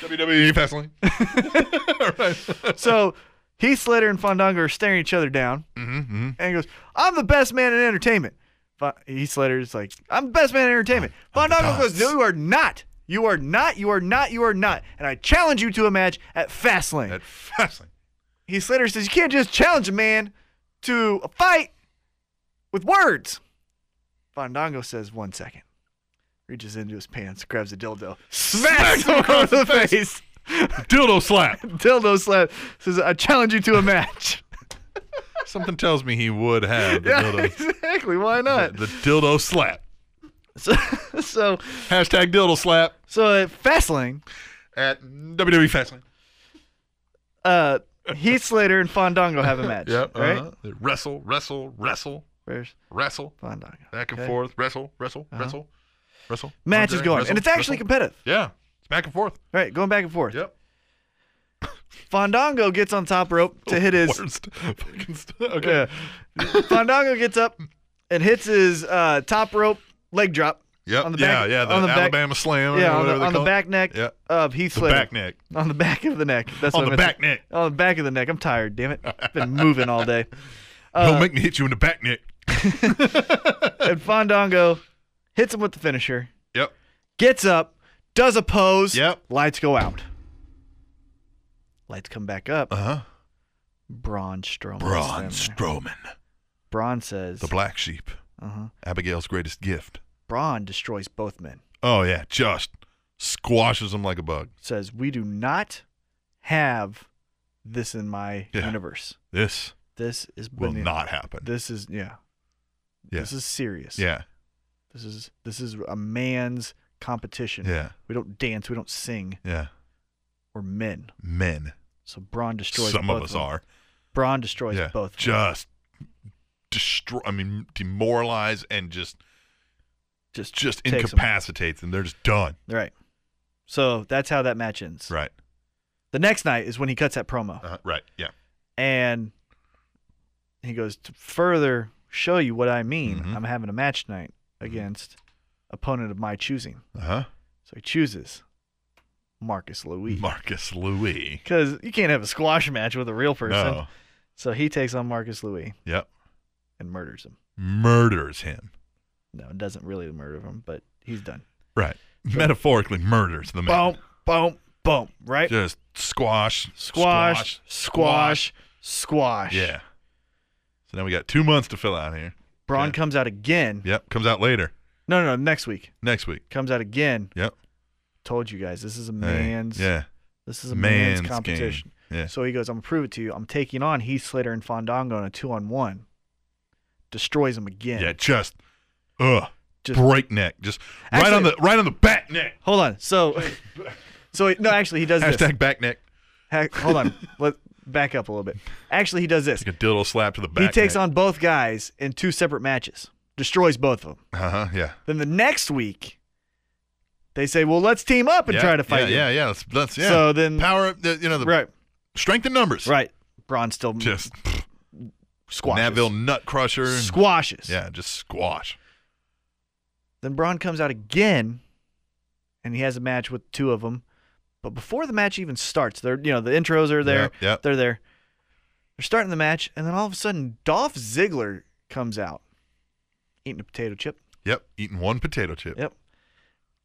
A: WWE Fastlane.
B: So Heath Slater and Fandango are staring each other down,
A: Mm-hmm, mm-hmm.
B: and he goes, "I'm the best man in entertainment." Fa- Heath Slater's like, "I'm the best man in entertainment."
A: I'm the
B: Fandango goes,
A: best.
B: "No, you are not. You are not. You are not. You are not." And I challenge you to a match at Fastlane.
A: At Fastlane.
B: Heath Slater says you can't just challenge a man to a fight with words. Fandango says one second, reaches into his pants, grabs a dildo, smacks him across the face.
A: Dildo slap.
B: Dildo slap says, "I challenge you to a match."
A: Something tells me he would have the,
B: yeah,
A: dildo,
B: exactly. Why not?
A: the dildo slap.
B: So, so,
A: Hashtag dildo slap
B: so at Fastlane,
A: at WWE Fastlane.
B: uh, Heath Slater and Fandango have a match. Right?
A: uh-huh. They Wrestle, wrestle, wrestle,
B: Where's
A: wrestle.
B: Fandango?
A: Back and
B: Okay.
A: forth. Wrestle, wrestle, wrestle, wrestle.
B: Match
A: Andre,
B: is going,
A: wrestle,
B: and it's actually
A: wrestle.
B: competitive.
A: Yeah. It's back and forth.
B: All right, going back and forth.
A: Yep.
B: Fandango gets on top rope to hit his
A: Worst fucking stuff. Okay.
B: Fandango gets up and hits his uh, top rope leg drop.
A: Yep.
B: On the
A: yeah,
B: back-
A: yeah. The,
B: on the back-
A: Alabama slam.
B: Yeah,
A: or
B: on
A: whatever
B: the,
A: they
B: on the
A: call it.
B: back neck
A: Yeah.
B: of Heath
A: The
B: Slater.
A: back neck.
B: On the back of the neck. That's
A: On
B: what
A: the
B: I meant
A: back
B: to-
A: neck.
B: On the back of the neck. I'm tired. Damn it. Been moving all day.
A: Don't make me hit you in the back neck.
B: And Fandango hits him with the finisher.
A: Yep.
B: Gets up, does a pose.
A: Yep.
B: Lights go out. Lights come back up.
A: Uh huh.
B: Braun Strowman.
A: Braun Strowman,
B: Braun says.
A: the black sheep,
B: uh-huh.
A: Abigail's greatest gift.
B: Braun destroys both men.
A: Oh yeah, just squashes him like a bug.
B: says, We do not have this in my
A: Yeah.
B: universe.
A: This
B: This is
A: will
B: when the-
A: not happen.
B: This is yeah.
A: Yeah.
B: This is serious.
A: yeah,
B: This is this is a man's competition.
A: yeah,
B: We don't dance, we don't sing.
A: yeah.
B: We're men.
A: Men,
B: So Braun destroys
A: some
B: both
A: of us
B: them.
A: are.
B: Braun destroys
A: Yeah,
B: both. of them.
A: just destroy. I mean, demoralize and just
B: just
A: just
B: takes 'em.
A: incapacitates them. They're just done.
B: Right. So that's how that match ends.
A: Right.
B: The next night is when he cuts that promo.
A: Uh, right. Yeah.
B: And he goes to further show you what I mean.
A: Mhm.
B: I'm having a match night
A: Mm-hmm.
B: against opponent of my choosing.
A: Uh huh.
B: So he chooses Marcus Louis.
A: Marcus Louis.
B: Because you can't have a squash match with a real person.
A: No.
B: So he takes on Marcus Louis
A: Yep.
B: and murders him.
A: Murders him.
B: No, doesn't really murder him, but he's done.
A: Right. Metaphorically murders the man.
B: Boom, boom, boom, right?
A: Just squash,
B: squash, squash, squash.
A: Yeah. So now we got two months to fill out here.
B: Braun
A: Yeah.
B: comes out again.
A: Yep. Comes out later
B: No, no, no, next week.
A: next week.
B: Comes out again.
A: Yep.
B: Told you guys, this is a
A: Hey,
B: man's
A: yeah.
B: this is a man's,
A: game.
B: competition.
A: Yeah.
B: So he goes, I'm gonna prove it to you. I'm taking on Heath Slater and Fandango in a two on one. Destroys him again.
A: Yeah. Just, ugh,
B: Just-
A: breakneck. Just right on the
B: Actually-
A: right on the back neck.
B: Hold on. So, so he- no, actually, he does this.
A: Hashtag back neck.
B: Ha- hold on. Let back up a little bit. Actually, he does this.
A: Like a dildo slap to the
B: He
A: back.
B: takes on both guys in two separate matches, destroys both of them.
A: Uh huh. Yeah.
B: Then the next week, they say, "Well, let's team up and
A: yeah,
B: try to fight
A: Yeah.
B: you."
A: Yeah. Yeah. That's, that's yeah.
B: So then-
A: power. up The, you know the
B: Right,
A: strength in numbers.
B: right. Braun still
A: Just
B: squashes.
A: Naville nut crusher. and-
B: squashes.
A: Yeah. Just squash.
B: Then Braun comes out again, and he has a match with two of them. But before the match even starts, they're you know the intros are there.
A: Yep, yep.
B: They're there. They're starting the match, and then all of a sudden, Dolph Ziggler comes out, eating a potato chip.
A: Yep. Eating one potato chip.
B: Yep.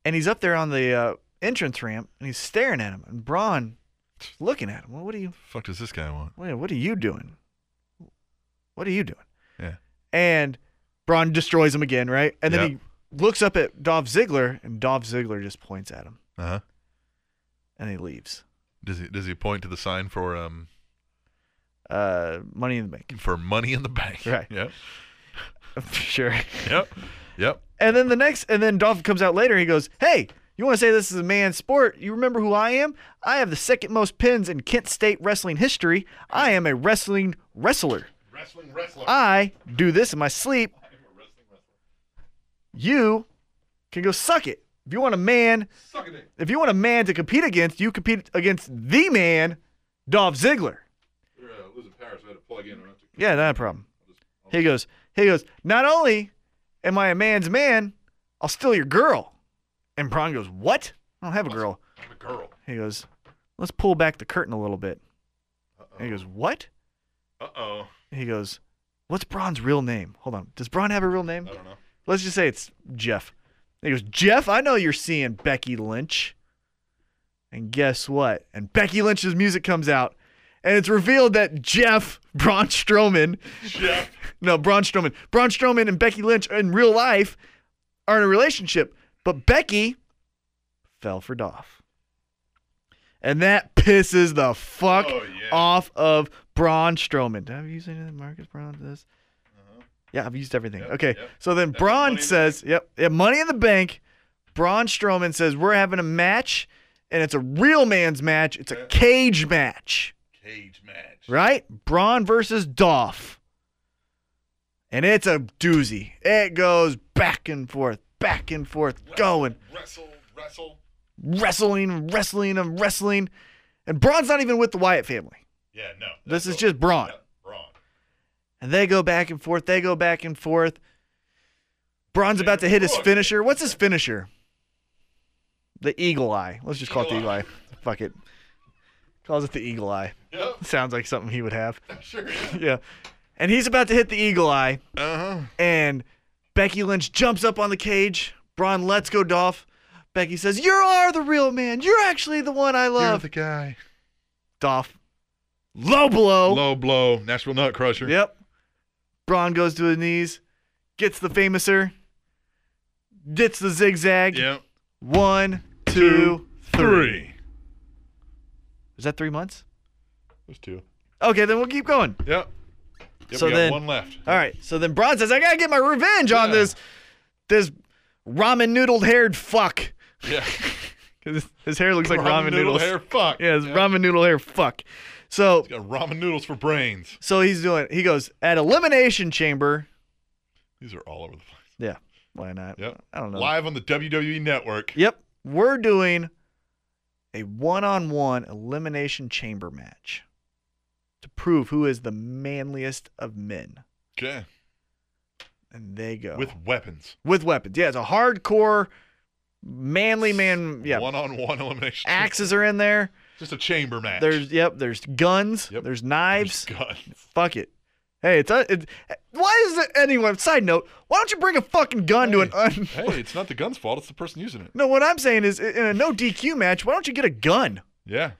B: And he's up there on the uh, entrance ramp, and he's staring at him, and Braun looking at him. Well, what are you?
A: fuck does this guy want?
B: What what are you doing? What are you doing?
A: Yeah.
B: And Braun destroys him again, right? And then
A: Yep.
B: he looks up at Dolph Ziggler, and Dolph Ziggler just points at him,
A: Uh huh.
B: and he leaves.
A: Does he does he point to the sign for um
B: Uh, money in the bank,
A: for money in the bank?
B: Right.
A: Yep.
B: sure.
A: Yep. Yep.
B: And then the next, and then Dolph comes out later. He goes, "Hey, You want to say this is a man's sport? You remember who I am? I have the second most pins in Kent State wrestling history. I am a wrestling wrestler.
A: Wrestling wrestler.
B: I do this in my sleep. You can go suck it. If you want a man, if you want a man to compete against, you compete against the man, Dolph Ziggler.
A: uh,
B: Yeah, not a problem. He goes, he goes, not only am I a man's man, I'll steal your girl. And Braun goes, What? I don't have a girl.
A: I'm a girl.
B: He goes, Let's pull back the curtain a little bit. And he goes, What?
A: Uh oh.
B: He goes, What's Braun's real name? Hold on. Does Braun have a real name?
A: I don't know.
B: Let's just say it's Jeff. He goes, Jeff, I know you're seeing Becky Lynch. And guess what? And Becky Lynch's music comes out, and it's revealed that Jeff Braun Strowman,
A: Jeff.
B: no, Braun Strowman, Braun Strowman and Becky Lynch in real life are in a relationship, but Becky fell for Dolph. And that pisses the fuck
A: Oh, yeah.
B: off of Braun Strowman. Did I use any of that Marcus Braun to this? Yeah, I've used everything. okay.
A: Uh-huh. yep.
B: So then
A: That's Money in
B: Braun
A: the
B: says, yep, yeah, Money in the Bank. Braun Strowman says, we're having a match, and it's a real man's match. It's a cage match,
A: Cage match.
B: right? Braun versus Dolph. And it's a doozy. It goes back and forth, back and forth, going
A: Wrestle, wrestle.
B: wrestling, wrestling, and wrestling. And Braun's not even with the Wyatt family.
A: Yeah, no.
B: This is just Braun.
A: Braun.
B: And they go back and forth. They go back and forth. Braun's about to hit his finisher. What's his finisher? The eagle eye. Let's just call it the eagle eye. Fuck it. Calls it the eagle eye.
A: Yep.
B: Sounds like something he would have.
A: Sure.
B: Yeah. And he's about to hit the eagle eye.
A: Uh huh.
B: And Becky Lynch jumps up on the cage. Braun lets go Dolph. Becky says, You are the real man. You're actually the one I love.
A: guy.
B: Dolph. Low blow.
A: Low blow. Nashville Nut Crusher.
B: Oh. Yep. Braun goes to his knees, gets the famouser, gets the zigzag.
A: Yep.
B: One, two, three.
A: Three.
B: Is that three months?
A: There's two.
B: Okay, then we'll keep going.
A: Yep. yep
B: So
A: we got
B: then-
A: one left.
B: All right. So then Braun says, "I gotta get my revenge on
A: Yeah.
B: this, this ramen noodled haired fuck."
A: Yeah.
B: 'Cause his, his hair looks like
A: ramen
B: ramen
A: noodle
B: noodles.
A: hair. Fuck.
B: Yeah, his ramen noodle hair fuck. So,
A: Got ramen noodles for brains.
B: so he's doing. He goes at elimination chamber.
A: These are all over the place.
B: Yeah. Why not?
A: Yep.
B: I don't know.
A: Live on the WWE Network.
B: Yep. We're doing a one on one elimination chamber match to prove who is the manliest of men.
A: Okay.
B: And they go
A: With weapons.
B: with weapons. Yeah, it's a hardcore manly man. Yeah.
A: One on one elimination.
B: Axes are in there.
A: Just a chamber match.
B: There's yep, there's guns,
A: Yep.
B: there's
A: There's
B: knives.
A: guns.
B: Fuck it. Hey, it's, a, it why is it anyone side note, why don't you bring a fucking gun to an un
A: Hey, it's not the gun's fault. It's the person using it.
B: No, what I'm saying is in a no DQ match, why don't you get a gun?
A: Yeah.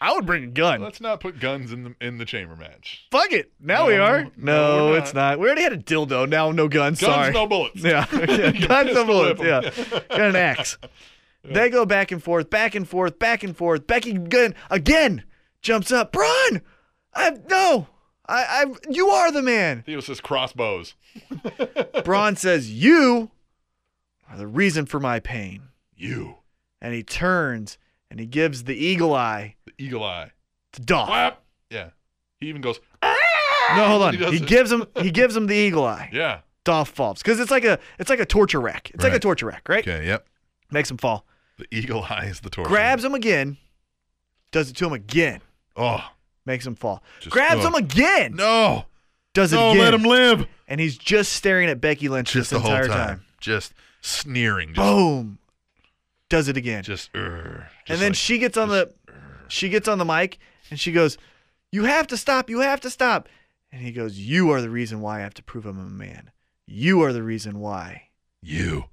B: I would bring a gun.
A: Let's not put guns in the in the chamber match.
B: Fuck it. Now we
A: No,
B: are.
A: no,
B: No,
A: we're
B: it's not. We already had a dildo. Now no guns.
A: Guns,
B: sorry.
A: no bullets.
B: Yeah. yeah.
A: You
B: Guns,
A: pistol
B: no bullets. Yeah.
A: whip 'em.
B: Got an axe. They go back and forth, back and forth, back and forth. Becky again, again jumps up. Braun, I no, I, I, you are the man.
A: Theo says crossbows.
B: Braun says, "You are the reason for my pain,"
A: You.
B: and he turns and he gives the eagle eye
A: The eagle eye.
B: to Dolph.
A: Clap. Yeah. He even goes,
B: No, hold on.
A: He does
B: He
A: it.
B: gives him, he gives him the eagle eye.
A: yeah.
B: Dolph falls because it's like a it's like a torture rack. It's like a
A: Right.
B: torture rack, right?
A: Okay, yep.
B: Makes him fall.
A: The eagle eye is the torso.
B: Grabs him again. Does it to him again.
A: Oh,
B: Makes him fall.
A: Just-
B: Grabs
A: ugh.
B: him again.
A: no.
B: Does it
A: No,
B: again.
A: let him live.
B: and he's just staring at Becky Lynch
A: Just the
B: this
A: whole
B: entire
A: time. Just sneering. Just,
B: Boom. Does it again.
A: just, err.
B: and then she gets on the she gets on the mic and she goes, "You have to stop. You have to stop." And he goes, "You are the reason why I have to prove I'm a man. You are the reason why."
A: You.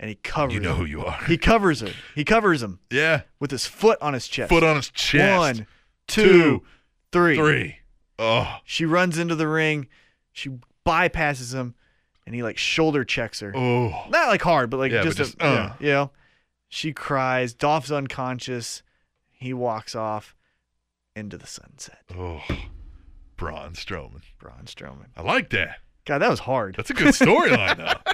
B: And he covers.
A: You know
B: him.
A: who you are.
B: He covers her. He covers him
A: yeah.
B: with his foot on his chest.
A: Foot on his chest.
B: One,
A: Two,
B: two, three.
A: Three. Oh.
B: She runs into the ring. She bypasses him, and he like shoulder checks her.
A: Oh.
B: Not like hard, but like
A: Yeah, but
B: just, a-
A: just, uh.
B: yeah, you know. She cries. Dolph's unconscious. He walks off into the sunset.
A: Oh. Braun Strowman.
B: Braun Strowman.
A: I like that.
B: God, that was hard.
A: That's a good storyline, though.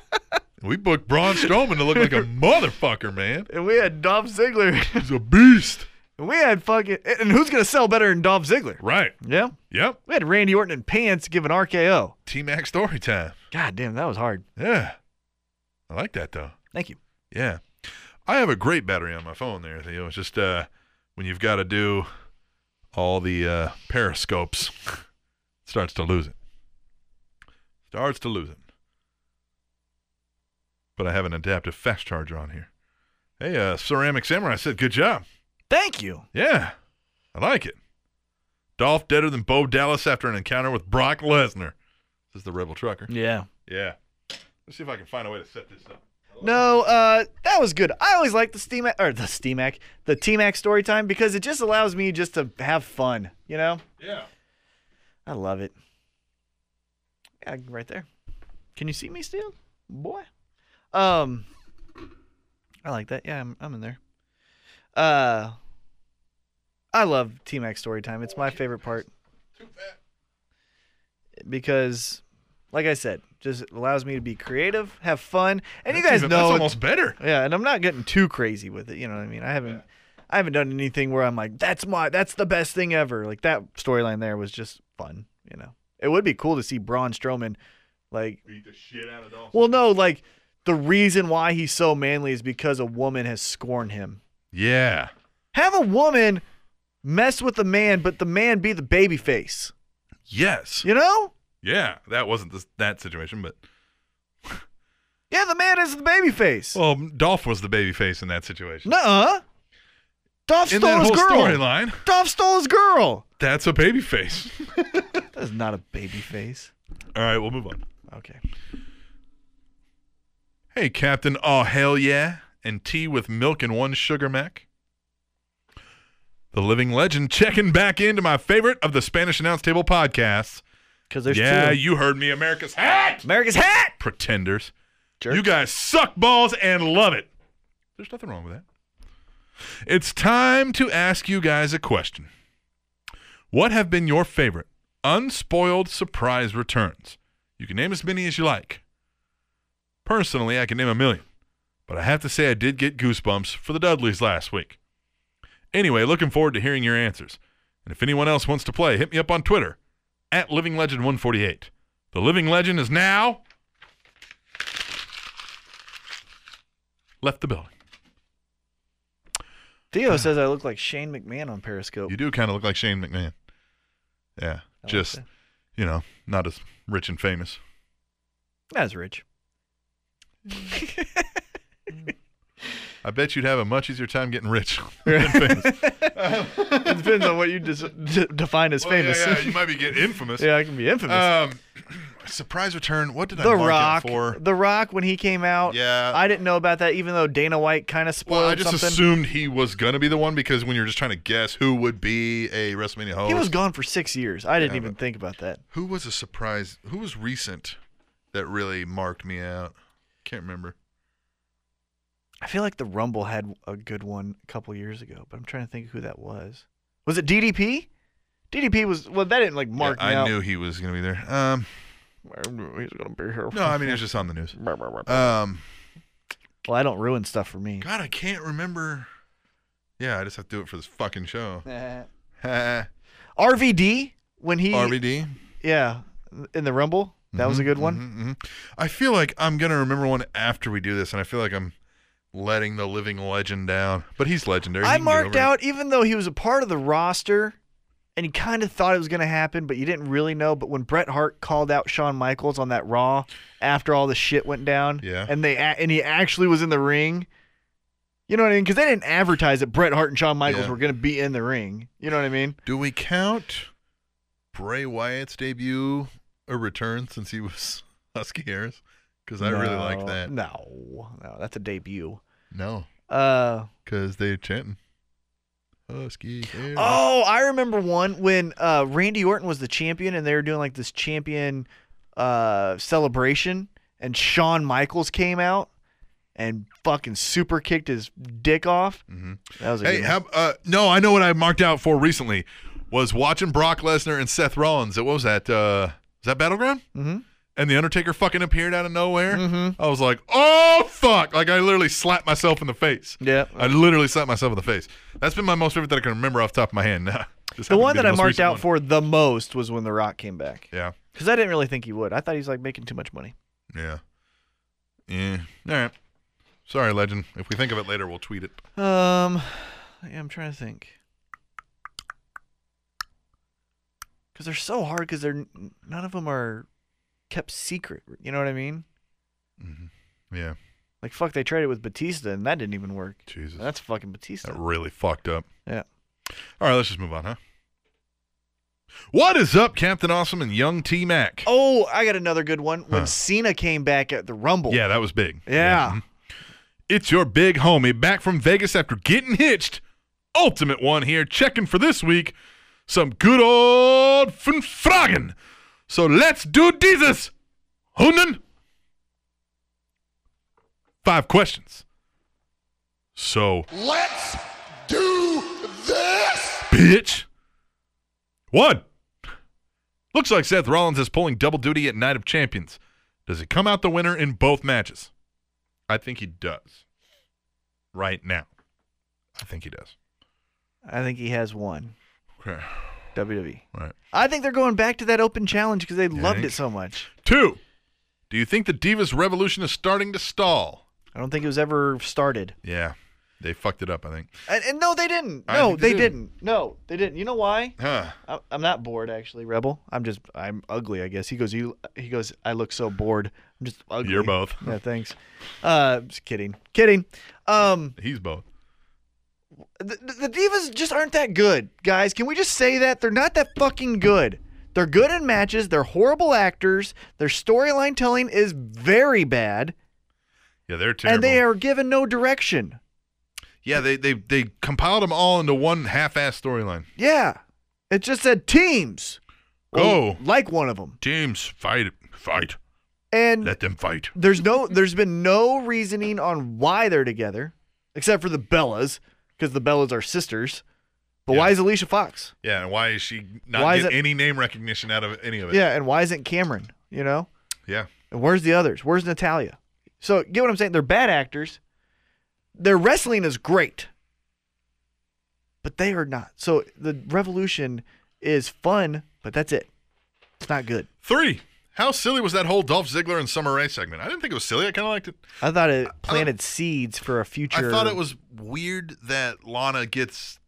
A: We booked Braun Strowman to look like a motherfucker, man.
B: and we had Dolph Ziggler.
A: He's a beast.
B: and we had fucking. And who's gonna sell better than Dolph Ziggler?
A: Right.
B: Yeah,
A: Yep.
B: we had Randy Orton in pants giving RKO.
A: T Mac story time.
B: God damn, that was hard.
A: Yeah. I like that though.
B: Thank you.
A: Yeah. I have a great battery on my phone there, Theo. It's just uh when you've got to do all the uh periscopes starts to lose it. Starts to lose it. But I have an adaptive fast charger on here. Hey, uh Ceramic Samurai said good job.
B: Thank you.
A: Yeah. I like it. Dolph deader than Bo Dallas after an encounter with Brock Lesnar. This is the Rebel Trucker.
B: Yeah.
A: Yeah. Let's see if I can find a way to set this up.
B: No, uh, that was good. I always like the Steam or the Steamac, the T-Mac story time because it just allows me just to have fun. You know,
A: Yeah.
B: I love it. Yeah, right there. Can you see me still, boy? Um, I like that. Yeah, I'm, I'm in there. Uh, I love T-Mac story time. It's my favorite part
A: Too fat.
B: because, like I said, just allows me to be creative, have fun, and you
A: That's
B: guys
A: even-
B: know
A: that's almost better.
B: Yeah, and I'm not getting too crazy with it. You know what I mean? I haven't, I haven't done anything where I'm like, that's my, that's the best thing ever. Like that storyline there was just fun. You know, it would be cool to see Braun Strowman, like,
A: Beat the shit out of Dolph.
B: well, no, like the reason why he's so manly is because a woman has scorned him.
A: Yeah,
B: Have a woman mess with the man, but the man be the baby face.
A: yes,
B: You know?
A: yeah. That wasn't this, that situation, but
B: Yeah, the man is the baby face.
A: well, Dolph was the baby face in that situation.
B: Nuh-uh. Dolph
A: in
B: stole
A: that
B: his
A: whole
B: girl.
A: storyline,
B: Dolph stole his girl.
A: that's a baby face.
B: That is not a baby face.
A: All right, we'll move on.
B: Okay.
A: Hey, Captain. Oh hell yeah! And tea with milk and one sugar mac. The living legend checking back into my favorite of the Spanish announce table podcasts.
B: Because there's
A: yeah,
B: two.
A: you heard me, America's hat
B: America's hat.
A: pretenders.
B: Jerks.
A: You guys suck balls and love it. There's nothing wrong with that. It's time to ask you guys a question. What have been your favorite unspoiled surprise returns? You can name as many as you like. Personally, I can name a million, but I have to say I did get goosebumps for the Dudleys last week. Anyway, looking forward to hearing your answers. And if anyone else wants to play, hit me up on Twitter at Living Legend 148. The Living Legend is now left the building.
B: Theo says I look like Shane McMahon on Periscope.
A: You do kind of look like Shane McMahon. Yeah,
B: like
A: just
B: that.
A: you know, not as rich and famous.
B: That's rich.
A: I bet you'd have a much easier time getting rich than famous.
B: It depends on what you dis- d- define as famous.
A: yeah, you might be getting infamous.
B: Yeah, I can be infamous.
A: Um, surprise return. What did I
B: the
A: mark it
B: Rock.
A: for?
B: The Rock when he came out.
A: Yeah.
B: I didn't know about that, even though Dana White kind of spoiled
A: Well, I just
B: something.
A: assumed he was gonna be the one because when you're just trying to guess who would be a WrestleMania host,
B: he was gone for six years. I didn't
A: Yeah,
B: even
A: but-
B: think about that.
A: who was a surprise? Who was recent that really marked me out? Can't remember.
B: I feel like the Rumble had a good one a couple years ago, but I'm trying to think who that was. Was it DDP? DDP was well. That didn't like
A: Yeah,
B: mark me
A: I
B: out.
A: knew he was gonna be there. Um,
B: He's gonna be here.
A: no, I mean it was just on the news. Um,
B: Well, I don't ruin stuff for me.
A: God, I can't remember. Yeah, I just have to do it for this fucking show. RVD.
B: RVD when he yeah in the Rumble that was a good one.
A: Mm-hmm. I feel like I'm gonna remember one after we do this, and I feel like I'm letting the living legend down. But he's legendary.
B: I
A: He can get
B: marked
A: over it.
B: out even though he was a part of the roster and he kind of thought it was going to happen, but you didn't really know. But when Bret Hart called out Shawn Michaels on that Raw after all the shit went down,
A: Yeah.
B: and they a- and he actually was in the ring. You know what I mean? Because they didn't advertise that Bret Hart and Shawn Michaels
A: Yeah.
B: were going to be in the ring. You know what I mean?
A: Do we count Bray Wyatt's debut or return since he was Husky Harris? Because I really like
B: No.
A: that.
B: No, no, that's a debut.
A: No,
B: Uh,
A: because they chanting Husky Harris.
B: Oh, I remember one when uh, Randy Orton was the champion and they were doing like this champion uh, celebration, and Shawn Michaels came out and fucking super kicked his dick off. Mm-hmm. That was a
A: Hey,
B: good
A: how, uh, no, I know what I marked out for recently was watching Brock Lesnar and Seth Rollins. At, what was that? Uh, was that Battleground?
B: Mhm.
A: and the Undertaker fucking appeared out of nowhere,
B: Mm-hmm.
A: I was like, oh fuck! Like I literally slapped myself in the face.
B: Yeah.
A: I literally slapped myself in the face. That's been my most favorite that I can remember off the top of my hand. Just happened to
B: The one
A: be
B: that I
A: most
B: marked
A: recent
B: out
A: one.
B: for the most was when The Rock came back.
A: Yeah,
B: Because I didn't really think he would. I thought he was like making too much money.
A: yeah, yeah. All right. Sorry, legend. If we think of it later, we'll tweet it.
B: Um, yeah, I'm trying to think. Because they're so hard. Because they're n- none of them are kept secret. You know what I mean?
A: Yeah,
B: Like fuck, they traded with Batista and that didn't even work.
A: Jesus,
B: That's fucking Batista.
A: that really fucked up.
B: Yeah.
A: All right, let's just move on, huh? What is up, Captain Awesome and Young T Mac?
B: Oh, I got another good one. When
A: Huh.
B: Cena came back at the Rumble.
A: Yeah, that was big.
B: Yeah. mm-hmm.
A: Mhm. It's your big homie back from Vegas after getting hitched. Ultimate one here, checking for this week. Some good old fun fragen. So let's do dieses. Hunden. Five questions. So,
C: Let's do this.
A: bitch. One. Looks like Seth Rollins is pulling double duty at Night of Champions. Does he come out the winner in both matches? I think he does. Right now. I think he does.
B: I think he has one.
A: Okay.
B: WWE.
A: All right.
B: I think they're going back to that open challenge because they loved
A: think?
B: it so much.
A: Two. Do you think the Divas Revolution is starting to stall?
B: I don't think it was ever started.
A: Yeah. They fucked it up, I think.
B: And, and no, they didn't.
A: I
B: No,
A: think
B: they,
A: they
B: did. not No, they didn't. You know why?
A: Huh.
B: I- I'm not bored actually, Rebel. I'm just I'm ugly, I guess. He goes, you. He goes, I look so bored. I'm just ugly.
A: You're both.
B: Yeah, thanks. Uh, just kidding, kidding. Um,
A: He's both.
B: the, the divas just aren't that good, guys. Can we just say that they're not that fucking good? They're good in matches. They're horrible actors. Their storyline telling is very bad,
A: Yeah, they're terrible.
B: and they are given no direction.
A: yeah, they, they they compiled them all into one half-ass storyline.
B: Yeah, it just said teams.
A: Go.
B: like one of them,
A: Teams, fight, fight.
B: and
A: Let them fight.
B: there's no there's been no reasoning on why they're together except for the bellas because the bellas are sisters but why
A: Yeah.
B: is alicia fox
A: Yeah, and why is she not
B: Why is
A: get
B: it-
A: any name recognition out of any of it?
B: yeah and why isn't cameron you know
A: Yeah.
B: and where's the others where's natalia so get what i'm saying they're bad actors their wrestling is great but they are not so the revolution is fun but that's it it's not good
A: Three. How silly was that whole Dolph Ziggler and Summer Rae segment? I didn't think it was silly. I kind of liked it.
B: i thought it planted seeds for a future
A: I thought it was weird that Lana gets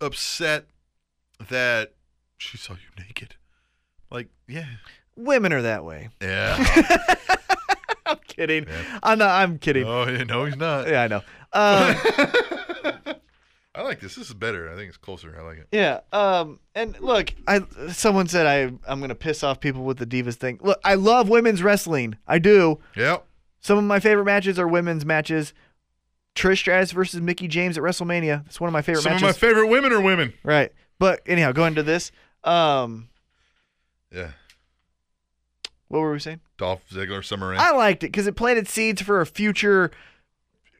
A: upset that she saw you naked. Like, yeah.
B: women are that way
A: Yeah.
B: i'm kidding i'm not i'm kidding
A: oh, yeah, no, he's not.
B: Yeah, I know. Um,
A: I like this. This is better. I think it's closer. I like it.
B: yeah. Um, and look, I someone said I I'm gonna piss off people with the divas thing. Look, I love women's wrestling. I do.
A: Yep.
B: Some of my favorite matches are women's matches. Trish Stratus versus Mickey James at WrestleMania. That's one of my favorite
A: Some of
B: matches.
A: my favorite women are women.
B: right. But anyhow, going to this. Um,
A: Yeah.
B: what were we saying?
A: Dolph Ziggler, Summer Rae.
B: I liked it because it planted seeds for a future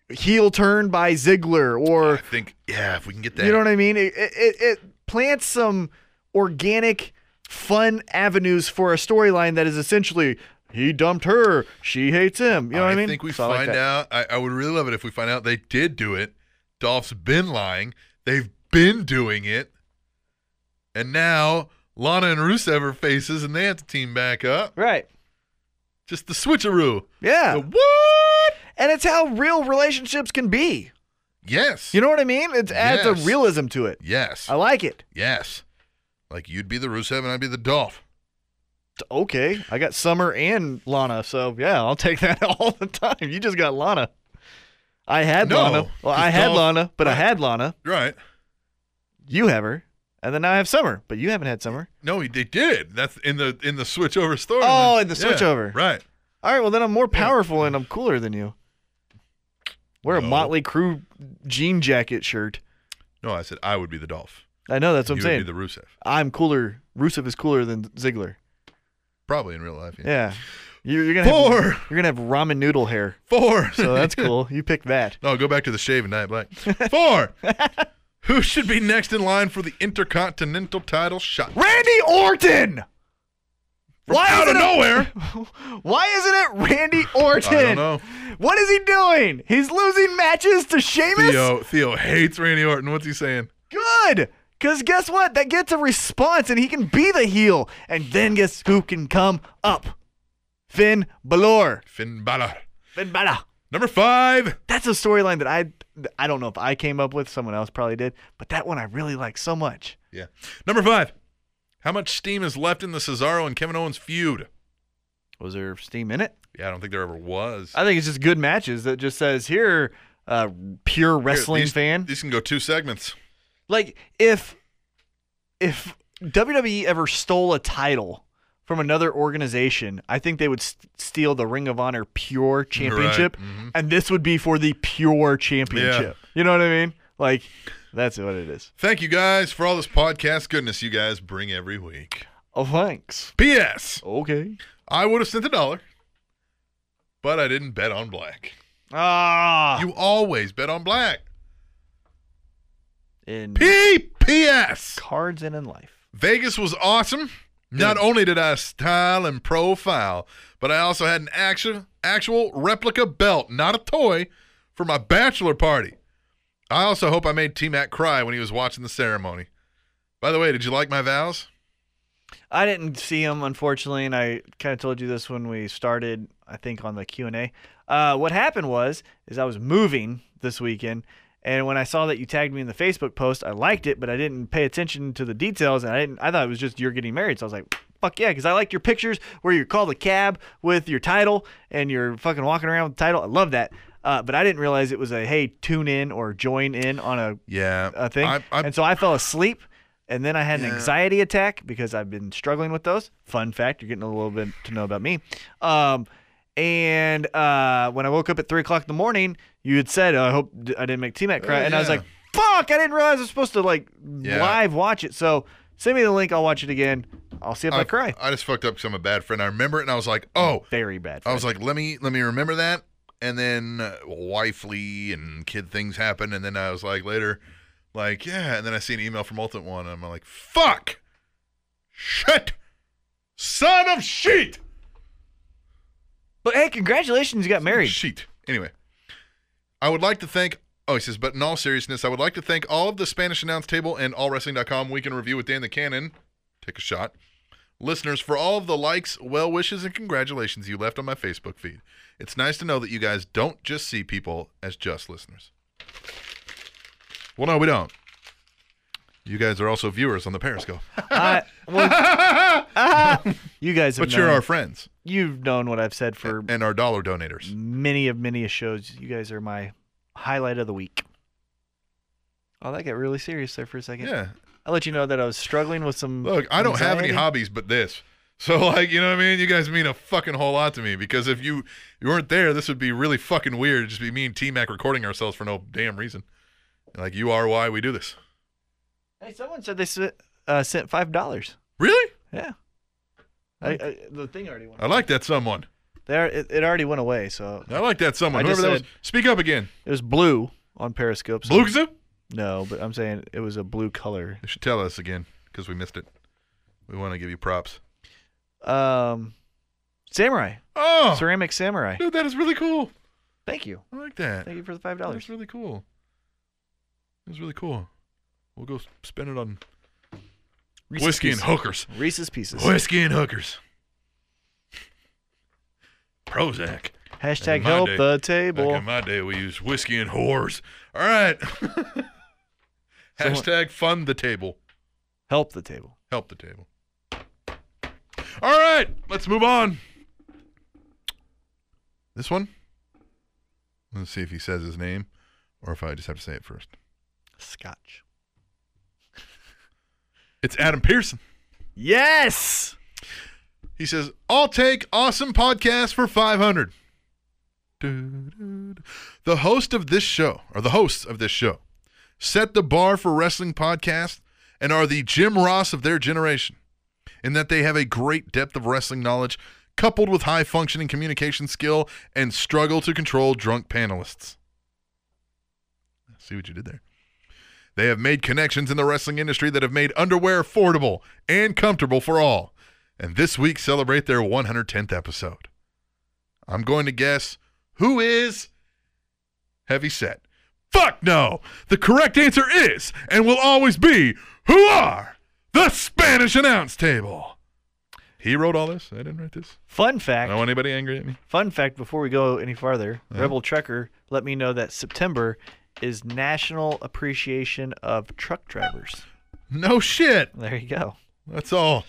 B: heel turn by Ziggler
A: I
B: or
A: think, yeah, if we can get that.
B: You know what I mean? It, it, it- it plants some organic, fun avenues for a storyline that is essentially he dumped her, she hates him. You know what I mean?
A: think we
B: So I like
A: find
B: that.
A: out. I, I would really love it if we find out they did do it. Dolph's been lying. They've been doing it, and now Lana and Rusev are faces, and they have to team back up.
B: Right.
A: Just the switcheroo.
B: Yeah.
A: The what?
B: And it's how real relationships can be.
A: Yes.
B: You know what I mean? It adds
A: Yes.
B: a realism to it.
A: yes.
B: I like it.
A: yes. Like you'd be the Rusev, and I'd be the Dolph.
B: Okay. I got Summer and Lana, so yeah, I'll take that all the time. You just got Lana. I had
A: No,
B: Lana. Well, I
A: just
B: had
A: don't-
B: Lana, but I
A: Right.
B: had Lana.
A: Right.
B: You have her. And then now I have Summer, but you haven't had Summer.
A: No, he- they did. That's in the in the switchover story.
B: Oh, in the
A: Yeah.
B: switchover.
A: Right.
B: All right, well then I'm more powerful and I'm cooler than you. Wear
A: No.
B: a Motley Crue jean jacket shirt.
A: No, I said I would be the Dolph.
B: I know that's what
A: you
B: I'm
A: would
B: saying.
A: be the Rusev.
B: I'm cooler. Rusev is cooler than Ziggler.
A: Probably in real life. Yeah.
B: Yeah, you're, you're gonna
A: Four.
B: have you're gonna have ramen noodle hair.
A: Four.
B: So that's cool. you picked that.
A: No, go back to the shave and dye it black. Four. Who should be next in line for the Intercontinental title shot?
B: Randy Orton. Why
A: out of
B: isn't it-
A: nowhere.
B: Why isn't it Randy Orton?
A: I don't know.
B: What is he doing? He's losing matches to Sheamus?
A: Theo Theo hates Randy Orton. What's he saying?
B: Good. Because guess what? That gets a response and he can be the heel. And then guess who can come up? Finn Balor.
A: Finn Balor.
B: Finn Balor.
A: Number five.
B: That's a storyline that I I don't know if I came up with, someone else probably did, but that one I really like so much.
A: Yeah. Number five. How much steam is left in the Cesaro and Kevin Owens feud?
B: Was there steam in it?
A: Yeah, I don't think there ever was.
B: I think it's just good matches that just says here, uh, pure
A: Here,
B: wrestling
A: these-
B: fan.
A: These can go two segments.
B: Like if if WWE ever stole a title from another organization, I think they would st- steal the Ring of Honor Pure Championship,
A: mm-hmm.
B: and this would be for the Pure Championship. You know what I mean? Like that's what it is.
A: Thank you guys for all this podcast goodness you guys bring every week.
B: Oh, thanks.
A: P.S.
B: Okay.
A: I would have sent a dollar, but I didn't bet on black.
B: Ah.
A: You always bet on black.
B: in
A: P.P.S.
B: cards and in life.
A: Vegas was awesome. Not only did I style and profile, but I also had an actual actual replica belt, not a toy, for my bachelor party. I also hope I made T Mac cry when he was watching the ceremony. By the way, did you like my vows?
B: I didn't see him unfortunately, and I kind of told you this when we started. I think on the Q and A. Uh, what happened was is I was moving this weekend, and when I saw that you tagged me in the Facebook post, I liked it, but I didn't pay attention to the details, and I didn't. I thought it was just you're getting married, so I was like, "Fuck yeah!" Because I liked your pictures where you called a cab with your title and you're fucking walking around with the title. I love that. Uh, but I didn't realize it was a hey tune in or join in on a
A: Yeah.
B: a thing.
A: I, I,
B: and so I fell asleep. And then I had an anxiety attack because I've been struggling with those. Fun fact, you're getting a little bit to know about me. Um, and uh, when I woke up at three o'clock in the morning, you had said, "I hope d- I didn't make T Mac cry,"
A: Oh,
B: and I was
A: yeah.
B: like, "Fuck! I didn't realize I was supposed to like
A: Yeah.
B: live watch it." So send me the link. I'll watch it again. I'll see if I,
A: I-
B: cry.
A: I just fucked up because I'm a bad friend. I remember it and I was like, oh,
B: Very bad.
A: I was like, let me let me remember that, and then uh, wifely and kid things happen, and then I was like later, like yeah, and then I see an email from Ultimate One, and I'm like, fuck, shit, son of shit,
B: but hey, congratulations! You got married.
A: sheet. Anyway, I would like to thank. Oh, he says, but in all seriousness, I would like to thank all of the Spanish announce table and allwrestling.com weekend review with Dan the Cannon. Take a shot. Listeners, for all of the likes, well wishes, and congratulations you left on my Facebook feed. It's nice to know that you guys don't just see people as just listeners. Well, no, we don't. You guys are also viewers on the Periscope,
B: I, Uh, well, ah, you guys, have
A: but you're
B: known-
A: our friends
B: you've known what I've said for
A: and our dollar donators.
B: many of many of shows. You guys are my highlight of the week. Oh, that got really serious there for a second.
A: Yeah.
B: I'll let you know that I was struggling with some.
A: Look, I don't have any
B: anxiety.
A: hobbies but this. So like, you know what I mean? You guys mean a fucking whole lot to me because if you you weren't there, this would be really fucking weird. It'd just be me and T Mac recording ourselves for no damn reason. And like you are why we do this.
B: Hey, someone said they sent, uh, sent five dollars.
A: Really?
B: Yeah. I, I, the thing already went.
A: I like that someone.
B: There, it, it already went away. So
A: I like that someone.
B: I just
A: Whoever that was.
B: said-
A: Speak up again.
B: it was blue on Periscope. So
A: Blugza?
B: No, but I'm saying it was a blue color.
A: They should tell us again because we missed it. We want to give you props.
B: Um, samurai,
A: Oh,
B: ceramic samurai.
A: dude, that is really cool.
B: Thank you.
A: I like that.
B: Thank you for the five
A: That's
B: dollars.
A: really cool. That's really cool. We'll go s- spend it on whiskey and hookers.
B: Reese's Pieces.
A: Whiskey and hookers. Prozac.
B: Hashtag
A: in my
B: help
A: day-
B: the
A: Back
B: table.
A: in my day, we used whiskey and whores. All right. Hashtag fund the table.
B: Help the table.
A: Help the table. All right. Let's move on. This one. Let's see if he says his name or if I just have to say it first.
B: Scotch.
A: It's Adam Pearson.
B: Yes.
A: He says, I'll take awesome podcast for 500. Doo-doo-doo. The host of this show, or the hosts of this show, set the bar for wrestling podcasts and are the Jim Ross of their generation in that they have a great depth of wrestling knowledge coupled with high functioning communication skill and struggle to control drunk panelists. See what you did there. They have made connections in the wrestling industry that have made underwear affordable and comfortable for all. and this week celebrate their 110th episode. I'm going to guess who is heavy set. Fuck no! The correct answer is and will always be who are the Spanish announce table. He wrote all this. I didn't write this.
B: Fun
A: I
B: fact.
A: don't want anybody angry at me.
B: Fun fact before we go any farther, Rebel Trucker let me know that September is National Appreciation of Truck Drivers.
A: No shit.
B: There you go. All
A: That's all.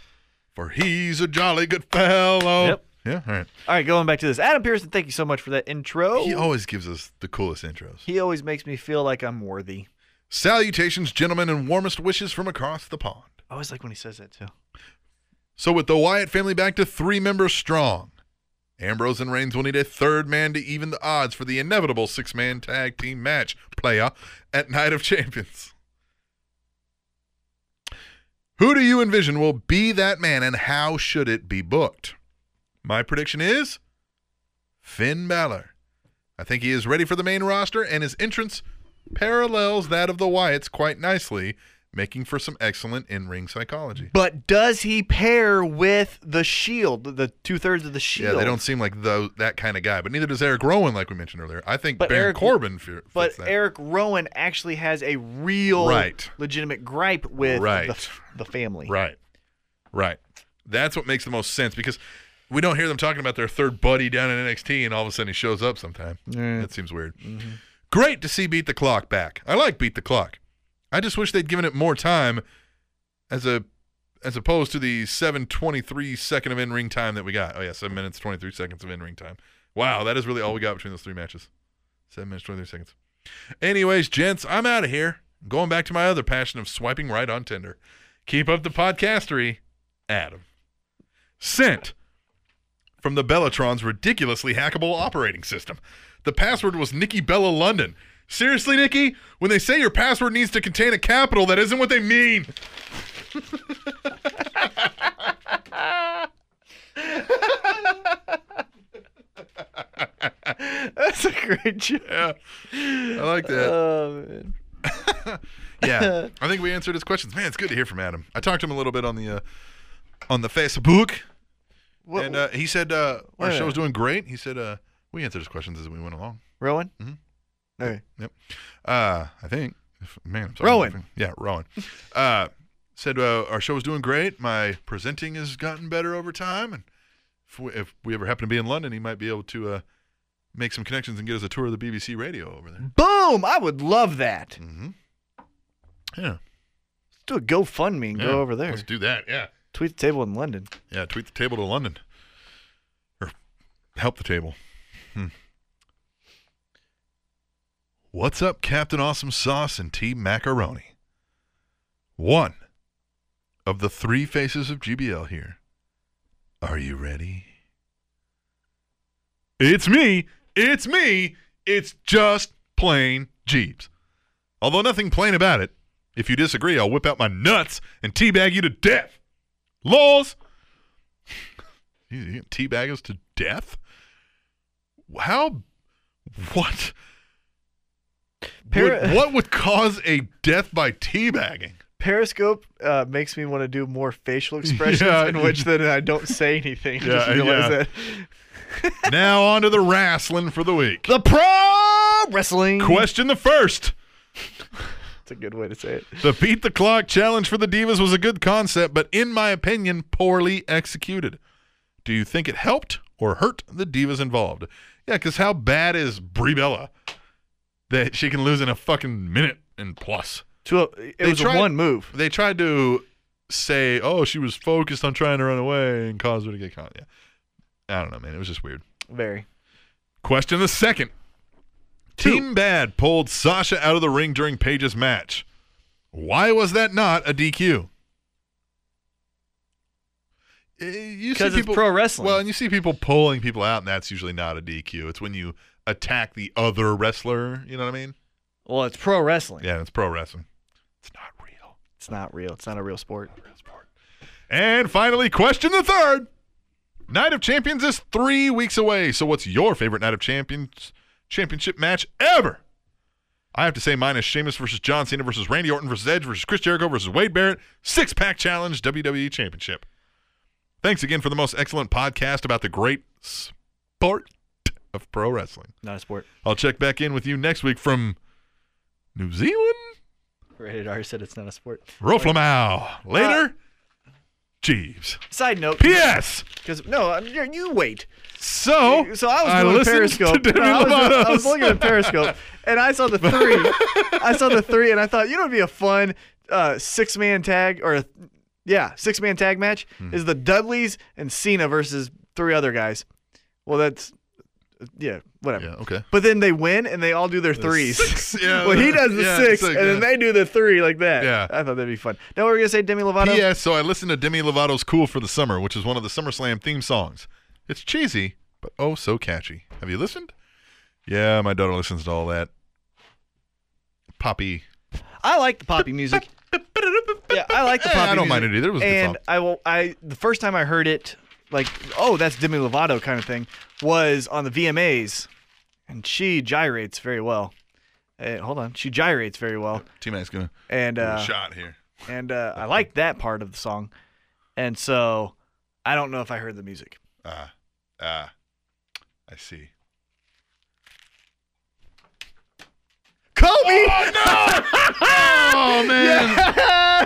A: For he's a jolly good fellow.
B: Yep.
A: Yeah, all right.
B: right, going back to this. Adam Pearson, thank you so much for that intro.
A: He always gives us the coolest intros.
B: He always makes me feel like I'm worthy.
A: Salutations, gentlemen, and warmest wishes from across the pond.
B: I always like when he says that too.
A: So, with the Wyatt family back to three members strong, Ambrose and Reigns will need a third man to even the odds for the inevitable six man tag team match playa at Night of Champions. Who do you envision will be that man and how should it be booked? My prediction is Finn Balor. I think he is ready for the main roster and his entrance parallels that of the Wyatts quite nicely, making for some excellent in ring psychology.
B: But does he pair with the Shield, the two thirds of the Shield?
A: Yeah, they don't seem like tho- that kind of guy. But neither does Eric Rowan, like we mentioned earlier. I think
B: But
A: Baron
B: Eric-
A: Corbin fe- fits
B: But
A: that.
B: Eric Rowan actually has a real,
A: Right.
B: legitimate gripe with
A: Right.
B: the, f- the family.
A: right, right. That's what makes the most sense because we don't hear them talking about their third buddy down in NXT, and all of a sudden he shows up sometime. That seems weird. Great to see Beat the Clock back. I like Beat the Clock. I just wish they'd given it more time, as a as opposed to the seven twenty three second of in ring time that we got. Oh yeah, seven minutes twenty three seconds of in ring time. Wow, that is really all we got between those three matches. Seven minutes twenty three seconds. Anyways, gents, I'm out of here. I'm going back to my other passion of swiping right on Tinder. Keep up the podcastery, Adam. Sent from the Bellatron's ridiculously hackable operating system. The password was Nikki Bella London. Seriously, Nikki? When they say your password needs to contain a capital, that isn't what they mean.
B: That's a great joke.
A: I like that.
B: Oh, man.
A: Yeah, I think we answered his questions. Man, it's good to hear from Adam. I talked to him a little bit on the uh, on the Facebook,
B: What,
A: and uh, he said uh, our
B: Yeah.
A: show's doing great. He said uh, we answered his questions as we went along.
B: Rowan?
A: Mhm.
B: Okay.
A: Yep. Uh, I think. If, man, I'm sorry.
B: Rowan.
A: Yeah, Rowan. Uh, said uh, our show is doing great. My presenting has gotten better over time, and if we, if we ever happen to be in London, he might be able to uh, make some connections and get us a tour of the BBC radio over there.
B: Boom! I would love that. Let's
A: Mm-hmm. Yeah.
B: do a GoFundMe and
A: yeah.
B: go over there.
A: Let's do that. Yeah.
B: Tweet the table in London.
A: Yeah. Tweet the table to London, or help the table. Hmm. What's up, Captain Awesome Sauce and Team Macaroni? One of the three faces of GBL here. Are you ready? It's me. It's me. It's just plain Jeeves. Although nothing plain about it. If you disagree, I'll whip out my nuts and teabag you to death. Laws. You- you gonna teabag us to death? How? What?
B: Para-
A: would- what would cause a death by teabagging?
B: Periscope uh, makes me want to do more facial expressions
A: Yeah.
B: in which then I don't say anything. I
A: Yeah,
B: just realize
A: yeah.
B: that.
A: now on to the wrestling for the week.
B: The pro wrestling.
A: Question the first.
B: That's a good way to say it.
A: The beat the clock challenge for the Divas was a good concept, but in my opinion, poorly executed. Do you think it helped or hurt the Divas involved? Yeah, because how bad is Brie Bella that she can lose in a fucking minute and plus?
B: To a, it
A: They
B: was
A: tried-
B: a one move.
A: They tried to say, oh, she was focused on trying to run away and cause her to get caught. Yeah. I don't know, man. It was just weird.
B: Very.
A: Question the second. Team Bad pulled Sasha out of the ring during Paige's match. Why was that not a DQ? Because Eh,
B: it's pro wrestling.
A: Well, and you see people pulling people out, and that's usually not a DQ. It's when you attack the other wrestler. You know what I mean?
B: Well, it's pro wrestling.
A: Yeah, it's pro wrestling. It's not real.
B: It's not real. It's not a real sport.
A: And finally, question the third. Night of Champions is three weeks away. So, what's your favorite Night of Champions championship match ever? I have to say, mine is Sheamus versus John Cena versus Randy Orton versus Edge versus Chris Jericho versus Wade Barrett six pack challenge WWE E championship. Thanks again for the most excellent podcast about the great sport of pro wrestling.
B: Not a sport.
A: I'll check back in with you next week from New Zealand.
B: Rated R said it's not a sport.
A: Roflamau. Later, Jeeves.
B: Side note.
A: P.S.
B: Because no, I mean, you- you wait.
A: So,
B: So I was doing
A: Oh, listened
B: Periscope.
A: To
B: No,
A: Demi
B: I, was, I was
A: Lovato's.
B: looking at Periscope, and I saw the three. I saw the three, and I thought, you know, it'd be a fun uh, six-man tag or, a, yeah, six-man tag match
A: Hmm.
B: is the Dudleys and Cena versus three other guys. Well, that's yeah, whatever.
A: Yeah, okay.
B: But then they win, and they all do their threes.
A: six, yeah,
B: well, he does the
A: yeah,
B: six,
A: six,
B: and
A: yeah.
B: then they do the three like that.
A: Yeah.
B: I thought that'd be fun. Now what were we gonna say, Demi Lovato?
A: P.S. So I listened to Demi Lovato's "Cool for the Summer," which is one of the SummerSlam theme songs. It's cheesy, but oh so catchy. Have you listened? Yeah, my daughter listens to all that poppy.
B: I like the poppy music. yeah, I like the
A: Eh,
B: poppy.
A: I don't
B: music.
A: mind it either. It was a good
B: and
A: song.
B: I will. I the first time I heard it, like, oh, that's Demi Lovato kind of thing, was on the VMAs, and she gyrates very well. Eh, hold on, she gyrates very well,
A: T Mac's gonna
B: and
A: do a
B: uh,
A: shot here.
B: and uh, I like that part of the song, and so I don't know if I heard the music.
A: Ah, ah, I see.
B: Kobe,
A: Oh man,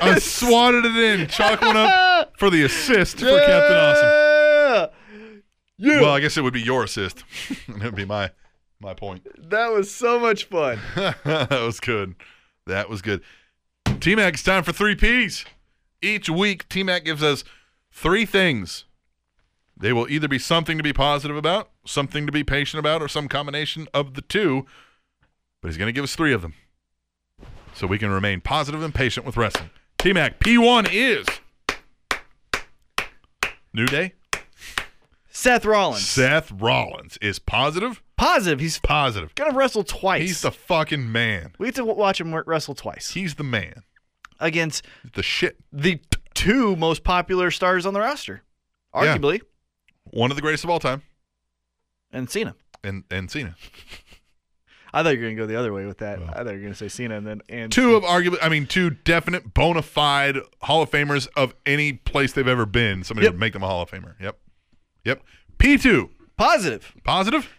A: I swatted it in. Chalk one up for the assist for Captain Awesome.
B: Yeah.
A: Well, I guess it would be your assist. it would be my my point.
B: that was so much fun.
A: that was good. That was good. T Mac, it's time for three P's. Each week, T Mac gives us three things. They will either be something to be positive about, something to be patient about, or some combination of the two. But he's going to give us three of them so we can remain positive and patient with wrestling. T Mac, P1 is New Day.
B: Seth Rollins,
A: Seth Rollins is positive,
B: positive. He's
A: positive.
B: gonna wrestle twice.
A: He's the fucking man.
B: we get to w- watch him wor- wrestle twice
A: He's the man.
B: against
A: The shit.
B: the t- two most popular stars on the roster,
A: Yeah.
B: arguably,
A: one of the greatest of all time,
B: and Cena.
A: and and Cena.
B: I thought you were gonna go the other way with that. I thought you were gonna say Cena and then and
A: Two of arguably, I mean, two definite bona fide Hall of Famers of any place they've ever been. Somebody
B: Yep.
A: would make them a Hall of Famer. Yep, yep. P two
B: positive.
A: positive.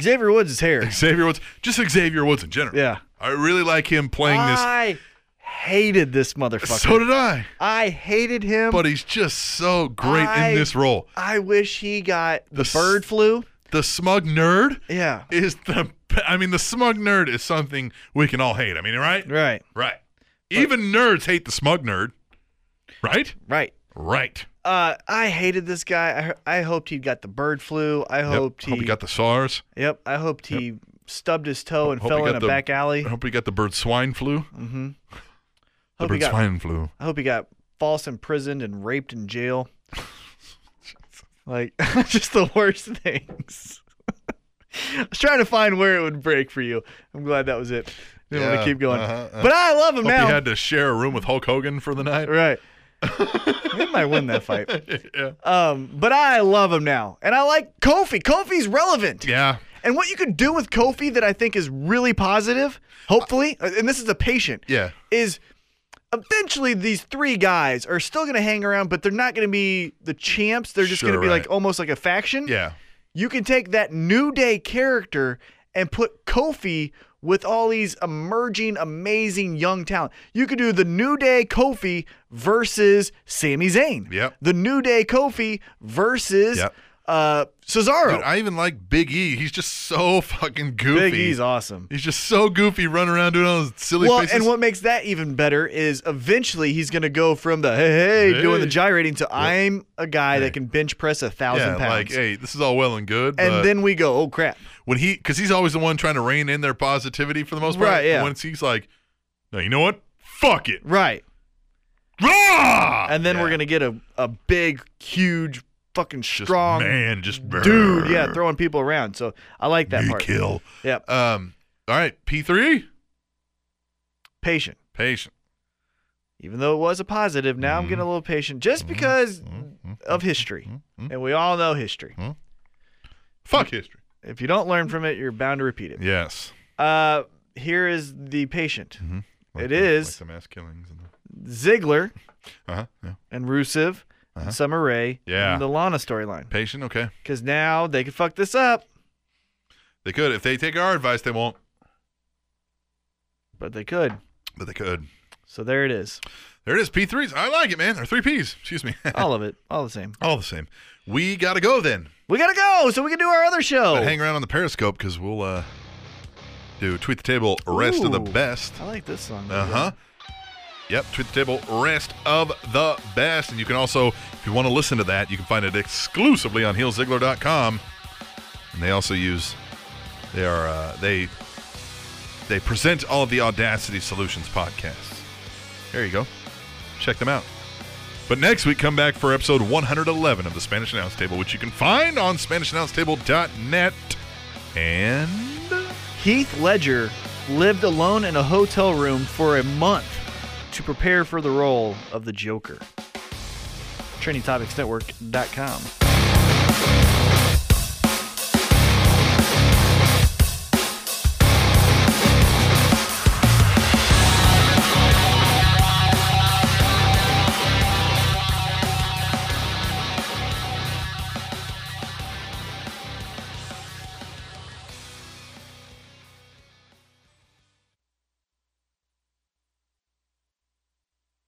B: Xavier Woods' hair.
A: Xavier Woods, just Xavier Woods in general.
B: Yeah.
A: I really like him playing
B: I hated this
A: this.
B: motherfucker.
A: So did I,
B: I hated him.
A: but he's just so great
B: I-
A: in this role.
B: I wish he got the,
A: The
B: bird
A: s-
B: flu.
A: The smug nerd
B: Yeah.
A: is the. I mean, the smug nerd is something we can all hate. I mean, right?
B: Right.
A: Right. Even nerds hate the smug nerd. Right.
B: Right.
A: Right.
B: Uh, I hated this guy. I, I hoped he got the bird flu. I
A: Yep.
B: hoped he.
A: hope he got the SARS.
B: yep. I hoped he stubbed his toe and
A: Hope he
B: fell in
A: got
B: a
A: the-
B: back alley.
A: I hope he got the bird swine flu. The
B: Hope he
A: bird
B: got
A: swine flu.
B: I hope he got false imprisoned and raped in jail. like just the worst things. I was trying to find where it would break for you. I'm glad that was it. Didn't want
A: Yeah,
B: to keep going.
A: uh-huh, uh.
B: But I love him
A: Hope
B: now.
A: he had to share a room with Hulk Hogan for the night.
B: right. we might win that fight.
A: yeah.
B: Um, but I love him now. And I like Kofi. Kofi's relevant.
A: Yeah.
B: And what you could do with Kofi that I think is really positive, hopefully, uh, and this is a patient.
A: Yeah.
B: is eventually these three guys are still going to hang around, but they're not going to be the champs. They're just
A: Sure,
B: going to be
A: right.
B: like almost like a faction.
A: Yeah.
B: You can take that New Day character and put Kofi with all these emerging, amazing young talent. You could do the New Day Kofi versus Sami Zayn.
A: Yep.
B: The New Day Kofi versus
A: Yep.
B: uh, Cesaro.
A: Dude, I even like Big E. He's just so fucking goofy.
B: Big E's awesome.
A: He's just so goofy running around doing all those silly
B: Well,
A: faces.
B: and what makes that even better is eventually he's going to go from the hey, hey, doing the
A: Hey.
B: gyrating to I'm a guy that can bench press a thousand
A: yeah, like,
B: pounds,
A: hey, this is all well and good,
B: and
A: but
B: then we go, oh crap,
A: when he, because he's always the one trying to rein in their positivity for the most part.
B: Right, yeah.
A: And Once he's like, no, you know what? Fuck it.
B: right?
A: Rah!
B: And then we're
A: Ah, Yeah.
B: going to get a a big, huge, fucking
A: Just
B: strong
A: man, just
B: dude, yeah, throwing people around. So I like that
A: you
B: part.
A: kill.
B: Yeah,
A: Um, all right, P three,
B: patient.
A: patient.
B: Even though it was a positive, now I'm
A: Mm-hmm.
B: getting a little patient just because of history,
A: Mm-hmm.
B: and we all know history.
A: Fuck history.
B: If you don't learn from it, you're bound to repeat it.
A: Yes,
B: Uh, here is the patient.
A: Mm-hmm. Like
B: It
A: the-
B: is.
A: like the mass killings. And the,
B: Ziggler
A: uh-huh. yeah.
B: and Rusev Summer Rae,
A: Yeah.
B: and the Lana storyline.
A: Patient, okay.
B: Because now they could fuck this up,
A: They could. If they take our advice, they won't,
B: but they could.
A: but they could.
B: So there it is.
A: There it is. P3s. I like it, man. Or three Ps. Excuse me.
B: All of it. All the same.
A: All the same. We got to go then.
B: We gotta go so we can do our other show.
A: But hang around on the Periscope because we'll uh, do Tweet the Table Rest of the
B: Ooh.
A: Best.
B: I like this song.
A: Uh huh. Yep, tweet the table, rest of the best. And you can also, if you want to listen to that, you can find it exclusively on heelzigler.com. And they also use, they are, uh, they, they present all of the Audacity Solutions podcasts. There you go. Check them out. But next week, come back for episode 111 of the Spanish Announce Table, which you can find on SpanishAnnounceTable.net. And.
B: Heath Ledger lived alone in a hotel room for a month to prepare for the role of the Joker. TrainingTopicsNetwork.com.